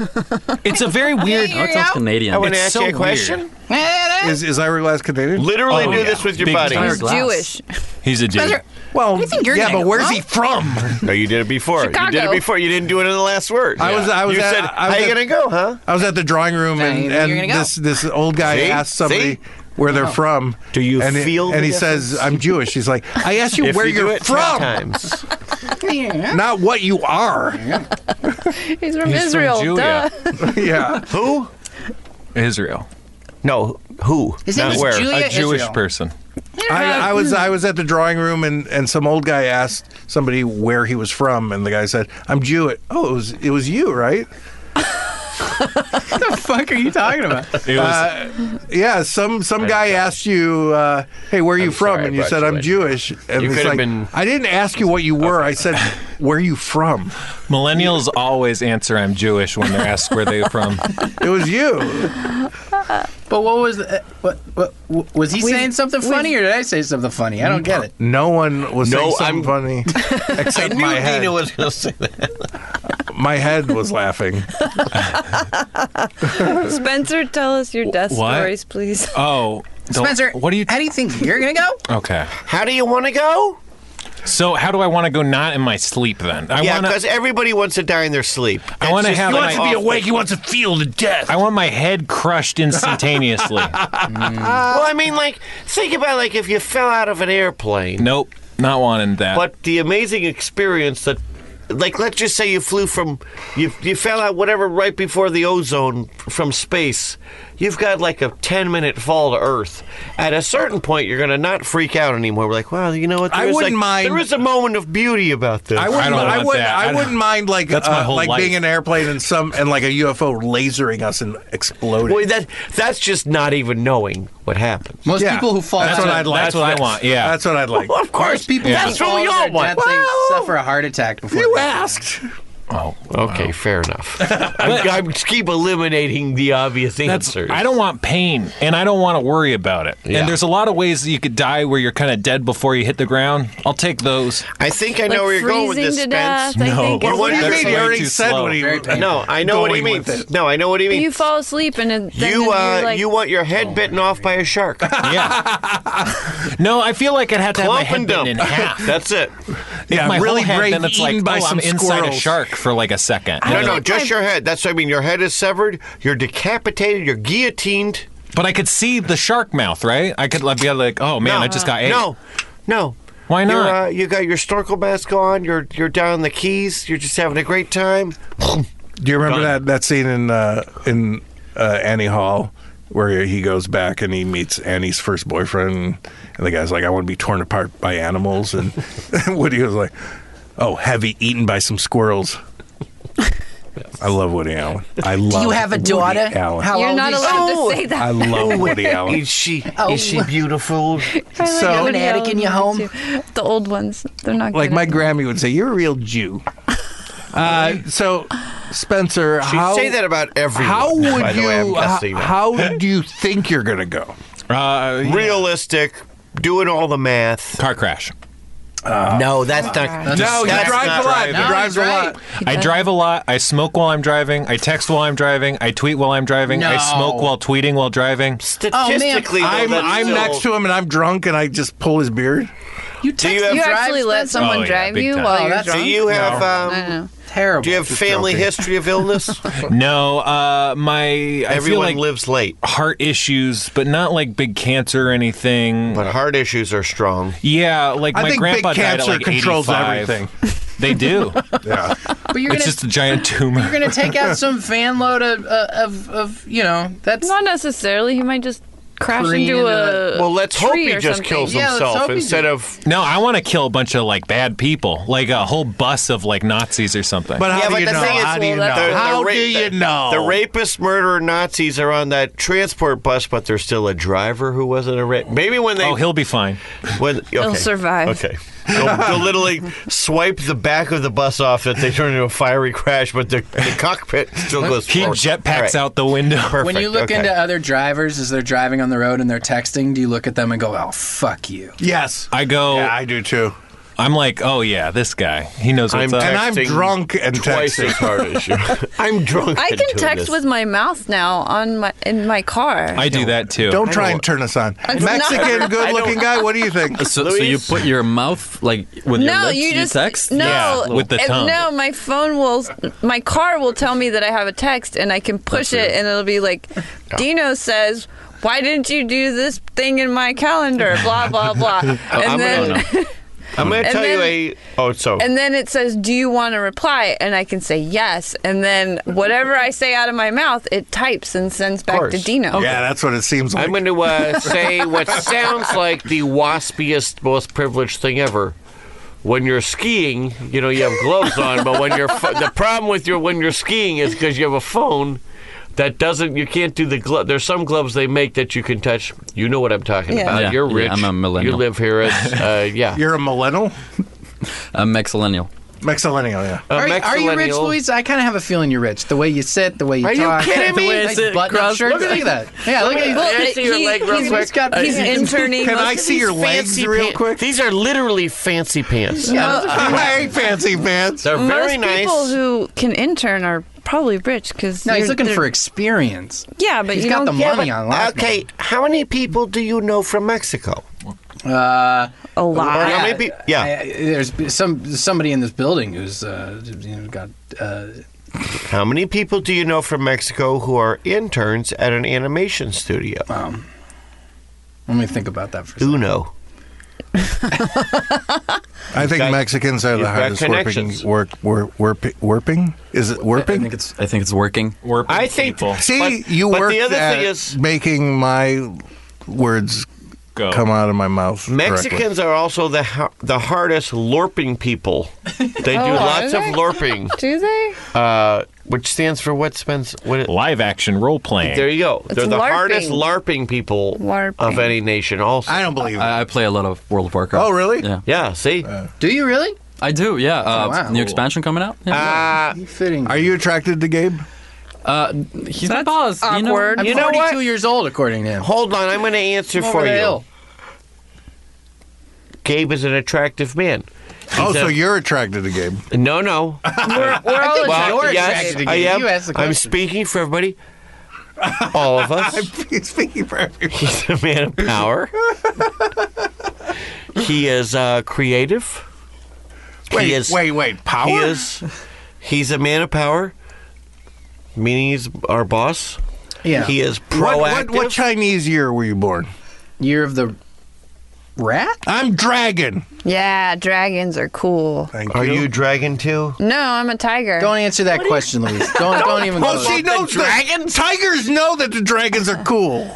S8: go?
S10: <laughs> It's a very weird.
S4: Oh, it sounds
S14: Canadian.
S8: I want to
S10: It's
S8: ask
S10: so
S8: you a question.
S10: weird.
S4: Eh,
S2: Is is Ira Glass Canadian?
S8: Literally do this with your
S10: Big
S8: body.
S10: time.
S9: He's Jewish.
S10: He's a dude.
S4: Spencer,
S2: Well,
S4: I think you're
S2: yeah,
S4: gonna
S2: but
S4: go,
S2: where's
S4: huh?
S2: he from?
S8: No, you did it before. You did
S9: Chicago.
S8: it before. You didn't do it in the last word.
S2: I was. I was.
S8: You
S2: at,
S8: said,
S2: I was
S8: "How you
S2: at-
S8: gonna go, huh?"
S2: I was at the drawing room, and,
S4: You're gonna
S2: and
S4: go. Oh.
S2: this this old guy
S8: See?
S2: asked somebody
S8: See?
S2: where they're from.
S8: Do you
S2: and
S8: feel
S2: He, and
S8: the
S2: he says, "I'm Jewish." He's like, "I asked you
S8: If
S2: where
S8: you do
S2: are
S8: it ten
S2: from,
S8: times.
S2: not what you are." <laughs>
S9: He's from
S10: He's from
S9: Israel.
S10: Julia.
S9: duh.
S2: yeah.
S8: <laughs> Who?
S10: Israel.
S8: No, who?
S4: His name
S8: Not
S4: is
S8: where.
S4: Julia
S10: a Jewish
S4: Israel.
S10: person.
S2: I, I was I was at the drawing room and, and some old guy asked somebody where he was from and the guy said I'm Jewish. Oh, it was it was you, right?
S4: What the fuck are you talking
S8: <laughs>
S4: about?
S10: It was
S2: Uh, Yeah, some some guy asked you, uh, "Hey, where are you from?"
S8: sorry, I
S2: and you
S8: brought
S2: said
S8: you
S2: I'm
S8: in.
S2: Jewish. And
S8: You
S2: it's
S8: could have
S2: like,
S8: been-
S2: I didn't ask you what you were. I said, "Where are you from?"
S10: millennials always answer I'm Jewish when they're asked where they're from.
S2: It was you.
S4: But what was the, uh, what, what, what- was he
S9: We've-
S4: saying something
S9: we've-
S4: funny or did I say something funny? I don't get it.
S2: No one was
S8: No,
S2: saying something
S8: I'm-
S2: funny
S8: I
S2: except
S8: knew
S2: my head.
S8: Dina was going to say that.
S2: My head was laughing.
S9: Spencer, tell us your death
S10: What?
S9: stories, please.
S10: Oh, the-
S4: Spencer,
S10: what do you?
S4: how do you think you're gonna go?
S10: Okay.
S8: How do you want to go?
S10: So how do I want to go not in my sleep then? I
S8: yeah,
S10: want
S8: because
S10: to.
S8: everybody wants to die in their sleep.
S10: I want to have.
S8: wants
S10: my-
S8: to be awake,
S2: He wants to feel the death.
S10: I want my head crushed instantaneously.
S8: well, I mean, like, think about like if you fell out of an airplane.
S10: nope, not wanting that.
S8: But the amazing experience that, like, let's just say you flew from, you you fell out whatever right before the ozone from space. You've got like a ten minute fall to Earth. At a certain point, you're gonna not freak out anymore. We're like, wow, you know what?
S2: I
S8: there is,
S2: wouldn't
S8: like-
S2: mind-
S8: There is a moment of beauty about this.
S2: I wouldn't.
S10: I
S2: I,
S10: don't want
S2: wouldn't.
S10: that. I
S2: I,
S10: don't-
S2: wouldn't mind like
S10: That's my
S2: uh,
S10: whole
S2: like
S10: life.
S2: being in an airplane and some and like a UFO lasering us and exploding.
S8: Well, that that's just not even knowing what happened.
S4: Most
S2: Yeah.
S4: people who fall
S2: That's
S4: out
S2: what
S4: of-
S2: I'd like.
S10: That's what I want, yeah.
S2: that's what I'd like.
S8: Well, of course, people.
S4: who
S8: That's what
S4: fall
S8: we
S4: to
S8: all
S4: their
S8: want.
S4: death, they
S8: Well,
S4: suffer a heart attack before
S2: You
S4: they-
S2: asked.
S10: oh,
S8: okay, fair
S10: <laughs>
S8: enough. I, I keep eliminating the obvious
S10: that's.
S8: answers.
S10: I don't want pain, and I don't want to worry about it.
S8: Yeah.
S10: And there's a lot of ways that you could die where you're kind of dead before you hit the ground. I'll take those.
S8: I think I know
S9: like
S8: where you're going with this,
S9: freezing to
S8: Spence.
S9: death. I
S10: No.
S9: think
S10: Well,
S9: is
S10: what do you
S9: what
S10: mean?
S9: happened.
S2: He already
S10: too
S2: said
S10: slow.
S2: what he.
S4: Very painful.
S8: No, I know what he
S2: Going with
S8: means.
S2: it.
S8: No, I know what he means.
S9: You fall asleep and then
S8: You uh,
S9: you're like,
S8: you want your
S10: Oh,
S8: head bitten off by a shark?
S10: Yeah. no, I feel like I'd have to have my
S8: Clump
S10: head
S8: and
S10: bitten
S8: dump.
S10: in
S8: <laughs>
S10: half.
S8: That's it.
S10: If
S2: Yeah,
S10: my whole
S2: really
S10: head,
S2: brave,
S10: then it's like,
S2: eaten by
S10: oh,
S2: some
S10: I'm inside a
S2: squirrels.
S10: shark for like a second.
S8: No, no,
S9: like
S8: just
S9: my-
S8: your head. That's what I mean. Your head is severed. You're decapitated. You're guillotined.
S10: But I could see the shark mouth, right? I could like, be like, oh man,
S8: no,
S10: I just got ate.
S8: No, no.
S10: Why
S8: You're,
S10: not?
S8: uh, you got your snorkel mask on. You're you're down the keys. You're just having a great time.
S2: Do you remember
S8: Done.
S2: that that scene in uh, in uh, Annie Hall where he goes back and he meets Annie's first <laughs> boyfriend, and the guy's like, "I want to be torn apart by animals," and Woody was like. Oh, heavy eaten by some squirrels. I love Woody Allen. I love.
S14: Do you have a
S2: Oh, Woody
S14: daughter?
S2: Allen.
S14: How
S9: You're
S14: old
S9: not
S14: is
S9: allowed
S14: she?
S4: Oh,
S9: to say that.
S2: I
S14: <laughs>
S2: love Woody Allen.
S8: Is she
S14: Oh.
S8: is she beautiful?
S9: I like
S2: So-
S9: Woody
S14: An attic in
S9: Allen
S14: your home?
S9: ones, too. The old ones, they're not
S2: like
S9: good
S2: my
S9: at-
S2: Grammy would say, "You're a real Jew." Uh, so, Spencer,
S8: She'd
S2: how
S8: say that about everyone,
S2: How would
S8: by the
S2: you? uh,
S8: way, I'm guessing.
S2: how, how do you think you're gonna go?
S11: Uh,
S8: Realistic, doing all the math. Uh,
S11: Car crash.
S14: no, that's
S8: not.
S2: No, he
S8: that's
S2: drives
S8: not
S2: a lot. He
S11: driving. No,
S2: drives a lot.
S11: I drive a lot. I smoke while I'm driving. I text while I'm driving. I tweet while I'm driving. I
S14: No.
S11: smoke
S4: Oh.
S11: while tweeting while driving.
S8: Statistically, though,
S2: I'm,
S8: that's
S2: I'm
S8: still-
S2: next to him and I'm drunk and I just pull his beard.
S4: You
S8: Do you have
S9: You actually
S4: drive,
S9: let
S4: Spencer?
S9: someone
S2: Oh, yeah,
S9: drive
S2: big
S9: you
S2: time.
S9: while
S4: Oh,
S9: you're
S4: that's-
S8: Do
S9: drunk?
S8: you have
S9: I don't
S8: um,
S9: know.
S4: Terrible.
S8: do you have family
S2: joking.
S8: history of illness?
S11: No, uh, my I feel
S8: Everyone
S11: like
S8: lives late,
S11: heart issues, but not like big cancer or anything.
S8: but heart issues are strong.
S11: yeah, like
S2: I
S11: my
S2: think
S11: grandpa
S2: big
S11: died at
S2: cancer
S11: like
S2: controls
S11: 85.
S2: everything.
S11: <laughs> They do.
S2: Yeah.
S4: But you're
S11: it's
S4: gonna
S11: just a giant tumor.
S4: you're gonna take out some fan load of uh, of, of you know that's
S9: Not necessarily. He might just crash
S4: Free
S9: into
S4: into
S9: a.
S8: Well, let's hope
S9: tree
S8: he
S9: or
S8: just
S9: something.
S8: kills
S4: Yeah, let's hope
S8: himself
S4: he
S8: instead
S4: did.
S8: of.
S11: No, I want to kill a bunch of like bad people, like a whole bus of like Nazis or something.
S2: But how
S8: Yeah,
S2: do
S8: but
S2: you
S8: the
S2: know?
S8: thing is,
S2: how do you
S9: well,
S2: know?
S9: that's-
S8: the- the
S2: how
S8: ra-
S2: do you
S8: the-
S2: know?
S8: The rapist, murderer, Nazis are on that transport bus, but there's still a driver who wasn't a rapist. Maybe when they
S11: oh, he'll be fine.
S8: When, okay.
S9: They'll survive.
S8: Okay. They'll, they'll literally swipe the back of the bus off that they turn into a fiery crash, but the, the cockpit still goes
S11: He
S8: forward.
S11: jetpacks
S8: All right.
S11: out the window.
S8: Perfect.
S4: When you look
S8: Okay.
S4: into uh, other drivers as they're driving on the road and they're texting, do you look at them and go, "Oh, fuck you"?
S2: yes.
S11: I go.
S2: yeah, I do too.
S11: I'm like, oh yeah, this guy. He knows what's
S8: I'm
S11: up.
S2: And I'm
S8: Texting
S2: drunk and
S8: twice
S2: texting.
S8: as hard as you. <laughs> I'm drunk.
S9: I
S8: and
S9: can
S8: doing
S9: text
S8: this.
S9: with my mouth now on my in my car.
S11: I do that too.
S2: Don't try and turn us on.
S9: <laughs>
S2: Mexican,
S9: not-
S2: good-looking guy. What do you
S8: <laughs>
S2: think?
S10: So, so you
S8: Luis?
S10: put your mouth like with your
S9: no,
S10: lips,
S9: you just
S10: text.
S9: no
S11: Yeah, with the
S9: if-
S11: tongue.
S9: No, my phone will. My car will tell me that I have a text, and I can push it, and it'll be like, Dino says. Why didn't you do this thing in my calendar? Blah blah blah. And
S8: I'm
S9: then
S8: gonna- I'm going to
S9: And
S8: tell you
S9: then-
S8: a. Oh, so.
S9: <laughs> and then it says, "Do you want to reply?" And I can say yes. And then whatever I say out of my mouth, it types and sends back to
S8: course.
S9: Dino.
S2: Yeah, that's what it seems like.
S8: I'm going to uh, say what sounds like the waspiest, most privileged thing ever. When you're skiing, you know you have gloves on, but when you're pho- the problem with your when you're skiing is because you have a phone that doesn't you can't do the glove. There's some gloves they make that you can touch. You know what I'm talking
S9: Yeah.
S8: about.
S10: Yeah,
S8: You're rich.
S10: yeah, I'm a millennial.
S8: You live here. It's, uh, yeah.
S2: You're a millennial,
S10: I'm Mexillennial.
S2: Mexillennial, yeah.
S8: A
S4: Are, you- are you rich,
S8: millennial.
S4: Luis? I kind of have a feeling you're rich. The way you sit, the way you
S8: Are you
S4: talk, <laughs>
S8: kidding
S4: the
S8: me?
S4: way
S8: The
S10: way I sit,
S4: button up
S10: cross-
S4: shirt. Look
S10: look at
S4: at that. Yeah, look at
S9: Well,
S4: that.
S9: it- he- he's,
S4: quick?
S9: got, he's interning.
S2: Can
S9: most
S2: I
S9: of
S2: see
S9: these
S2: your legs
S8: Fancy
S2: real
S8: pant-
S2: quick?
S8: These are literally fancy
S2: <laughs>
S8: pants.
S2: I hate fancy pants.
S8: They're very
S9: Most
S8: nice.
S9: people who can intern are probably rich because
S4: No, he's looking for experience.
S9: yeah, but
S4: He's
S9: you
S4: got the
S9: don't
S4: money
S9: get
S4: on life.
S8: okay, how many people do you know from Mexico?
S4: Uh,
S9: a
S8: Or
S9: lot.
S8: how many people? Yeah.
S4: I- I- there's some somebody in this building who's uh, you know, got. Uh,
S8: How many people do you know from Mexico who are interns at an animation studio?
S4: let me think about that for a second.
S8: Uno.
S2: I think
S8: got-
S2: Mexicans are
S8: you've
S2: the
S8: got
S2: hardest working.
S8: connections.
S2: Work, wor warp, warping? Is it
S10: I
S2: warping?
S10: think it's I think it's working.
S11: We're
S8: I think-
S11: people.
S2: See,
S8: But-
S2: you
S8: but the
S2: work
S8: other
S2: at
S8: thing is-
S2: making my words
S11: Go.
S2: come out of my mouth. correctly.
S8: Mexicans are also the ha- the hardest LORPing people. They do
S9: Oh, are
S8: lots of
S9: they?
S8: LORPing,
S9: Do they?
S8: uh, which stands for what, Spence? What it,
S11: Live action role playing.
S8: there you go. They're the
S9: LARPing.
S8: hardest LARPing people of
S9: LARPing.
S8: any nation, also.
S2: I don't believe it.
S10: I, I play a lot of World of Warcraft.
S2: Oh, really?
S10: Yeah,
S8: yeah, see?
S4: Do you really?
S10: I do. Yeah, uh,
S4: Oh, wow.
S10: new expansion coming out. Yeah.
S8: Uh,
S4: You fitting?
S2: Are you attracted to Gabe?
S10: Uh, he's my boss. You know?
S9: awkward.
S4: I'm
S8: You know what?
S4: 42 years old, according to him.
S8: hold on, I'm going to answer
S4: I'm over
S8: for
S4: the
S8: you.
S4: hill.
S8: Gabe is an attractive man.
S2: Oh, so
S8: a-
S2: you're attracted to Gabe.
S8: No, no.
S9: We're, we're all
S4: think
S9: attracted.
S4: you're
S8: yes,
S4: attracted to
S8: I
S4: Gabe.
S8: am.
S4: You asked the
S8: I'm
S4: question.
S8: speaking for everybody. All of
S2: <laughs>
S8: us.
S2: He's speaking for everyone.
S8: He's a man of power. he is uh, creative.
S2: Wait,
S8: he is,
S2: wait, wait. Power?
S8: He is. He's a man of power. Meaning he's our boss.
S4: Yeah.
S8: He is proactive.
S2: What, what, what Chinese year were you born?
S4: Year of the rat?
S2: I'm dragon.
S9: Yeah, dragons are cool.
S8: Are you dragon too?
S9: No, I'm a tiger.
S4: Don't answer that question, Louise. <laughs> Don't don't even.
S2: Well,
S4: go
S2: Oh, she
S4: there.
S2: knows dragons. Tigers know that the dragons are cool.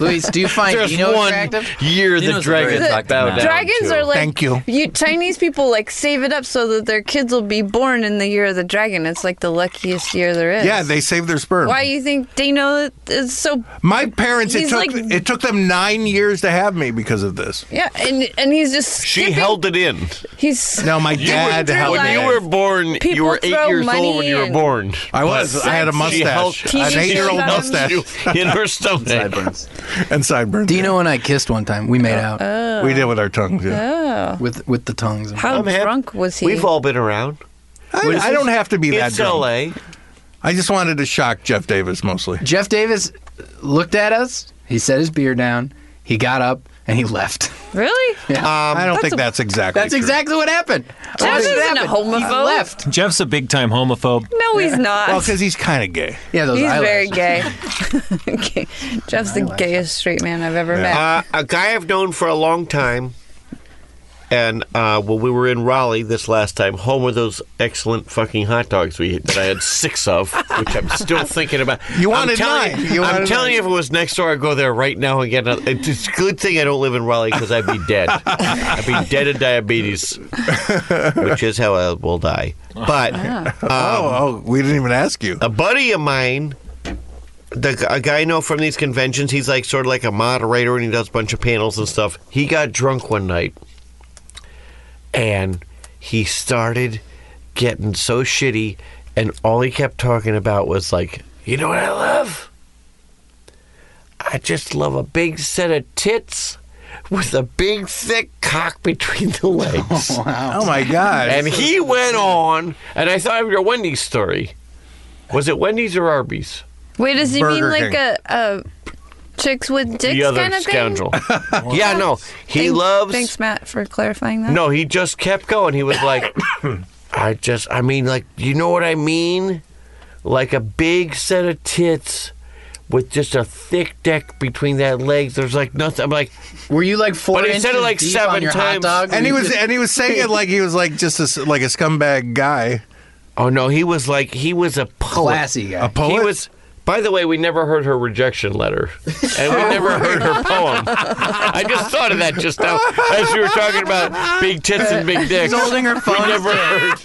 S4: Louise, do you find
S2: There's
S4: Eno
S2: one
S4: attractive?
S2: year the
S4: Eno's a
S2: dragon
S4: very-
S2: knocked out.
S9: Dragons
S2: too.
S9: are like
S2: Thank you.
S9: Chinese people like save it up so that their kids will be born in the year of the dragon. It's like the luckiest year there is.
S2: Yeah, they save their sperm.
S9: Why you think Dino is so?
S2: My parents, it
S9: He's
S2: took
S9: like-
S2: it took them nine years to have me because of this.
S9: Yeah, and and he's just skipping.
S8: it in.
S9: He's
S2: No, my
S9: You
S2: dad
S9: were
S2: held
S9: doing
S2: it
S9: that.
S2: in.
S8: You were born. you
S9: People
S8: were eight
S9: throw
S8: years old when
S9: money
S8: you were
S9: in.
S8: born.
S2: I was. I had a
S8: She held
S2: mustache.
S8: an
S2: An eight-year-old mustache.
S8: <laughs> in her stomach.
S2: and sideburns.
S4: Dino and I kissed one time. We made
S8: Uh,
S4: out.
S9: Oh. We did
S2: with our tongues.
S9: Oh.
S4: With with the tongues. and-
S9: How drunk was he?
S8: We've all been around.
S2: I, I don't have to be that
S8: It's
S2: drunk.
S8: LA.
S2: I just wanted to shock Jeff Davis mostly.
S4: Jeff Davis looked at us. He set his beer down. He got up and he left. <laughs>
S9: Really?
S2: I don't
S4: that's
S2: think
S4: a-
S2: that's exactly.
S4: That's
S2: true.
S4: exactly what happened.
S9: Jeff isn't a homophobe.
S4: left.
S11: Jeff's a big time homophobe.
S9: No, he's not.
S2: Well, because he's kind of gay.
S4: Yeah,
S9: He's very gay. <laughs> Okay. Jeff's the gayest straight man I've ever met.
S8: Uh, a guy I've known for a long time, and uh, when we were in Raleigh this last time, home of those excellent fucking hot dogs we that I had six of, which I'm still thinking about.
S2: You
S8: I'm
S2: wanted
S8: telling
S2: nine. You
S8: I'm
S2: wanted
S8: telling you, if it was next door, I'd go there right now and get. Another, it's a good thing I don't live in Raleigh because I'd be dead. I'd be dead of diabetes, which is how I will die. But Um,
S2: oh, we didn't even ask you.
S8: A buddy of mine the g- a guy I know from these conventions, he's like sort of like a moderator and he does a bunch of panels and stuff. He got drunk one night and he started getting so shitty and all he kept talking about was like, you know what I love? I just love a big set of tits with a big thick cock between
S2: <laughs>
S8: the legs.
S2: Oh my god!
S8: And he went on, and I thought of your Wendy's story. Was it Wendy's or Arby's?
S9: Wait, does he
S8: Burger
S9: mean like
S8: King.
S9: a, a chicks with dicks
S8: the other
S9: kind
S2: <laughs>
S9: of
S8: scoundrel.
S9: thing?
S8: yeah, no, he
S9: Thank-
S8: loves.
S9: Thanks, Matt, for clarifying that.
S8: No, he just kept going. He was like, I just, I mean, like, you know what I mean? Like a big set of tits with just a thick deck between that legs. There's like nothing. I'm like,
S4: were you like four?
S8: But he said it
S4: inches
S8: like
S4: deep
S8: seven
S4: on your hot
S8: times,
S4: dog?
S2: and he was and he was saying it like he was like just a s like a scumbag guy.
S8: Oh no, he was like he was a poet.
S4: Classy guy.
S2: A poet.
S8: He was. By the way, we never heard her rejection letter, and we never heard her poem. I just thought of that just now as you were talking about big tits and big dicks.
S4: She's holding her phone.
S8: We never heard.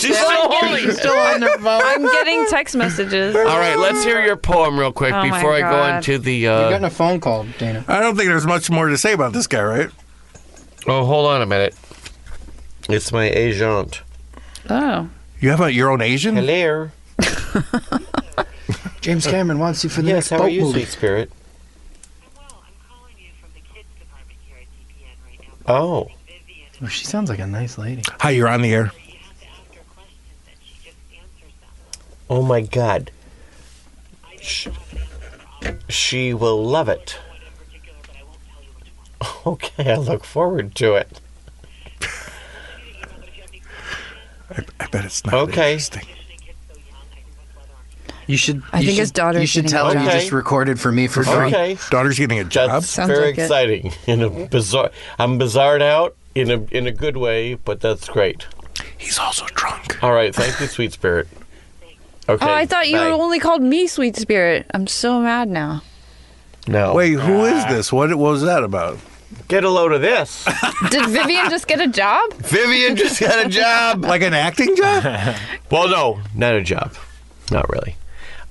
S8: She's
S9: Still
S8: still
S9: on your-
S8: holding. it.
S4: still on <laughs> their phone.
S9: I'm getting text messages.
S8: All right, let's hear your poem real quick
S9: Oh, my
S8: before I go
S9: God.
S8: on to the.
S4: You're
S8: Uh...
S4: getting a phone call, Dana.
S2: I don't think there's much more to say about this guy, right?
S8: Oh, hold on a minute. It's my agent.
S9: Oh.
S2: You have a, your own Asian.
S8: Hello.
S4: James Cameron wants you for the
S8: Yes,
S4: next
S8: how are
S4: boat
S8: you,
S4: movie.
S8: sweet spirit? Oh.
S4: Oh, she sounds like a nice lady.
S2: Hi, you're on the air.
S8: Oh my God. Sh- She will love it. Okay, I look forward to it.
S2: I bet it's not.
S8: Okay.
S4: You should.
S9: I
S4: you
S9: think
S4: should-
S9: his daughter's
S4: You should
S9: getting
S4: tell
S8: a
S4: her you
S8: job.
S4: just recorded for me for free.
S8: Okay.
S2: Daughter's getting a job.
S8: That's
S9: Sounds
S8: very
S9: like it.
S8: exciting. <laughs> In a bizarre, I'm bizarred out in a in a good way, but that's great.
S2: He's also drunk.
S8: All right, thank you, sweet spirit. Okay.
S9: oh, I thought you
S8: bye.
S9: only called me sweet spirit. I'm so mad now.
S8: No.
S2: Wait, who is this? What, what was that about?
S8: Get a load of this.
S9: Did Vivian just get a job?
S8: <laughs> Vivian just got a job.
S2: Like an acting job?
S8: <laughs> Well, no, not a job. Not really.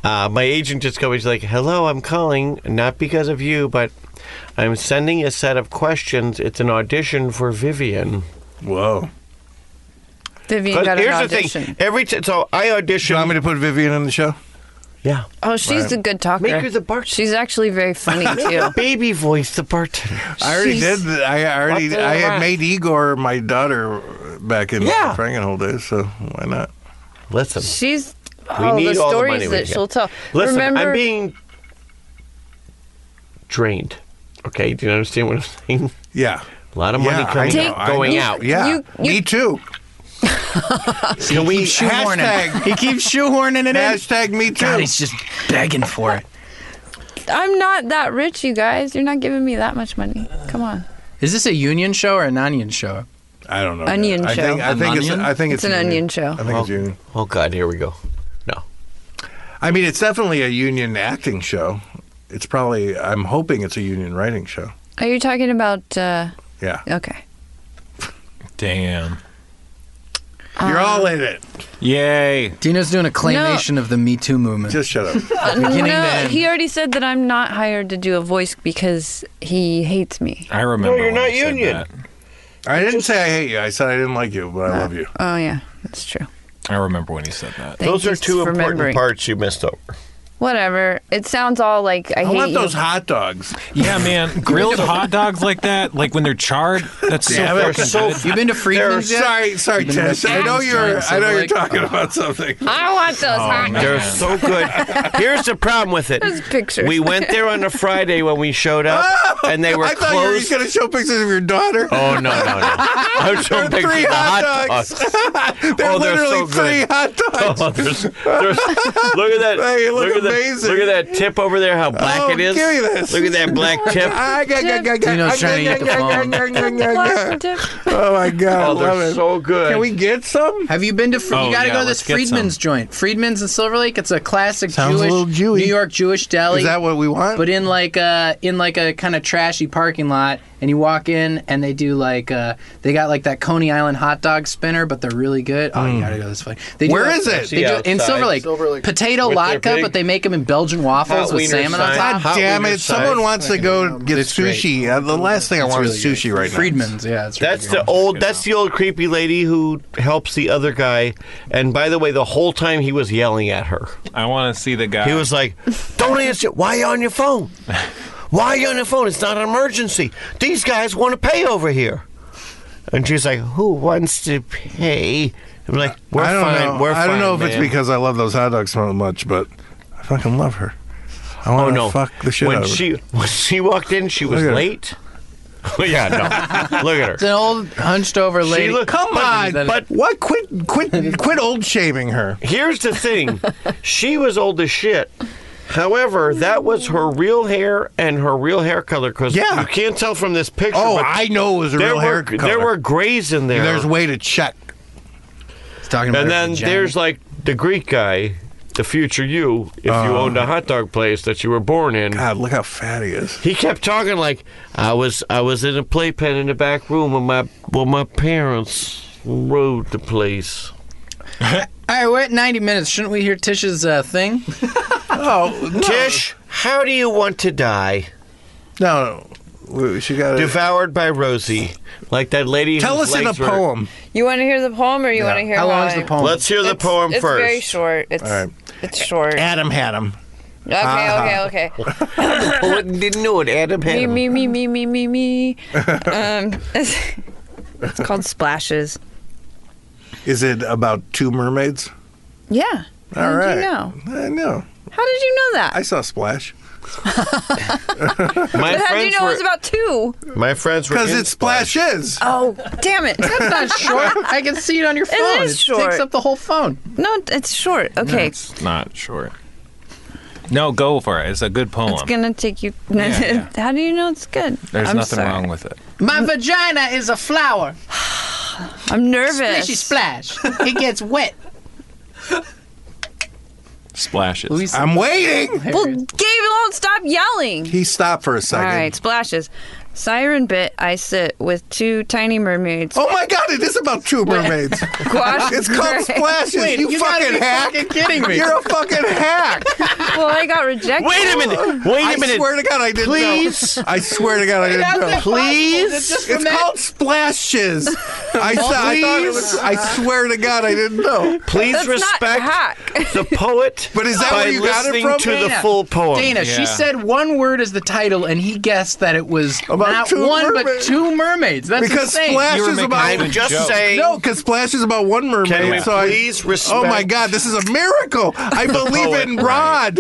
S8: Uh, my agent just goes like, "Hello, I'm calling not because of you, but I'm sending a set of questions. It's an audition for Vivian."
S2: Whoa.
S9: <laughs> Vivian
S8: 'Cause
S9: got an
S8: here's
S9: audition.
S8: the thing: every t- so I audition.
S2: You want me to put Vivian in the show?
S8: Yeah.
S9: Oh, she's
S2: Right.
S9: a good talker.
S8: Make her the
S9: She's actually
S8: <laughs>
S9: very funny too.
S8: baby voice the bartender.
S2: I already
S9: She's-
S2: did. I
S8: What
S2: already
S8: the
S2: I had
S8: heck?
S2: made Igor my daughter back in
S8: Yeah.
S2: Frankenhole days, so why not?
S8: Listen,
S9: She's
S8: We
S9: oh,
S8: need
S9: the
S8: all the
S9: stories
S8: money we
S9: that
S8: get.
S9: she'll tell.
S8: listen.
S9: Remember,
S8: I'm being drained. Okay, do you understand what I'm saying?
S2: Yeah.
S8: A lot of money
S2: Yeah, I
S8: coming
S9: know,
S8: out, going
S9: I know.
S8: out.
S2: Yeah.
S9: You-
S2: me too.
S8: Can we
S2: Hashtag,
S4: He keeps shoehorning it in.
S2: hashtag me too.
S4: God, he's just begging for it.
S9: I'm not that rich, you guys. You're not giving me that much money. Come on.
S4: Is this a union show or an onion show?
S2: I don't know.
S9: Onion show.
S2: it's
S9: an
S2: union.
S9: onion show.
S2: I think it's union.
S8: Oh God, here we go. No,
S2: I mean it's definitely a union acting show. It's probably I'm hoping it's a union writing show.
S9: Are you talking about? Uh,
S2: Yeah.
S9: okay.
S11: Damn.
S9: Uh,
S2: You're all in it.
S11: Yay.
S4: Dino's doing a claymation of the Me Too movement.
S2: Just shut up.
S4: Beginning to
S9: no,
S4: end.
S9: he already said that I'm not hired to do a voice because he hates me.
S11: I remember.
S9: No, you're not union.
S2: I didn't say I hate you. I said I didn't like you, but I love you.
S9: Oh yeah, that's true.
S11: I remember when he said that.
S9: Thank
S8: those
S9: you
S8: are two
S9: for
S8: important
S9: remembering.
S8: parts you missed over.
S9: Whatever. It sounds all like I,
S2: I,
S9: hate
S2: want
S9: you.
S2: those hot dogs.
S11: Yeah, man. Grilled hot dogs like that, like when they're charred. That's so
S2: Damn it.
S11: fucking
S2: So-
S11: good.
S2: You've
S4: been to Friedman's yet?
S2: Sorry, sorry,
S4: You've been to
S2: Tess. I know
S4: Friedman's,
S2: you're.
S4: Giant
S2: I know you're
S4: Silver Lake?
S2: talking about something.
S9: I want those hot dogs.
S8: They're so good.
S2: <laughs>
S8: Here's the problem with it.
S9: Those pictures.
S8: We went there on a Friday when we
S2: <laughs>
S8: showed up, <laughs> and they were
S2: I thought you
S8: closed.
S2: were going to show pictures of your daughter.
S8: Oh no no no! I'm showing
S2: There are
S8: pictures
S2: three
S8: of the
S2: hot
S8: hot
S2: dogs. <laughs>
S8: dogs.
S2: They're
S8: oh, they're
S2: literally
S8: so good.
S2: three hot dogs.
S8: <laughs> Oh, there's,
S2: <laughs>
S8: there's, look at that!
S2: They look
S8: at that-
S2: amazing.
S8: look at that tip over there. How black
S2: Oh,
S8: it is!
S2: give me this.
S8: Look at that black tip.
S2: <laughs> I got, got, got, got,
S4: Dino's
S2: I
S4: trying to
S2: got-
S4: eat the
S2: got-
S4: phone.
S2: got- got- got- got- Oh my god,
S8: Oh,
S2: I love
S8: they're
S2: it.
S8: so good.
S2: Can we get some?
S4: Have you been to? Fr-
S2: Oh,
S4: you got to
S2: yeah,
S4: go to
S2: let's
S4: this
S2: get some.
S4: Friedman's joint. Friedman's in Silver Lake. It's a classic
S2: Sounds a
S4: Jewish,
S2: little Jewy.
S4: New York Jewish deli.
S2: Is that what we want?
S4: But in like a in like a kind of trashy parking lot, and you walk in, and they do like uh, they got like that Coney Island hot dog spinner, but they're really good. Oh, you gotta go this way. They
S2: Mm.
S4: do
S2: Where
S4: like-
S2: is it?
S4: They do, in
S2: Outside.
S4: Silver Lake. Potato
S2: With their
S4: latke,
S2: big
S4: but they make them in Belgian waffles
S2: Hot
S4: with
S2: wiener
S4: salmon on
S2: size.
S4: top.
S2: God damn it! Someone wants to go get sushi. Uh, the last thing I
S4: It's
S2: want
S4: really
S2: is
S4: good.
S2: sushi right now.
S4: Friedman's, yeah. It's
S8: That's the old. That's the old creepy lady who helps the other guy. And by the way, the whole time he was yelling at her.
S11: I want to see the guy.
S8: He was like, "Don't answer. Why are you on your phone? Why are you on your phone? It's not an emergency. These guys want to pay over here." And she's like, "Who wants to pay?" I'm like, "We're
S2: I don't
S8: fine.
S2: know.
S8: We're
S2: I don't
S8: fine,
S2: know if it's
S8: man."
S2: because I love those hot dogs so much, but I fucking love her. I
S8: Oh
S2: want to
S8: no!
S2: fuck the shit
S8: when
S2: out of her.
S8: she when she walked in, she was
S2: Look at her.
S8: late. <laughs> yeah, no. Look at her.
S4: It's an old hunched over lady.
S8: look-
S2: Come on,
S4: That-
S2: but what? Quit, quit, quit old shaming her.
S8: Here's the thing. she was old as shit. However, that was her real hair and her real hair color because
S2: Yeah.
S8: you can't tell from this picture.
S2: Oh,
S8: but
S2: I know it was a
S8: there
S2: real
S8: were,
S2: hair
S8: There
S2: color.
S8: were grays in there.
S2: There's way to check.
S4: talking
S8: and then
S4: vagina.
S8: there's like the Greek guy, the future you, if you
S2: Oh.
S8: owned a hot dog place that you were born in.
S2: God, look how fat he is.
S8: He kept talking like I was I was in a playpen in the back room when my when my parents rode the place.
S4: All right, we're at 90 minutes. Shouldn't we hear Tish's uh, thing?
S2: oh,
S8: Tish, how do you want to die?
S2: No, no. she got it.
S8: Devoured by Rosie, like that lady.
S2: Tell
S8: whose
S2: us in a
S8: legs were-
S2: poem.
S9: You want to hear the poem, or you want to hear
S4: How
S9: long
S4: long's the poem?
S8: Let's hear the
S9: It's-
S8: poem
S9: it's
S8: first.
S9: very short. It's
S2: All right.
S9: it's short.
S2: Adam had him.
S9: Okay, okay, okay.
S8: didn't know it. <laughs> Adam had
S9: Me,
S8: him.
S9: me, me, me, me, me, me. um, it's, it's called Splashes.
S2: Is it about two mermaids?
S9: <laughs> Yeah.
S2: All
S9: How
S2: right.
S9: did you know?
S2: I know.
S9: How did you know that?
S2: I saw Splash.
S8: My
S9: but how did you
S8: friends
S9: know
S8: were.
S9: it was about two?
S8: my friends were.
S2: Because
S8: in
S2: it splashes.
S9: Oh, damn <laughs> it.
S2: <laughs>
S4: That's not short. I can see it on your phone.
S9: is
S4: It
S9: short.
S4: takes up the whole phone.
S9: No, it's short. Okay.
S11: It's not short. No, go for it. It's a good poem.
S9: it's gonna take you. How do you know it's good?
S11: There's
S9: I'm
S11: nothing
S9: sorry.
S11: wrong with it.
S4: My vagina is a flower.
S9: I'm nervous.
S4: Splishy splash. It gets wet.
S11: Splashes.
S2: I'm waiting.
S9: Well, Gabe, don't stop yelling.
S2: He stopped for a second.
S9: All right, splashes. Siren bit. I sit with two tiny mermaids.
S2: Oh my god, it is about two mermaids.
S9: Quash
S2: it's
S9: <laughs>
S2: called
S9: gray.
S2: Splashes,
S4: Wait,
S2: you,
S4: you
S2: fucking
S4: gotta be
S2: hack. <laughs>
S4: fucking kidding me.
S2: You're a fucking hack.
S9: Well, I got rejected.
S8: Wait a minute. Wait a
S2: I
S8: minute.
S2: swear to god I didn't
S8: Please?
S2: know. I swear to god I
S4: How's
S2: didn't
S4: that
S2: know.
S4: possible?
S8: Please?
S4: It's just
S2: It's
S4: the ma-
S2: called splashes. I, saw, I thought it was. I swear to God, I didn't know.
S8: Please
S9: That's not
S8: respect
S9: hack.
S8: the poet.
S2: <laughs> But is that
S8: by
S2: where you got it
S8: listening
S2: from,
S8: to the
S4: Dana?
S8: full poem.
S4: Dana,
S11: Yeah.
S4: she said one word as the title, and he guessed that it was
S2: About
S4: not
S2: two
S4: one but
S2: mermaids.
S4: two mermaids. That's
S2: because
S4: insane.
S2: Splash
S11: You were
S2: is
S11: making
S2: about.
S11: a
S8: I'm just
S11: joke.
S8: saying.
S2: No, because Splash is about one mermaid.
S8: Can we
S2: so I-
S8: please respect-
S2: Oh my God, this is a miracle! I believe
S8: poet,
S2: in
S8: right.
S2: Rod.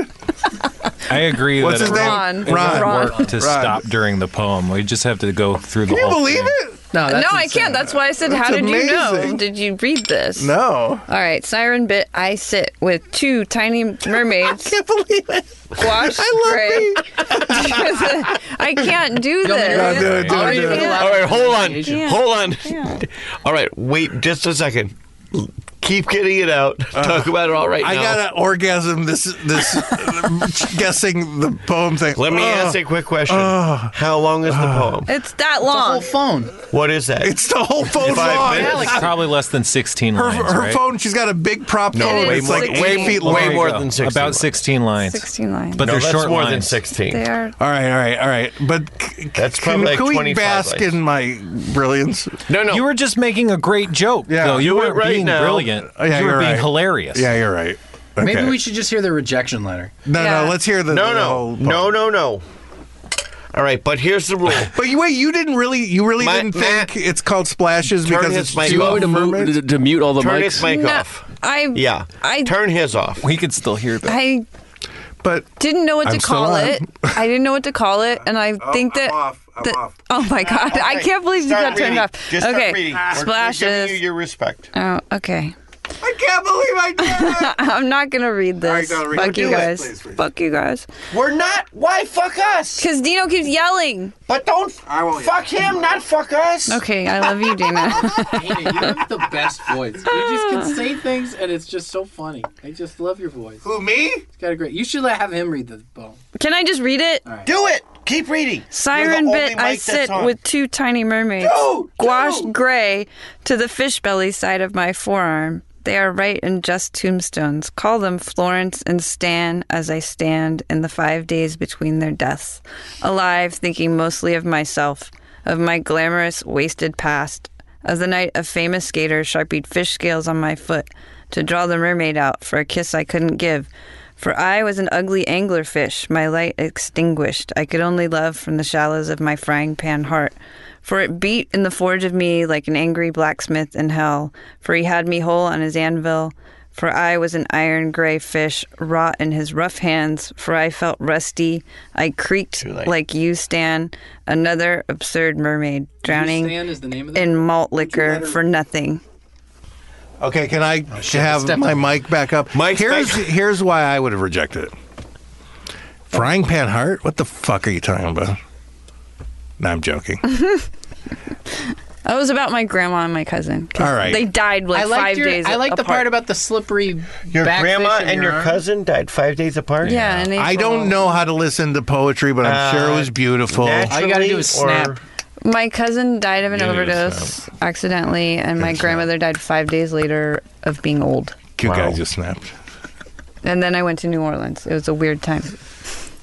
S11: I agree
S2: What's
S11: that
S2: his
S11: it
S2: name? Ron.
S11: It
S9: Ron.
S11: wouldn't work
S2: Ron.
S11: to
S2: Ron.
S11: stop during the poem. We just have to go through the
S2: Can you
S11: whole
S2: believe
S11: thing.
S2: it?
S4: No,
S9: No,
S4: that's
S9: I
S4: insane.
S9: can't. That's why I said,
S2: That's
S9: "How did you know?
S2: amazing.
S9: Did you read this?"
S2: No,
S9: All right, siren bit.
S2: <laughs>
S9: I sit with two tiny mermaids.
S2: can't believe it.
S9: Squash
S11: <laughs>
S2: I love
S9: gray. uh, I can't do
S3: You want me to
S9: this.
S3: read it? No, do it, do
S8: All
S3: it, do it.
S9: Yeah.
S8: right, hold on.
S9: Yeah.
S8: Hold on. All right, wait just a second. L- Keep getting it out. Talk about it all right
S2: Uh, I
S8: now.
S2: got an orgasm this this <laughs> guessing the poem thing.
S8: Let me ask a quick question.
S2: uh,
S8: How long is the poem?
S9: It's that long.
S4: phone.
S8: What is that?
S2: It's the whole phone
S8: Five
S2: long.
S8: minutes? Alex.
S11: <laughs> Probably less than 16
S2: Her,
S11: lines,
S2: her
S11: right?
S2: phone, she's got a big prop
S11: No,
S2: phone.
S11: way
S2: it's
S11: more-
S2: like
S11: way-
S2: eight feet
S11: way
S2: long.
S11: more than 16 About lines. 16 lines.
S9: 16 lines.
S11: But
S8: No,
S11: they're
S8: that's
S11: short
S8: more
S11: lines.
S8: than 16.
S9: They are.
S2: All right, all right, all right. But c-
S8: That's
S2: can,
S8: probably like
S2: can we
S8: 25
S2: bask
S8: likes.
S2: in my brilliance?
S8: No, no.
S11: You were just making a great joke.
S2: Yeah.
S11: though. you,
S2: Do it
S11: weren't
S2: right
S11: being
S2: now.
S11: brilliant.
S4: Uh,
S2: Oh, yeah,
S11: you were
S2: you're
S11: being
S2: right.
S11: hilarious.
S2: Yeah, you're right. Okay.
S4: Maybe we should just hear the rejection letter.
S2: No,
S4: Yeah.
S2: no. Let's hear the
S8: No,
S2: the
S8: no.
S2: whole
S8: No, no, no. All right, but here's the rule.
S2: But you, wait, you didn't really, you really
S8: My-
S2: didn't think it's called splashes
S8: Turn
S2: because
S8: his
S2: it's
S8: mic
S2: too
S8: off. Do you want me to
S2: affirmative?
S8: mute- to mute all the Turn his mics? mic
S9: No,
S8: off.
S9: I
S8: Yeah.
S9: I-
S8: Turn his off.
S11: We could still hear that.
S9: I
S2: But
S9: didn't know what
S8: I'm
S9: to
S8: still
S9: call
S8: on.
S9: it. I didn't know what to call it, and I
S8: Oh,
S9: think that. that- Oh my god! I can't believe you got turned off.
S8: Just
S9: okay,
S8: start reading. We're, we're
S9: splashes.
S8: giving you your respect.
S9: Oh, okay.
S2: I can't believe
S9: I did. <laughs> I'm not gonna read this.
S8: go read it.
S9: Fuck you
S8: Do it.
S9: guys.
S8: Please
S9: fuck you guys.
S8: We're not. Why fuck us?
S9: Because Dino keeps yelling.
S8: But don't
S9: I won't
S8: fuck him, not fuck us.
S9: Okay, I love
S8: <laughs>
S9: you, Dino.
S4: you have the best voice. You just can say things, and it's just so funny. I just love your voice.
S8: Who me?
S4: It's got a great. You should let- have him read the poem.
S9: Can I just read it?
S8: Do it. Keep reading. You're
S9: Siren
S8: the only
S9: bit I
S8: mic that's
S9: sit
S8: on.
S9: with two tiny mermaids, gouache gray to the fish belly side of my forearm. They are right and just tombstones. Call them Florence and Stan as I stand in the five days between their deaths, alive, thinking mostly of myself, of my glamorous, wasted past, of the night a famous skater sharpied fish scales on my foot to draw the mermaid out for a kiss I couldn't give. For I was an ugly anglerfish, my light extinguished. I could only love from the shallows of my frying pan heart. For it beat in the forge of me like an angry blacksmith in hell. For he had me whole on his anvil. For I was an iron gray fish, wrought in his rough hands. For I felt rusty. I creaked like you, Stan, another absurd mermaid, drowning
S4: Stan is the name of the-
S9: in malt liquor for nothing.
S2: Okay, can I
S8: Oh,
S4: shit,
S2: have
S4: step
S2: my
S4: on.
S2: mic back up? here's here's why I would have rejected it. Frying pan heart? What the fuck are you talking about? No, I'm
S4: <laughs>
S2: joking.
S9: That was about my grandma and my cousin. 'Cause
S2: All right.
S9: They died like
S4: I liked
S9: five
S4: your-
S9: days.
S4: I like the
S9: apart.
S4: part about the slippery.
S8: Your
S4: back
S8: grandma
S4: fish in
S8: and your
S4: arm.
S8: cousin died five days apart.
S9: Yeah, and
S2: I don't know how to listen to poetry, but I'm sure
S8: Uh,
S2: it was beautiful.
S8: naturally All you gotta do is or- snap.
S9: My cousin died of an
S2: Yeah,
S9: overdose accidentally, and my grandmother died five days later of being old.
S2: You guys just snapped.
S9: And then I went to New Orleans. It was a weird time.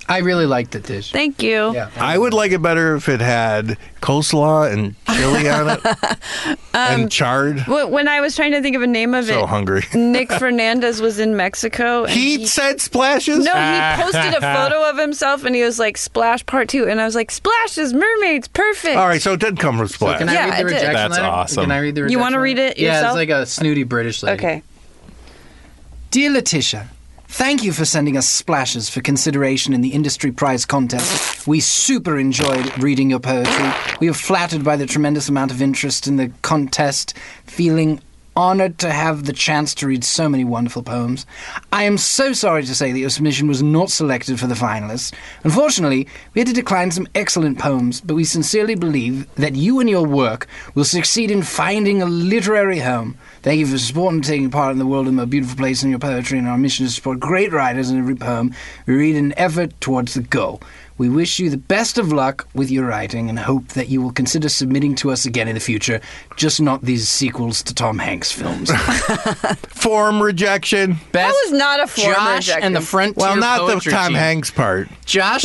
S4: I really liked it, Tish.
S9: Thank you.
S2: I would like it better if it had coleslaw and chili on it
S4: <laughs>
S2: and
S4: Um,
S2: charred.
S9: Wh- When I was trying to think of a name of
S2: So
S9: it, <laughs>
S2: hungry.
S9: Nick Fernandez was in Mexico. And
S2: He said splashes?
S9: No,
S2: <laughs>
S9: he posted a photo of himself, and he was like, "Splash Part 2. and I was like, "Splashes, mermaids, perfect."
S2: All right, so it did come from splash.
S4: Can I
S9: Yeah,
S4: read
S9: I
S4: the
S9: did.
S4: rejection
S2: That's
S4: letter?
S2: awesome.
S4: Can I read the rejection
S9: You wanna read it
S4: letter? Yeah,
S9: yourself?
S4: it's like a snooty British lady.
S9: Okay.
S4: Dear Letitia, thank you for sending us splashes for consideration in the industry prize contest. We super enjoyed reading your poetry. We were flattered by the tremendous amount of interest in the contest, feeling honored to have the chance to read so many wonderful poems. I am so sorry to say that your submission was not selected for the finalists. Unfortunately, we had to decline some excellent poems, but we sincerely believe that you and your work will succeed in finding a literary home. Thank you for supporting and taking part in the world of my beautiful place and your poetry and our mission to support great writers in every poem we read an effort towards the goal. We wish you the best of luck with your writing and hope that you will consider submitting to us again in the future, just not these sequels to Tom Hanks
S9: <laughs>
S4: films.
S2: Form rejection.
S9: That was not a form
S4: Josh
S9: rejection.
S4: and the Frontier
S2: Well, not the
S4: poetry
S2: Tom
S4: team.
S2: Hanks part.
S4: Josh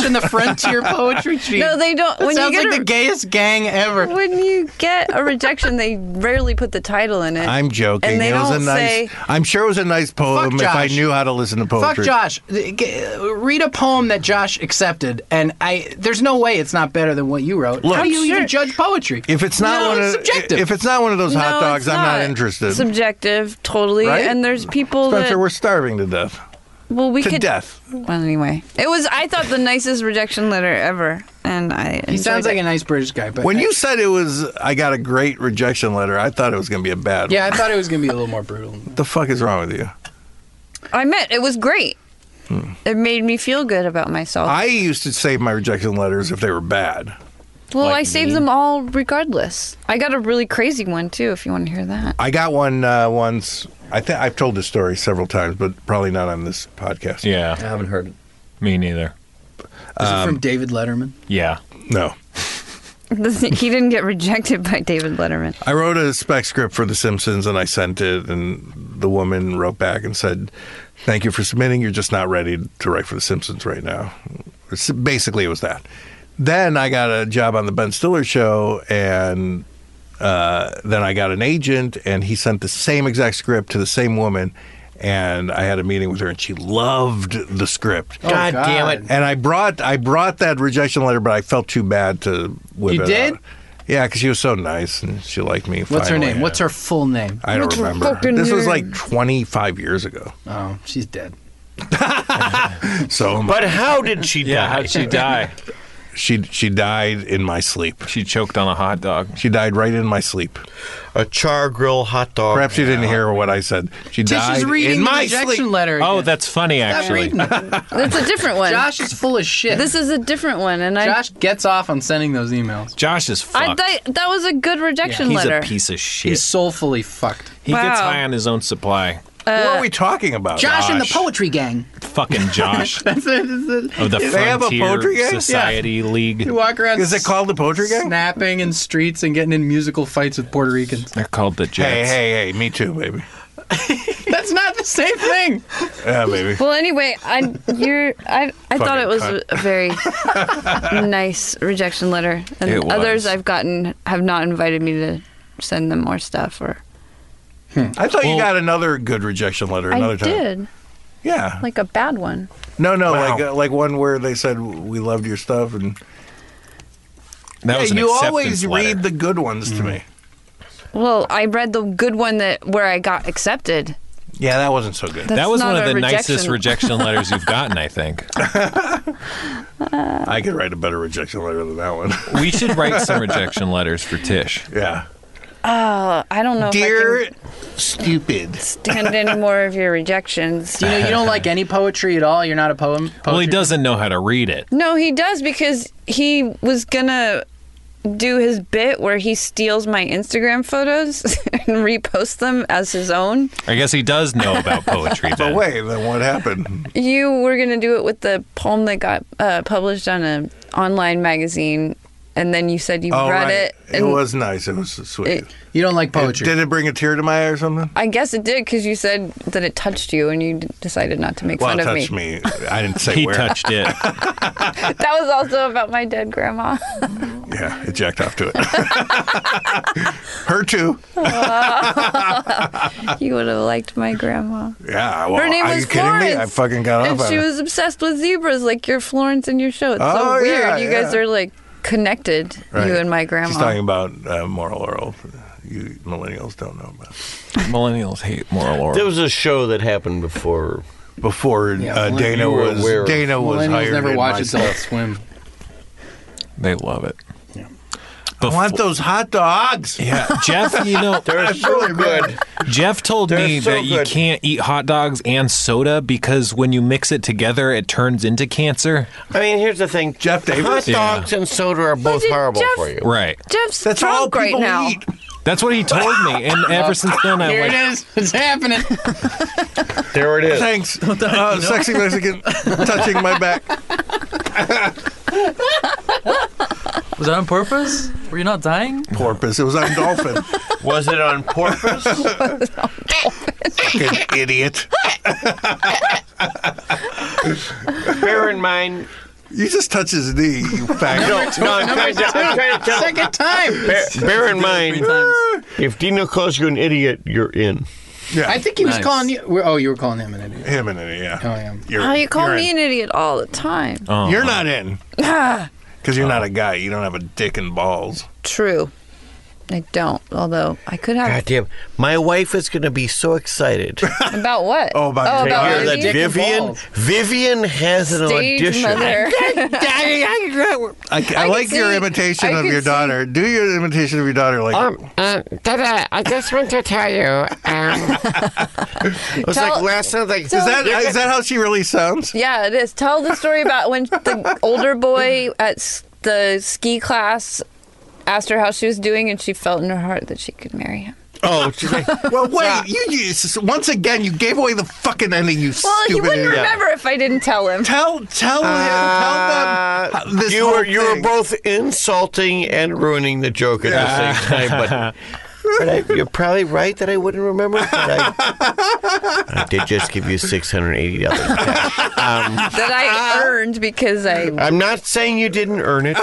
S2: <laughs>
S4: and the Frontier Poetry Team.
S9: No, they don't.
S4: That
S9: when
S4: sounds
S9: you get
S4: like
S9: a-
S4: the gayest gang ever.
S9: When you get a rejection, they rarely put the title in it.
S2: I'm joking.
S9: And they
S2: it was
S9: don't
S2: a nice.
S9: say-
S2: I'm sure it was a nice poem if I
S4: Josh.
S2: knew how to listen to poetry.
S4: Fuck Josh. The- g- Read a poem that Josh accepted, and I. There's no way it's not better than what you wrote.
S2: Look-
S4: How do you
S2: I'm
S4: even judge poetry?
S2: If it's not
S4: No,
S2: one
S4: it's
S2: of
S4: subjective.
S2: if it's not one of those hot
S9: No,
S2: dogs,
S9: it's
S2: I'm not interested.
S9: Subjective, totally.
S2: Right?
S9: And there's people
S2: Spencer,
S9: that.
S2: we're starving to death.
S9: well, we
S2: to
S9: could.
S2: death.
S9: Well, anyway, it was. I thought the nicest rejection letter ever, and I.
S4: He sounds like
S9: enjoyed
S4: a nice British guy, but
S2: When you said it was, I got a great rejection letter. I thought it was going to be a bad.
S4: yeah, I thought it was gonna be a little more brutal.
S2: What the fuck is wrong with you?
S9: it. I meant it was great.
S2: Hmm.
S9: It made me feel good about myself.
S2: I used to save my rejection letters if they were bad.
S9: well,
S2: like
S9: I saved
S2: me.
S9: them all regardless. I got a really crazy one too. If you want to hear that, <laughs>
S2: I got one uh, once. I think I've told this story several times, but probably not on this podcast.
S11: Yeah, I
S10: haven't heard it.
S11: Me neither.
S4: Is it
S2: Um,
S4: from David Letterman?
S11: yeah.
S2: No.
S9: he didn't get rejected by David Letterman.
S2: I wrote a spec script for The Simpsons and I sent it, and the woman wrote back and said, "Thank you for submitting. You're just not ready to write for The Simpsons right now." It's- basically, it was that. Then I got a job on the Ben Stiller show, and uh, then I got an agent, and he sent the same exact script to the same woman. And I had a meeting with her, and she loved the script.
S8: Oh, God God. damn it.
S2: And I brought I brought that rejection letter, but I felt too bad to whip
S4: You
S2: it
S4: did?
S2: out. Yeah, because she was so nice and she liked me.
S4: What's her
S2: finally.
S4: name? What's her full name?
S2: I don't
S4: What's her
S2: remember.
S4: fucking
S2: This was
S4: name?
S2: like 25 years ago.
S4: Oh, she's dead.
S2: So,
S8: but how did she
S11: Yeah, die? how'd she die?
S2: she she died in my sleep.
S11: She choked on a hot dog.
S2: She died right in my sleep.
S8: A char grill hot dog.
S2: Perhaps you didn't hear what I said. She
S4: Tish
S2: died
S4: is reading
S2: in
S4: the
S2: my
S4: rejection
S2: sleep.
S4: letter.
S11: Oh, that's funny,
S4: Stop
S11: actually.
S4: reading it.
S9: That's a different one.
S4: Josh is full of shit.
S9: This is a different one, and
S4: Josh gets off on sending those emails.
S11: Josh is
S9: I, I thi- that was a good rejection letter.
S11: piece of shit.
S4: He's soulfully fucked.
S11: He
S9: Wow.
S11: gets high on his own supply.
S9: Uh, What are we
S2: talking about?
S4: Josh and the Poetry Gang.
S11: fucking Josh
S4: <laughs> That's it. That's it.
S11: of the
S4: They have a
S11: Frontier
S4: poetry gang?
S11: Society League.
S4: You walk around.
S2: Is it called the Poetry Gang?
S4: Snapping in streets and getting in musical fights with Puerto <laughs> Ricans.
S11: They're called the
S2: Hey,
S11: Jets.
S2: hey, hey, me too, baby.
S4: That's not the same thing.
S2: Yeah, baby.
S9: Well, anyway, I you're I I thought
S2: Fucking
S9: it was
S2: cunt.
S9: a very
S11: <laughs>
S9: nice rejection letter, and
S2: It was.
S9: others I've gotten have not invited me to send them more stuff. Or
S2: I thought you got another good rejection letter another
S9: I
S2: time.
S9: did,
S2: Yeah.
S9: like a bad one.
S2: No, no, like uh, like one where they said we loved your stuff and
S11: That
S2: yeah,
S11: was an
S2: you
S11: acceptance
S2: always
S11: letter.
S2: read the good ones to me.
S9: Well, I read the good one that where I got accepted.
S2: Yeah, that wasn't so good.
S9: That's
S11: that was
S9: not
S11: one of
S9: a
S11: the nicest
S9: rejection-
S11: rejection letters you've gotten, I think.
S2: I could write a better rejection letter than that <laughs> one.
S11: We should write
S2: <laughs>
S11: some rejection letters for Tish.
S2: Yeah.
S9: Uh, I don't know
S2: Dear-
S9: if I
S2: Stupid.
S9: can stand
S2: <laughs>
S9: any more of your rejections.
S4: Do you know you don't like any poetry at all? You're not a poem. poetry
S11: Well, he doesn't know how to read it.
S9: No, he does because he was gonna do his bit where he steals my Instagram photos <laughs> and reposts them as his own.
S11: I guess he does know about poetry. Then.
S2: But wait, then what <laughs> happened?
S9: You were gonna do it with the poem that got uh, published on a online magazine, and then you said you
S2: Oh,
S9: read
S2: right.
S9: it.
S2: It
S9: And
S2: was nice. It was sweet.
S9: It-
S4: You don't like
S2: poetry. did it bring a tear to my eye or something?
S9: I guess it did because you said that it touched you, and you d- decided not to make
S2: well,
S9: fun
S2: it
S9: of
S2: touched me. I didn't say
S11: He
S2: where.
S11: touched it.
S9: that was also about my dead grandma. <laughs>
S2: yeah, it jacked off to it. <laughs> Her too.
S9: you would have liked my grandma.
S2: Yeah. Well,
S9: Her name
S2: are
S9: was
S2: you kidding me? I
S9: Florence,
S2: fucking got
S9: and
S2: off on
S9: she
S2: it.
S9: was obsessed with zebras, like your Florence and your show. It's
S2: Oh,
S9: so weird.
S2: yeah,
S9: you guys
S2: yeah.
S9: are like connected,
S2: Right.
S9: you and my grandma.
S2: She's talking about uh, moral oral. You millennials don't know about.
S11: Millennials hate moral
S8: There
S11: oral.
S8: was a show that happened before.
S2: Before uh, Dana
S8: You were
S2: was
S8: aware of-
S2: Dana was
S4: Millennials
S2: hired.
S4: never
S2: in
S4: watch
S2: my
S4: Adult
S2: stuff.
S4: Swim.
S11: They love it.
S2: I want those hot <laughs> dogs.
S11: Yeah, Jeff,
S2: <laughs>
S11: you know,
S8: They're so good.
S11: Jeff told
S8: They're
S11: me
S8: so
S11: that you
S8: good.
S11: can't eat hot dogs and soda because when you mix it together, it turns into cancer.
S8: I mean, here's the thing.
S2: Jeff
S8: Hot
S11: Yeah.
S8: dogs and soda are both
S9: did
S8: horrible
S9: Jeff-
S8: for you.
S11: Right.
S9: Jeff's drunk right now.
S11: That's what he told me, and
S10: <laughs>
S11: ever since then, I
S4: Here
S11: like.
S4: it is. It's happening.
S8: There
S11: <laughs>
S8: it
S2: <laughs>
S8: is.
S2: Thanks, uh, sexy <laughs> Mexican, touching my back.
S10: Was that on purpose? Were you not dying?
S2: Porpoise. It was on dolphin.
S8: Was it on purpose?
S2: Fucking idiot.
S8: Bear in mind.
S2: You just touch his knee, you faggot.
S8: No, no, I'm trying to, I'm trying to tell.
S4: Second time.
S8: Bear, bear in mind, if Dino calls you an idiot, you're in.
S2: Yeah.
S4: I think he was
S10: Nice.
S4: calling you. well, Oh, you were calling him an idiot.
S2: Him and it, yeah.
S4: Oh, I am.
S2: You're,
S9: Oh, you call
S2: you're
S9: me
S2: in.
S9: an idiot all the time.
S11: Oh.
S2: You're
S9: <sighs>
S2: not in
S9: Ah,
S2: Oh. because you're not a guy. You don't have a dick and balls.
S9: True. I don't. Although I could have.
S8: Goddamn, my wife is gonna be so excited.
S9: <laughs> About what? Oh,
S8: to hear
S9: Vivian?
S8: that Vivian, Vivian has an
S9: Stage
S8: audition.
S9: mother.
S2: I, I, like your imitation of your daughter. Do your imitation of your daughter like
S15: Uh, Dada, I just want to tell you. Um,
S8: It was like last night. Like,
S2: is that is
S9: <laughs>
S2: that how she really sounds?
S9: Yeah, it is. Tell the story about when the older boy at s- the ski class asked her how she was doing, and she felt in her heart that she could marry him.
S8: Oh, <laughs>
S9: uh,
S2: well, wait. You, you once again you gave away the fucking ending. You
S9: Well, he
S2: stupid
S9: wouldn't
S2: idiot.
S9: remember if I didn't tell him.
S2: Tell, tell Uh,
S8: him, tell them. Uh, you were you were both insulting and ruining the joke at the same time.
S9: <laughs>
S8: But, but I, you're probably right that I wouldn't remember. But I,
S9: <laughs>
S8: I did just give you six hundred eighty dollars. Um,
S9: that
S8: <laughs>
S9: I earned because I.
S8: I'm not saying you didn't earn it.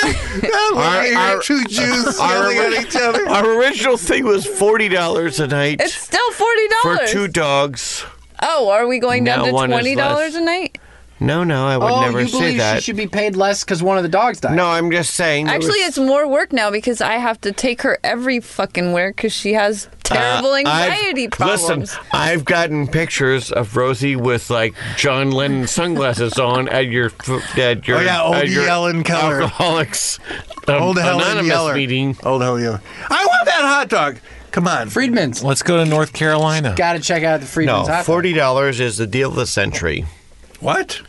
S9: <laughs>
S2: two Jews yelling at each other.
S8: Our original thing was forty dollars a night
S9: It's still forty
S8: for
S9: dollars.
S8: two dogs.
S9: Oh, are we going down
S8: Now
S9: to
S8: one is
S9: twenty dollars a night?
S8: No, no, I would
S9: Oh,
S8: never
S9: you
S8: say
S9: believe she
S8: that.
S9: should
S4: be paid less because one of the dogs died.
S8: No, I'm just saying. there
S9: Actually,
S8: was-
S9: it's more work now because I have to take her every fucking where because she has terrible
S8: Uh, I've-
S9: anxiety problems.
S8: Listen, I've gotten pictures of Rosie with like John Lennon sunglasses on at your f- at your
S2: Oh, yeah, old
S8: at your
S2: Yellen Keller.
S8: alcoholics um,
S2: Old Helen
S8: anonymous
S2: Yeller.
S8: meeting.
S2: Old hell yeah! I want that hot dog. Come on,
S4: Friedman's.
S11: Let's go to North Carolina.
S4: Got to check out the Friedman's
S8: no,
S4: hot
S8: forty dollars is the deal of the century.
S2: What?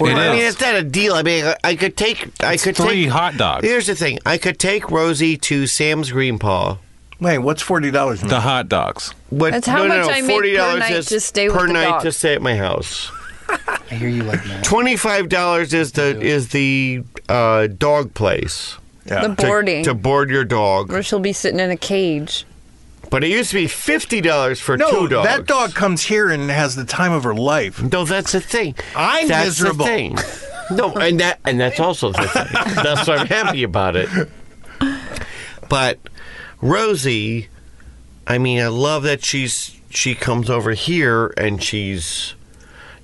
S11: It
S8: I mean,
S11: is.
S8: it's not a deal. I mean, I- I could take. I could
S11: three
S8: take,
S11: hot dogs.
S8: Here's the thing: I could take Rosie to Sam's Green Paw.
S2: Wait, what's forty dollars?
S11: The hot dogs.
S8: What?
S9: That's how
S8: no,
S9: much
S8: no, no,
S9: I make per
S8: Forty dollars
S9: night
S8: is
S9: to stay with
S8: per
S9: the
S8: night
S9: dog.
S8: to stay at my house.
S4: <laughs> I hear you like that.
S8: Twenty-five dollars is the is the uh, dog place.
S9: Yeah. The
S8: To-
S9: boarding.
S8: to, board your dog.
S9: Or she'll be sitting in a cage.
S8: But it used to be fifty dollars for
S2: No,
S8: two dogs.
S2: that dog comes here and has the time of her life.
S8: No, that's the thing.
S2: I'm
S8: That's
S2: miserable.
S8: The thing. No, and that and that's also the thing. that's why I'm happy about it. But Rosie, I mean, I love that she's she comes over here and she's.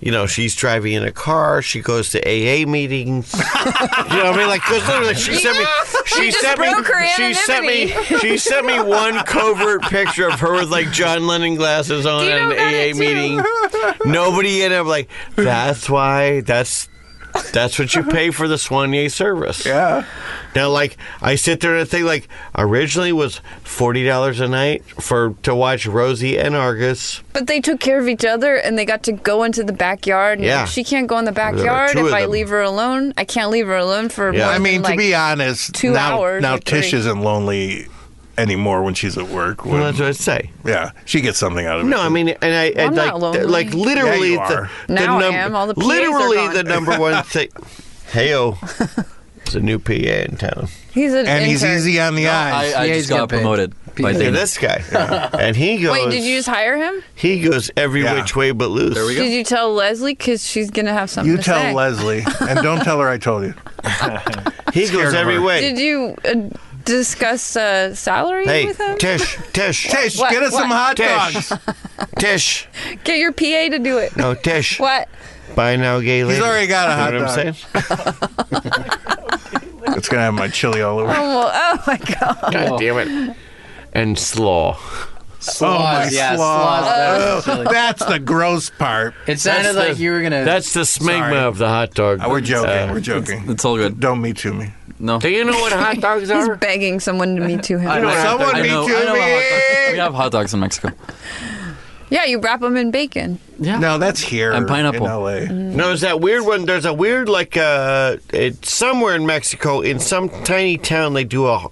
S8: You know, she's driving in a car. She goes to AA meetings. <laughs> you know what I mean? Like, 'cause literally, she sent me. She
S9: You just
S8: sent
S9: broke her
S8: me. She sent me.
S9: anonymity.
S8: <laughs> She sent me one covert picture of her with like John Lennon glasses on at an AA meeting. Nobody in it. I'm like, that's why. That's that's what you pay for the Soignier service.
S2: Yeah.
S8: Now, like, I sit there and think, like, originally was forty dollars a night for to watch Rosie and Argus.
S9: But they took care of each other and they got to go into the backyard. And
S8: Yeah.
S9: if she can't go in the
S8: There were
S9: backyard.
S8: two of
S9: If I
S8: them.
S9: leave her alone, I can't leave her alone for more
S2: I mean,
S9: than,
S2: to
S9: like,
S2: be honest,
S9: two
S2: now,
S9: hours.
S2: now
S9: or
S2: Tish
S9: three.
S2: isn't lonely anymore when she's at work. When,
S8: Well, that's what I say.
S2: Yeah, she gets something out of it.
S8: No, I mean, and I and
S9: I'm not
S8: like, th-
S9: lonely.
S8: like literally
S2: Yeah, you
S8: the,
S2: are.
S8: the
S9: Now I
S8: num-
S9: am. All the PAs are
S8: literally
S9: gone.
S8: the number one
S9: <laughs>
S8: thing. Heyo, there's a new PA in town.
S9: He's an
S2: And he's
S9: intern.
S2: easy on the eyes.
S10: I, I
S8: Yeah, he's
S10: just
S8: getting
S10: got
S8: paid.
S10: promoted. By
S8: Look
S10: Dave.
S8: at this guy,
S2: <laughs>
S8: and he goes.
S9: Wait, did you just hire him?
S8: He goes every which way but loose. There
S9: Did you tell Leslie? Because she's going to have something
S2: You
S9: to
S2: tell
S9: say.
S2: Leslie, and don't tell her I told
S9: <laughs>
S2: you.
S8: he goes every way.
S9: Did you uh, discuss uh, salary
S8: Hey,
S9: with him?
S8: Tish, Tish,
S9: Tish, What? get us some What?
S8: Tish,
S9: hot
S8: Tish,
S9: Get your PA to do it.
S8: no, Tish.
S9: What?
S8: Bye now, gay lady.
S2: already got a hot
S8: you know
S2: dog.
S8: What I'm saying?
S2: It's gonna have my chili all
S9: Oh,
S2: over.
S9: well, oh my God.
S8: <laughs> God damn it. And slaw.
S2: oh my
S4: yeah,
S2: slaws.
S4: slaws, that's
S2: Oh,
S4: chili.
S2: that's the gross part.
S4: It sounded like you were gonna.
S8: That's the smegma
S2: Sorry.
S8: of the hot dog.
S2: Uh, we're joking.
S8: Uh,
S2: we're joking.
S10: It's all good.
S2: Don't me to me.
S10: No.
S8: Do Uh, you know what hot dogs
S11: <laughs>
S9: He's
S8: are?
S9: begging someone to meet to him.
S2: Someone
S10: I
S2: me
S10: know-
S2: to
S10: I know how hot dogs- We
S2: me.
S10: have hot dogs in Mexico.
S9: Yeah, you wrap them in bacon.
S10: Yeah.
S2: No, that's here.
S10: And pineapple.
S2: in
S9: Mm.
S2: L.A.
S8: No, it's that weird one. There's a weird like uh, it's somewhere in Mexico in some tiny town they do a,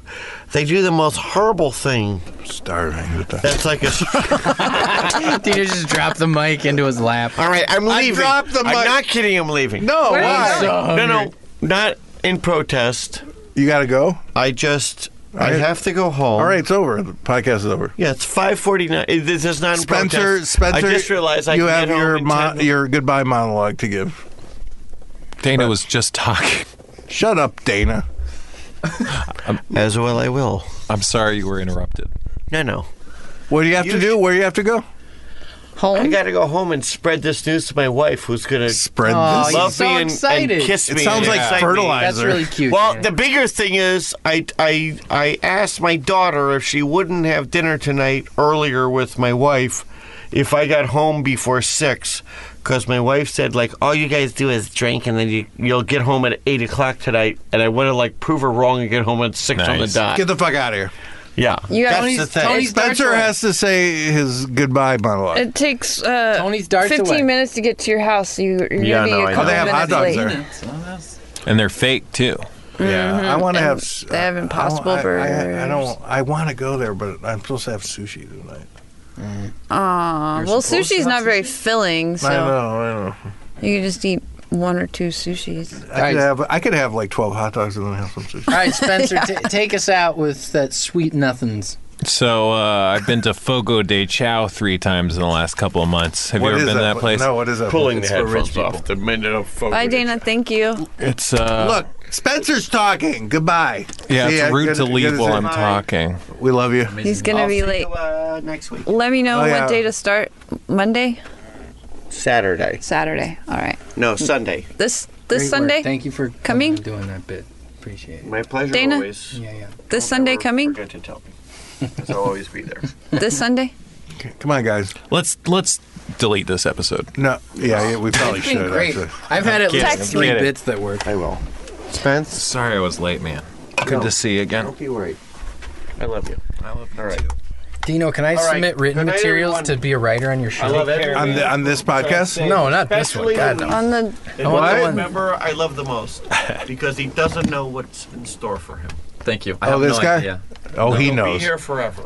S8: they do the most horrible thing.
S2: Starving to death. <laughs>
S8: That's like a.
S4: Dude, you just dropped the mic into his lap.
S8: All right, I'm leaving.
S2: dropped the mic.
S8: I'm not kidding. I'm leaving.
S2: No,
S9: Where are
S2: why?
S9: you going?
S8: no, no, not in protest.
S2: You gotta go.
S8: I just I
S2: right.
S8: have to go home.
S2: All right, it's over. The podcast is over.
S8: Yeah, it's five forty nine. This is not in
S2: Spencer,
S8: protest.
S2: Spencer,
S8: I just realized I
S2: you
S8: can
S2: have
S8: get home
S2: your
S8: in
S2: mo-
S8: 10
S2: your goodbye monologue to give.
S11: Dana was just talking.
S2: Shut up, Dana.
S8: As well, I will.
S11: I'm sorry you were interrupted.
S8: No, no.
S2: What do you have to do? Where do you have to go?
S9: Home?
S8: I gotta go home and spread this news to my wife, who's gonna
S2: spread
S9: Aw, this. you're
S8: love
S9: so
S8: me and,
S9: excited.
S8: and kiss
S2: It
S8: me.
S2: sounds
S8: and
S2: like
S8: excite me.
S2: fertilizer. That's really cute,
S8: Well, the bigger thing is, I I I asked my daughter if she wouldn't have dinner tonight earlier with my wife, if I got home before six, because my wife said like all you guys do is drink and then you you'll get home at eight o'clock tonight, and I want to like prove her wrong and get home at six on the
S2: Nice.
S8: dot.
S2: Get the fuck out of here.
S8: Yeah,
S9: You got
S8: that's
S9: Tony's-
S8: the thing.
S9: Tony's
S2: Spencer
S9: Oh, dark away.
S2: has to say his goodbye monologue.
S9: It takes uh, Tony's
S4: darts
S9: 15
S4: away.
S9: minutes to get to your house. so You, you're
S11: Yeah,
S9: gonna
S11: no, I
S9: be
S11: know.
S9: a
S11: Oh,
S9: couple
S11: they have hot
S9: minutes
S11: dogs
S9: late.
S11: there. and they're fake too.
S2: Yeah, I want to
S9: Mm-hmm. And
S2: Oh, have.
S9: they have Impossible
S2: I, I-
S9: Burgers.
S2: I, don't. I want to go there, but I'm supposed to have sushi tonight.
S9: Aw,
S2: You're
S9: well,
S2: supposed to
S9: sushi's
S2: have
S9: not very filling, so
S2: I know. I know.
S9: you can just eat one or two sushis.
S2: I could have. I could have like 12 hot dogs and then have some sushi.
S4: All right, <laughs> Spencer, ta take us out with that sweet nothings.
S11: So uh, I've been to Fogo de Chao three titimes in the last couple of months. Have
S2: What
S11: you ever
S2: is
S11: been to
S2: that pla-
S11: that place?
S2: no, what is that Pulling place? the
S11: It's for rich
S2: headphones off
S11: people.
S2: the minute of Fogo.
S9: Bye, Dana. Thank you.
S11: It's uh,
S2: Look, Spencer's talking. Goodbye.
S11: Yeah,
S2: See,
S11: it's
S2: I
S11: rude
S2: gotta-
S11: to leave
S2: gotta
S11: while
S2: say
S11: I'm
S2: bye.
S11: talking.
S2: We love you.
S9: He's gonna be late.
S6: uh, next week.
S9: Let me know
S6: Oh,
S9: what
S6: yeah.
S9: day to start. Monday,
S6: Saturday.
S9: Saturday. All right.
S6: No, Sunday.
S9: This this
S4: Great
S9: Sunday.
S4: work. Thank you for
S9: coming.
S4: doing that bit. Appreciate it.
S6: My pleasure
S9: Dana?
S6: always.
S4: Yeah, yeah.
S9: This Sunday coming.
S6: Forget to tell me. 'cause I'll always be
S8: <laughs>
S6: there.
S9: This Sunday.
S2: Come on, guys.
S11: Let's let's delete this episode.
S2: No, yeah, yeah we probably
S4: It's been should, great. actually. I've had at least three bits that work.
S11: I will. Spence, sorry I was late, man. Good to see you again. Don't
S6: be worried. I love you. I love you. All right.
S4: Dino, can I
S6: All right.
S4: submit written
S6: Good night,
S4: materials
S6: everyone.
S4: to be a writer on your show?
S6: I love everyone. On the- on
S2: this podcast?
S4: No, not this one.
S6: Especially
S4: God, no.
S6: the-
S9: On the
S6: And
S4: I
S6: what
S4: want the
S6: I
S4: one-
S6: remember I love the most because he doesn't know what's in store for him.
S10: Thank you. I
S2: Oh,
S10: have
S2: this
S10: no
S2: guy.
S10: idea.
S2: Oh, he
S6: He'll
S2: knows.
S6: Be here forever.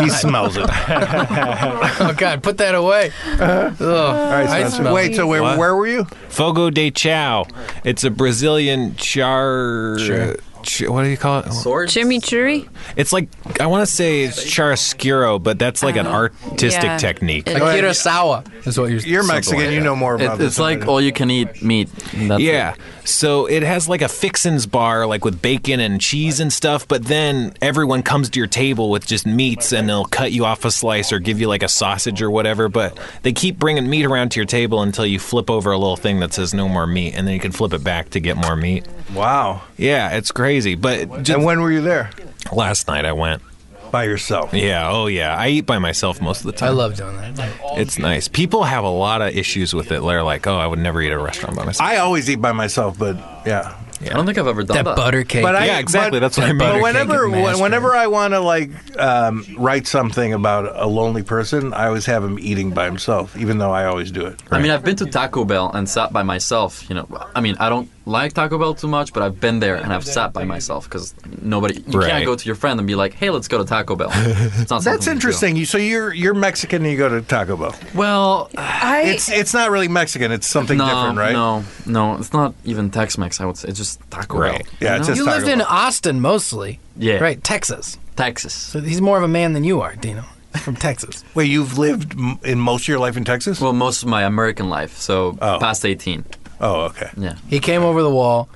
S2: he smells it.
S4: <laughs> oh God, put that away. Ugh, I smell it.
S11: What?
S2: were you?
S11: Fogo de Chao. It's a Brazilian char.
S4: Sure.
S11: ch- what do you call it?
S9: Jimmy Churi.
S11: It's like I want to say it's chiaroscuro, but that's like an artistic
S9: yeah.
S11: technique.
S4: Akira Sawa is what
S2: You're
S4: you're.
S11: Something
S2: Mexican.
S11: like
S2: you
S11: that.
S2: know more
S11: It-
S2: about this.
S11: it's like
S2: than I do.
S10: All you can eat meat. That's
S11: yeah. So it has like a fixins bar, like with bacon and cheese and stuff, but then everyone comes to your table with just meats and they'll cut you off a slice or give you like a sausage or whatever. But they keep bringing meat around to your table until you flip over a little thing that says no more meat and then you can flip it back to get more meat.
S2: Wow.
S11: Yeah, it's crazy. But just
S2: and when were you there?
S11: last night I went.
S2: By yourself?
S11: Yeah. Oh, yeah. I eat by myself most of the time.
S4: I love doing that.
S11: It's nice. People have a lot of issues with it. They're like, "Oh, I would never eat at a restaurant by myself."
S2: I always eat by myself, but yeah.
S10: I don't think I've ever done
S4: That
S10: that.
S4: butter cake.
S2: But I,
S11: Yeah, exactly.
S2: but-
S11: That's what I mean.
S2: But
S11: Butter
S2: whenever,
S11: cake and mashed
S2: whenever I want to like um, write something about a lonely person, I always have him eating by himself, even though I always do it.
S10: I mean, I've been to Taco Bell and sat by myself. You know, I mean, I don't like Taco Bell too much, but I've been there and I've sat by myself because nobody. You
S11: Right.
S10: can't go to your friend and be like, "Hey, let's go to Taco Bell." It's <laughs> not something
S2: That's
S10: to do.
S2: interesting. You so you're you're Mexican and you go to Taco Bell.
S10: Well,
S9: I
S2: it's it's not really Mexican. It's something
S10: no,
S2: different, right?
S10: No, no, it's not even Tex-Mex. I would say it's just Taco
S2: Right.
S10: Bell.
S2: Yeah,
S10: you
S2: it's
S10: know?
S2: just
S4: You
S2: Taco
S4: lived in
S2: Bell.
S4: Austin mostly.
S10: Yeah.
S4: Right, Texas.
S10: Texas.
S4: So he's more of a man than you are, Dino. From Texas.
S2: Wait, you've lived m- in most of your life in Texas?
S10: Well, most of my American life, so past eighteen.
S2: Oh, okay.
S10: Yeah,
S4: He came over the wall,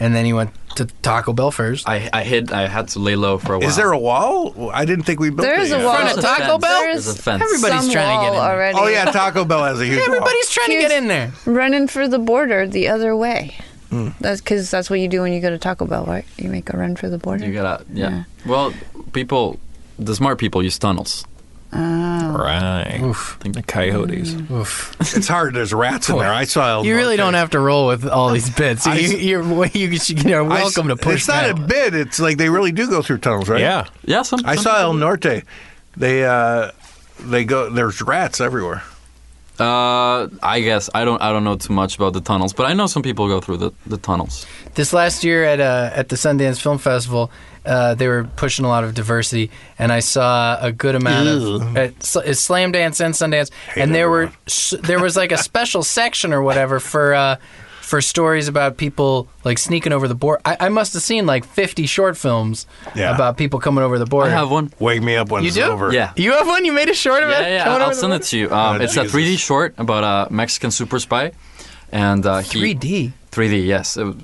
S4: and then he went to Taco Bell first.
S10: I I hid. I had to lay low for a while.
S2: Is there a wall? Well, I didn't think we built.
S9: There is
S2: it
S9: a
S2: yet.
S9: wall.
S10: Front of Taco Bell? There's a fence.
S4: Everybody's
S9: some
S4: trying to get
S9: wall
S4: in there.
S9: already.
S2: Oh yeah, Taco Bell has a huge.
S4: Everybody's trying to get in there.
S9: running for the border the other way.
S2: Hmm.
S9: That's because that's what you do when you go to Taco Bell, right? You make a run for the border.
S10: You gotta. Yeah. Well, people, the smart people use tunnels.
S9: Oh.
S11: Right.
S4: Oof.
S11: Think the coyotes.
S4: Oof.
S2: Wall. It's hard. There's rats in there. I saw. a
S4: You really don't have to roll with all these bits.
S2: <laughs>
S4: You,
S2: I s-
S4: you're, you, should- you're
S2: I s-
S4: welcome to push
S2: It's not
S4: back.
S2: a bid. It's like they really do go through tunnels, right?
S11: Yeah.
S10: Yeah. Some.
S2: I
S10: some
S2: saw El
S10: people-
S2: Norte. They uh, they go. There's rats everywhere.
S10: Uh, I guess I don't. I don't know too much about the tunnels, but I know some people go through the, the tunnels.
S4: This last year at uh, at the Sundance Film Festival, uh, they were pushing a lot of diversity, and I saw a good amount of
S2: Ew.
S4: at, S- at Slam Dance and Sundance, and there were s- there was like a special section or whatever for. Uh, for stories about people like sneaking over the border, I, I must have seen like fifty short films
S2: Yeah.
S4: about people coming over the border.
S10: I have one.
S2: Wake me up when
S4: You
S2: it's
S4: do?
S2: over.
S10: Yeah.
S4: You have one? You made a short about
S10: Yeah, yeah.
S4: coming
S10: I'll
S4: over the
S10: send
S4: border?
S10: it to you. Um,
S2: Oh,
S10: it's a
S2: Jesus.
S10: 3D short about a Mexican super spy, and uh, he,
S4: 3D.
S10: 3D. Yes. It-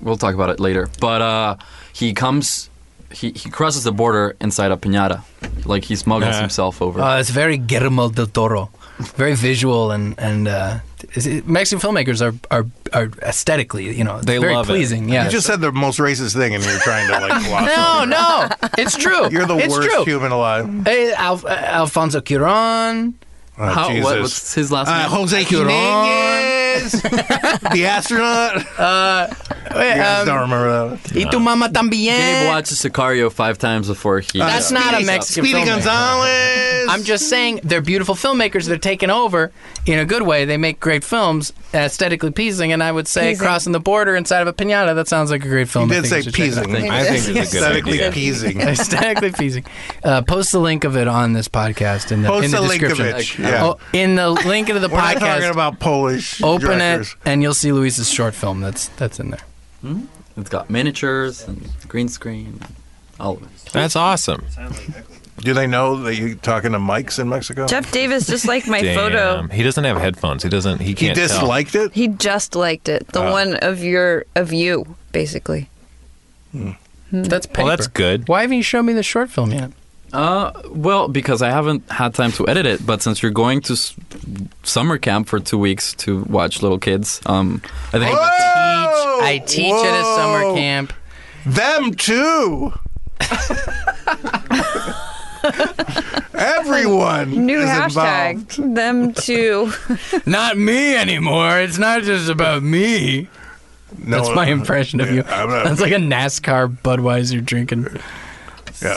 S10: we'll talk about it later. But uh, he comes. He, he crosses the border inside a piñata, like he smuggles
S4: Uh.
S10: himself over.
S4: Uh, it's very Guillermo del Toro. very visual and and uh, is it- Mexican filmmakers are are, are aesthetically, you know, it's very pleasing. Yeah,
S2: You just said the most racist thing, and you're trying to
S4: <laughs>
S2: like. gloss <laughs>
S4: no,
S2: over it.
S4: no, it's true.
S2: You're the
S4: It's
S2: worst
S4: true.
S2: human alive.
S4: Hey, Al- uh, Alfonso Cuarón.
S2: Oh, Jesus. Uh, Jose Cuarón, the
S4: <laughs>
S2: astronaut.
S4: Uh,
S2: you guys don't
S4: Um,
S2: remember that. one.
S4: Y tu mama
S10: Gabe
S4: también.
S10: watches Sicario five times before he.
S4: That's not a Mexican
S10: Speedy
S4: filmmaker.
S2: Gonzalez.
S4: I'm just saying they're beautiful filmmakers. They're taking over in a good way. They make great films, aesthetically pleasing. And I would say
S2: Pleasing.
S4: crossing the border inside of a pinata. That sounds like a great film.
S2: You
S4: I
S2: did
S4: think
S2: say
S4: you should check it out.
S2: pleasing. I think it's a good <laughs> Aesthetically idea.
S4: <laughs>
S2: pleasing.
S4: aesthetically pleasing. Uh, post the link of it on this podcast in the,
S2: Post
S4: in the,
S2: the link of
S4: description.
S2: it, yeah.
S4: Oh, in the link into
S2: <laughs>
S4: the
S2: We're not
S4: podcast.
S2: talking about Polish
S4: Open
S2: directors.
S4: it, and you'll see Luis's short film. That's that's in there.
S10: Hmm? It's got miniatures and green screen, all of it.
S11: That's awesome.
S2: Do they know that you're talking to mics in Mexico?
S9: Jeff Davis just liked my
S11: Damn.
S9: photo.
S11: He doesn't have headphones. He doesn't. He can't.
S2: disliked it.
S9: He just liked it. The
S10: Uh.
S11: Oh.
S9: one of your of you, basically.
S4: That's paper.
S10: that's
S11: good.
S4: Why haven't you shown me the short film yet?
S10: Uh, well, because I haven't had time to edit it, but since you're going to s- summer camp for two weeks to watch little kids, um, I think.
S4: I teach at a summer camp.
S2: Them too. Everyone
S9: <laughs> New
S2: is
S9: hashtag.
S2: involved.
S9: Them
S2: <laughs>
S9: too.
S4: Not me anymore. It's not just about me. that's my
S2: uh,
S4: impression of you.
S2: I'm not- <laughs>
S4: that's like a NASCAR Budweiser drinking.
S2: Yeah,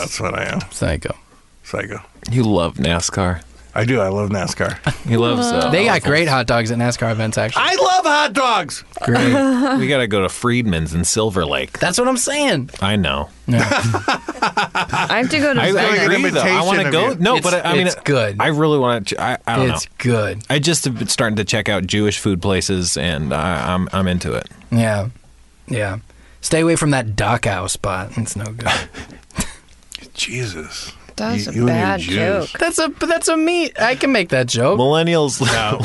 S2: that's what I am.
S4: Psycho.
S2: Psycho.
S11: You love NASCAR.
S2: I do. I love NASCAR.
S11: He loves. Uh,
S4: they got great hot dogs at NASCAR events. Actually,
S2: I love hot dogs.
S11: Great. we gotta go to Friedman's in Silver Lake.
S4: That's what I'm saying.
S11: I know.
S9: I have to go to
S11: I, I
S9: Venice.
S11: agree though. I want to go. No,
S4: It's-
S11: but I, I mean,
S4: it's good.
S11: I really want to. I, I don't know.
S4: It's good.
S11: I just have been starting to check out Jewish food places, and I, I'm I'm into it.
S4: Yeah, yeah. Stay away from that Dachau spot. It's no
S11: <laughs>
S4: good.
S2: Jesus.
S9: That was
S2: You-
S9: a
S2: you and your
S9: bad
S2: Jews.
S9: joke.
S4: That's a but that's a meat. I can make that joke.
S11: Millennials.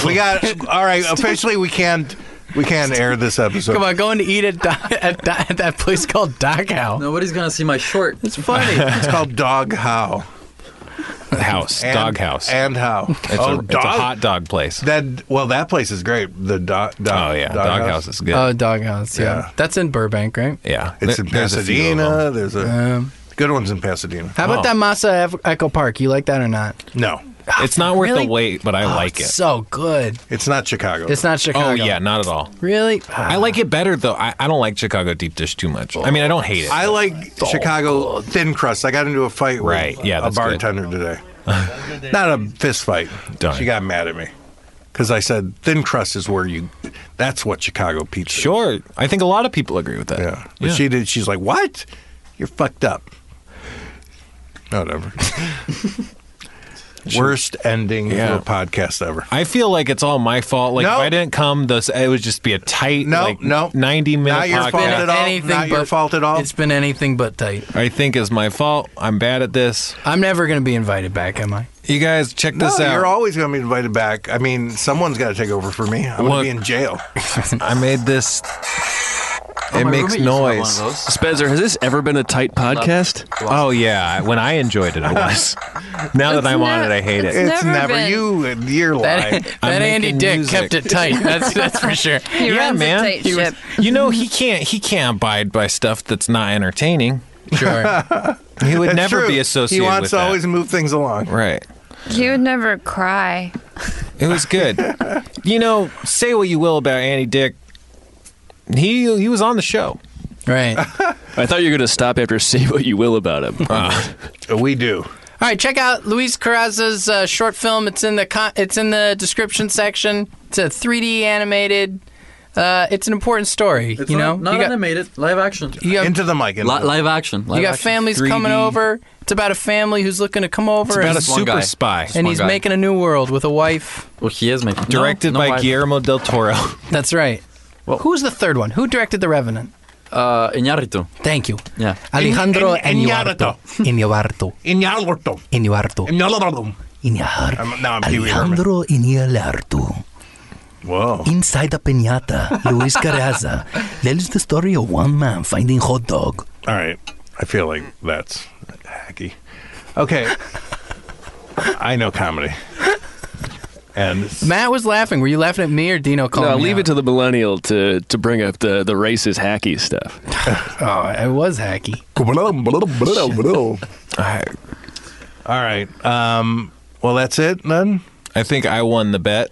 S2: we got. All right. Officially, we can't. We can't air <laughs> this episode.
S4: Come on, going to eat at, Da- <laughs> at, Da- at that place called Dachau.
S10: Nobody's gonna see my short.
S4: It's
S10: <laughs>
S4: funny.
S2: It's called Dog How.
S11: House,
S2: And-
S11: dog house.
S2: And how? Oh,
S11: It's, a, it's a hot dog place.
S2: That well, that place is great. The dog. dog oh yeah,
S11: Doghouse is good.
S4: Oh, doghouse. Yeah.
S2: Yeah.
S4: that's in Burbank, right?
S11: Yeah,
S2: It's in
S11: there's a few of them.
S2: Pasadena. There's a
S4: Um,
S2: good one's in Pasadena.
S4: How
S11: Oh.
S4: about that Masa Ev- Echo Park? You like that or not?
S2: No,
S11: it's not worth
S4: Really?
S11: the wait, but I
S4: Oh,
S11: like
S4: it's
S11: it.
S4: So good.
S2: It's not Chicago.
S4: It's not Chicago.
S11: Oh yeah, not at all.
S4: Really?
S11: I like it better though. I, I don't like Chicago deep dish too much. I mean, I don't hate it.
S2: I like Chicago thin crust. I got into a fight with
S11: Right, yeah,
S2: a
S11: that's good.
S2: bartender
S4: <laughs>
S2: today. Not a fist fight.
S11: Darn.
S2: She got mad at me because I said thin crust is where you. That's what Chicago pizza. is."
S11: Sure, I think a lot of people agree with that. Yeah,
S2: But she did. She's like, "What? You're fucked up."
S11: <laughs>
S2: Whatever. Worst ending to
S11: Yeah.
S2: a podcast ever.
S11: I feel like it's all my fault. Like if I didn't come, this it would just be a tight,
S2: No,
S11: like,
S2: no.
S11: ninety minute.
S2: Not your
S11: podcast.
S2: fault at all.
S4: Ah. anything
S2: Not your
S4: but-
S2: fault at all.
S4: It's been anything but tight.
S11: I think is my fault. I'm bad at this.
S4: I'm never going to be invited back, am I?
S11: You guys, check
S2: No,
S11: this out.
S2: Oh, you're always going to be invited back. I mean, someone's got to take over for me. I'm going to
S11: Look.
S2: be in
S11: <laughs>
S2: jail.
S11: I made this.
S5: Oh,
S11: it
S5: my
S11: makes
S5: roommate used to have one of
S11: noise.
S5: those. Spencer, has this ever been a tight podcast?
S11: Oh yeah, when I enjoyed it, it was. now that
S5: It's
S11: I'm on
S5: ne-
S11: it, I hate it.
S5: it's It's never never been-
S2: you. You're lying.
S4: <laughs> That,
S11: I'm
S4: that Andy
S11: making
S4: Dick
S11: music.
S4: kept it tight. That's that's for
S11: <laughs>
S4: sure.
S9: He
S11: yeah,
S9: runs a
S11: man.
S9: tight
S11: He was-
S9: ship.
S11: you know he can't he can't abide by stuff that's not entertaining.
S4: Sure.
S11: He <laughs> would
S2: That's
S11: never
S2: true.
S11: be associated.
S2: He wants
S11: with
S2: to
S11: that.
S2: always move things along.
S11: right.
S9: He would never cry.
S11: It was good. you know, say what you will about Andy Dick. He he was on the show.
S4: Right.
S5: I thought you were going to stop after say what you will about him.
S2: we do.
S4: All right, check out Luis Carraza's uh, short film. It's in the con- it's in the description section. It's a 3D animated. Uh, it's an important story.
S10: It's
S4: you know,
S10: not, not
S4: you got,
S10: animated, live action.
S4: you got,
S2: Into the mic.
S10: Li- live action. Live
S4: you got
S10: action.
S4: families
S10: 3D.
S4: coming over. It's about a family who's looking to come over.
S11: It's about
S4: and-
S11: a super
S10: guy.
S11: spy.
S4: and he's
S10: guy.
S4: making a new world with a wife.
S10: Well, he is making.
S11: Directed
S10: no, no,
S11: by
S10: I-
S11: Guillermo del Toro.
S4: That's right. Who's the third one? Who directed The Revenant?
S10: Uh, Iñárritu.
S4: Thank you.
S10: Yeah.
S4: Alejandro
S2: In- in-
S4: Eñarto. Eñarto.
S2: Iñárritu.
S4: Eñarto.
S2: Iñárritu. I'm- No, I'm Pee Wee Herman.
S16: Alejandro Iñárritu.
S2: Whoa.
S16: Inside a piñata, Luis Carraza tells the story of one man finding hot dog.
S2: All right. I feel like that's <laughs> hacky. Okay. I know comedy. And
S4: Matt was laughing. Were you laughing at me or Dino calling
S5: No,
S4: me
S5: leave it to the millennial to to bring up the the racist hacky stuff.
S4: oh, it was hacky.
S2: All right. Um, well, that's it then.
S11: I think I won the bet.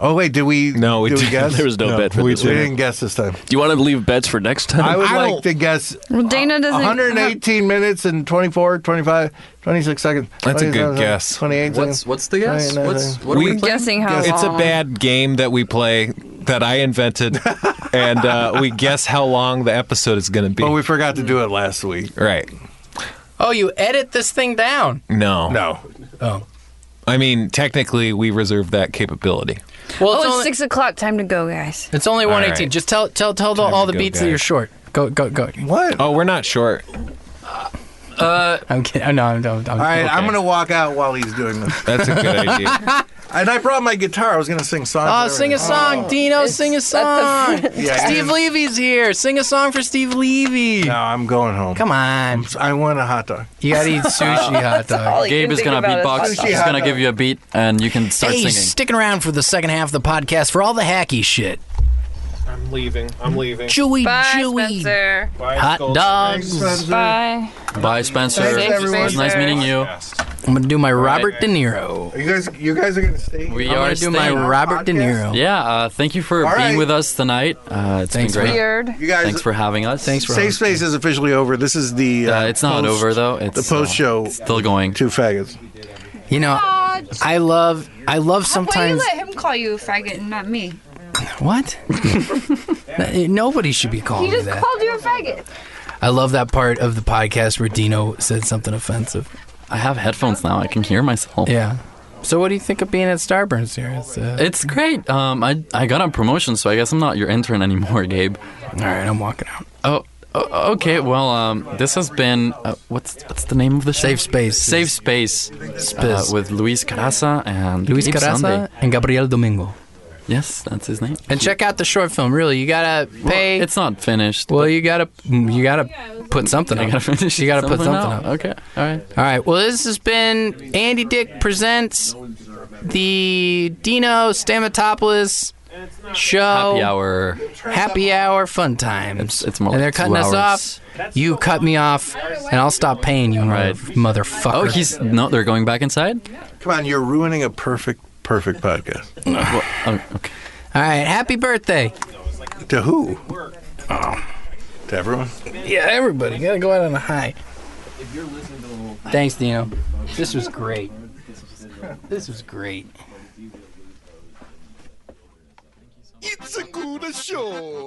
S2: Oh wait, did we?
S11: No, we
S2: did we
S11: didn't. <laughs>
S2: guess?
S5: There was no, bet for
S2: we
S5: this one.
S2: didn't guess this time.
S5: Do you want to leave bets for next time?
S2: I would like to guess
S9: Well, Dana
S4: uh,
S9: doesn't.
S2: 118 minutes and 24, 25, 26 seconds.
S11: That's a good
S2: 27,
S11: guess.
S2: 28
S11: What's-
S2: seconds.
S10: what's the guess?
S2: 29
S10: What's-
S2: seconds.
S10: what are we We're playing?
S9: guessing how
S11: It's a
S9: long.
S11: bad game that we play that I
S8: <laughs>
S11: invented, and uh, we guess how long the episode is going to be. But we
S2: forgot to do it last week.
S11: Right.
S4: Oh, you edit this thing down.
S11: No.
S2: No.
S4: Oh.
S11: I mean, technically, we reserve that capability.
S4: Well,
S9: oh,
S4: it's
S9: it's
S4: only-
S9: six o'clock. Time to go, guys.
S4: It's only
S11: All
S4: 118.
S11: right.
S4: Just tell tell tell the, all the
S11: to go,
S4: beats that you're
S11: guys.
S4: short. Go go go.
S2: What?
S11: Oh, we're not short.
S10: Uh,
S4: I'm kidding. Oh, No, I'm, I'm, I'm
S2: All right, I'm
S4: okay.
S2: gonna walk out while he's doing this.
S11: That's a good
S2: <laughs>
S11: idea.
S2: and I brought my guitar. I was gonna sing songs.
S4: Oh,
S2: and
S4: sing a
S2: everything.
S4: song, Dino. Sing a song.
S2: Yeah,
S4: <laughs> Steve
S2: and-
S4: Levy's here. Sing a song for Steve Levy.
S2: No, I'm going home.
S4: Come on.
S2: I want a hot dog.
S4: You gotta eat sushi hot dog.
S10: Gabe is gonna beatbox. He's gonna give you a beat, and you can start
S4: hey,
S10: singing.
S4: sticking around for the second half of the podcast for all the hacky shit.
S11: I'm leaving. I'm leaving.
S4: Chewy,
S9: Bye,
S4: chewy.
S9: Spencer.
S4: Hot dogs.
S9: Bye.
S10: Bye, Spencer.
S4: Thanks,
S10: It was
S4: everyone.
S10: nice meeting you.
S4: I'm gonna do my
S10: right.
S4: Robert De Niro.
S2: You guys, you guys are gonna stay.
S10: We
S4: I'm
S10: are
S4: gonna do my
S10: staying.
S4: Robert De Niro.
S10: Yeah, uh, thank you for
S2: All
S10: being
S2: right.
S10: with us tonight. Uh, it's
S4: Thanks,
S10: been great.
S2: Weird. You guys-
S10: thanks for having us. Thanks
S2: Safe space is officially over. This is the. Uh,
S10: it's not
S2: post-
S10: over though. It's uh,
S2: the post show.
S10: still going.
S2: Two faggots.
S4: You know, I love, I love
S9: Why you
S4: sometimes.
S9: let him call you a faggot and not me?
S10: <laughs>
S4: What? Nobody should be
S9: He
S4: calling me
S9: just
S4: that.
S9: called you a faggot.
S4: I love that part of the podcast where Dino said something offensive.
S10: I have headphones now. I can hear myself.
S4: Yeah. So what do you think of being at Starburns here? It's, uh,
S10: It's great. Um, I I got a promotion, so I guess I'm not your intern anymore, Gabe.
S4: All right, I'm walking out.
S10: Oh, o- okay. Well, um, this has been uh, what's what's the name of the show?
S4: Safe Space.
S10: Safe space. Uh,
S4: Space.
S10: with Luis Caraza and
S4: Luis
S10: Gabe Sunday.
S4: Caraza and Gabriel Domingo.
S10: Yes, that's his name.
S4: And check out the short film. Really, you gotta pay.
S10: It's not finished.
S4: well, you gotta you gotta put something.
S10: I
S4: up. <laughs>
S10: gotta finish
S4: You gotta put
S10: something
S4: something
S10: out.
S4: up.
S10: Okay. All right.
S4: All right. Well, this has been Andy Dick presents the Dino Stamatopoulos show.
S10: Happy hour.
S4: Happy hour fun times. It's,
S10: more
S4: Oh. and
S10: like
S4: they're cutting
S10: two
S4: us
S10: hours.
S4: off. You cut me off, and I'll stop paying you,
S10: Right.
S4: mother- motherfucker.
S10: Oh, he's no. They're going back inside.
S2: Come on, you're ruining a perfect, perfect podcast.
S10: Well, oh, okay.
S4: All right. Happy birthday.
S2: To who? Oh, to everyone.
S4: Yeah, everybody. Gotta go out on a high. Thanks, Dino. This was great. This was great.
S1: It's a good show.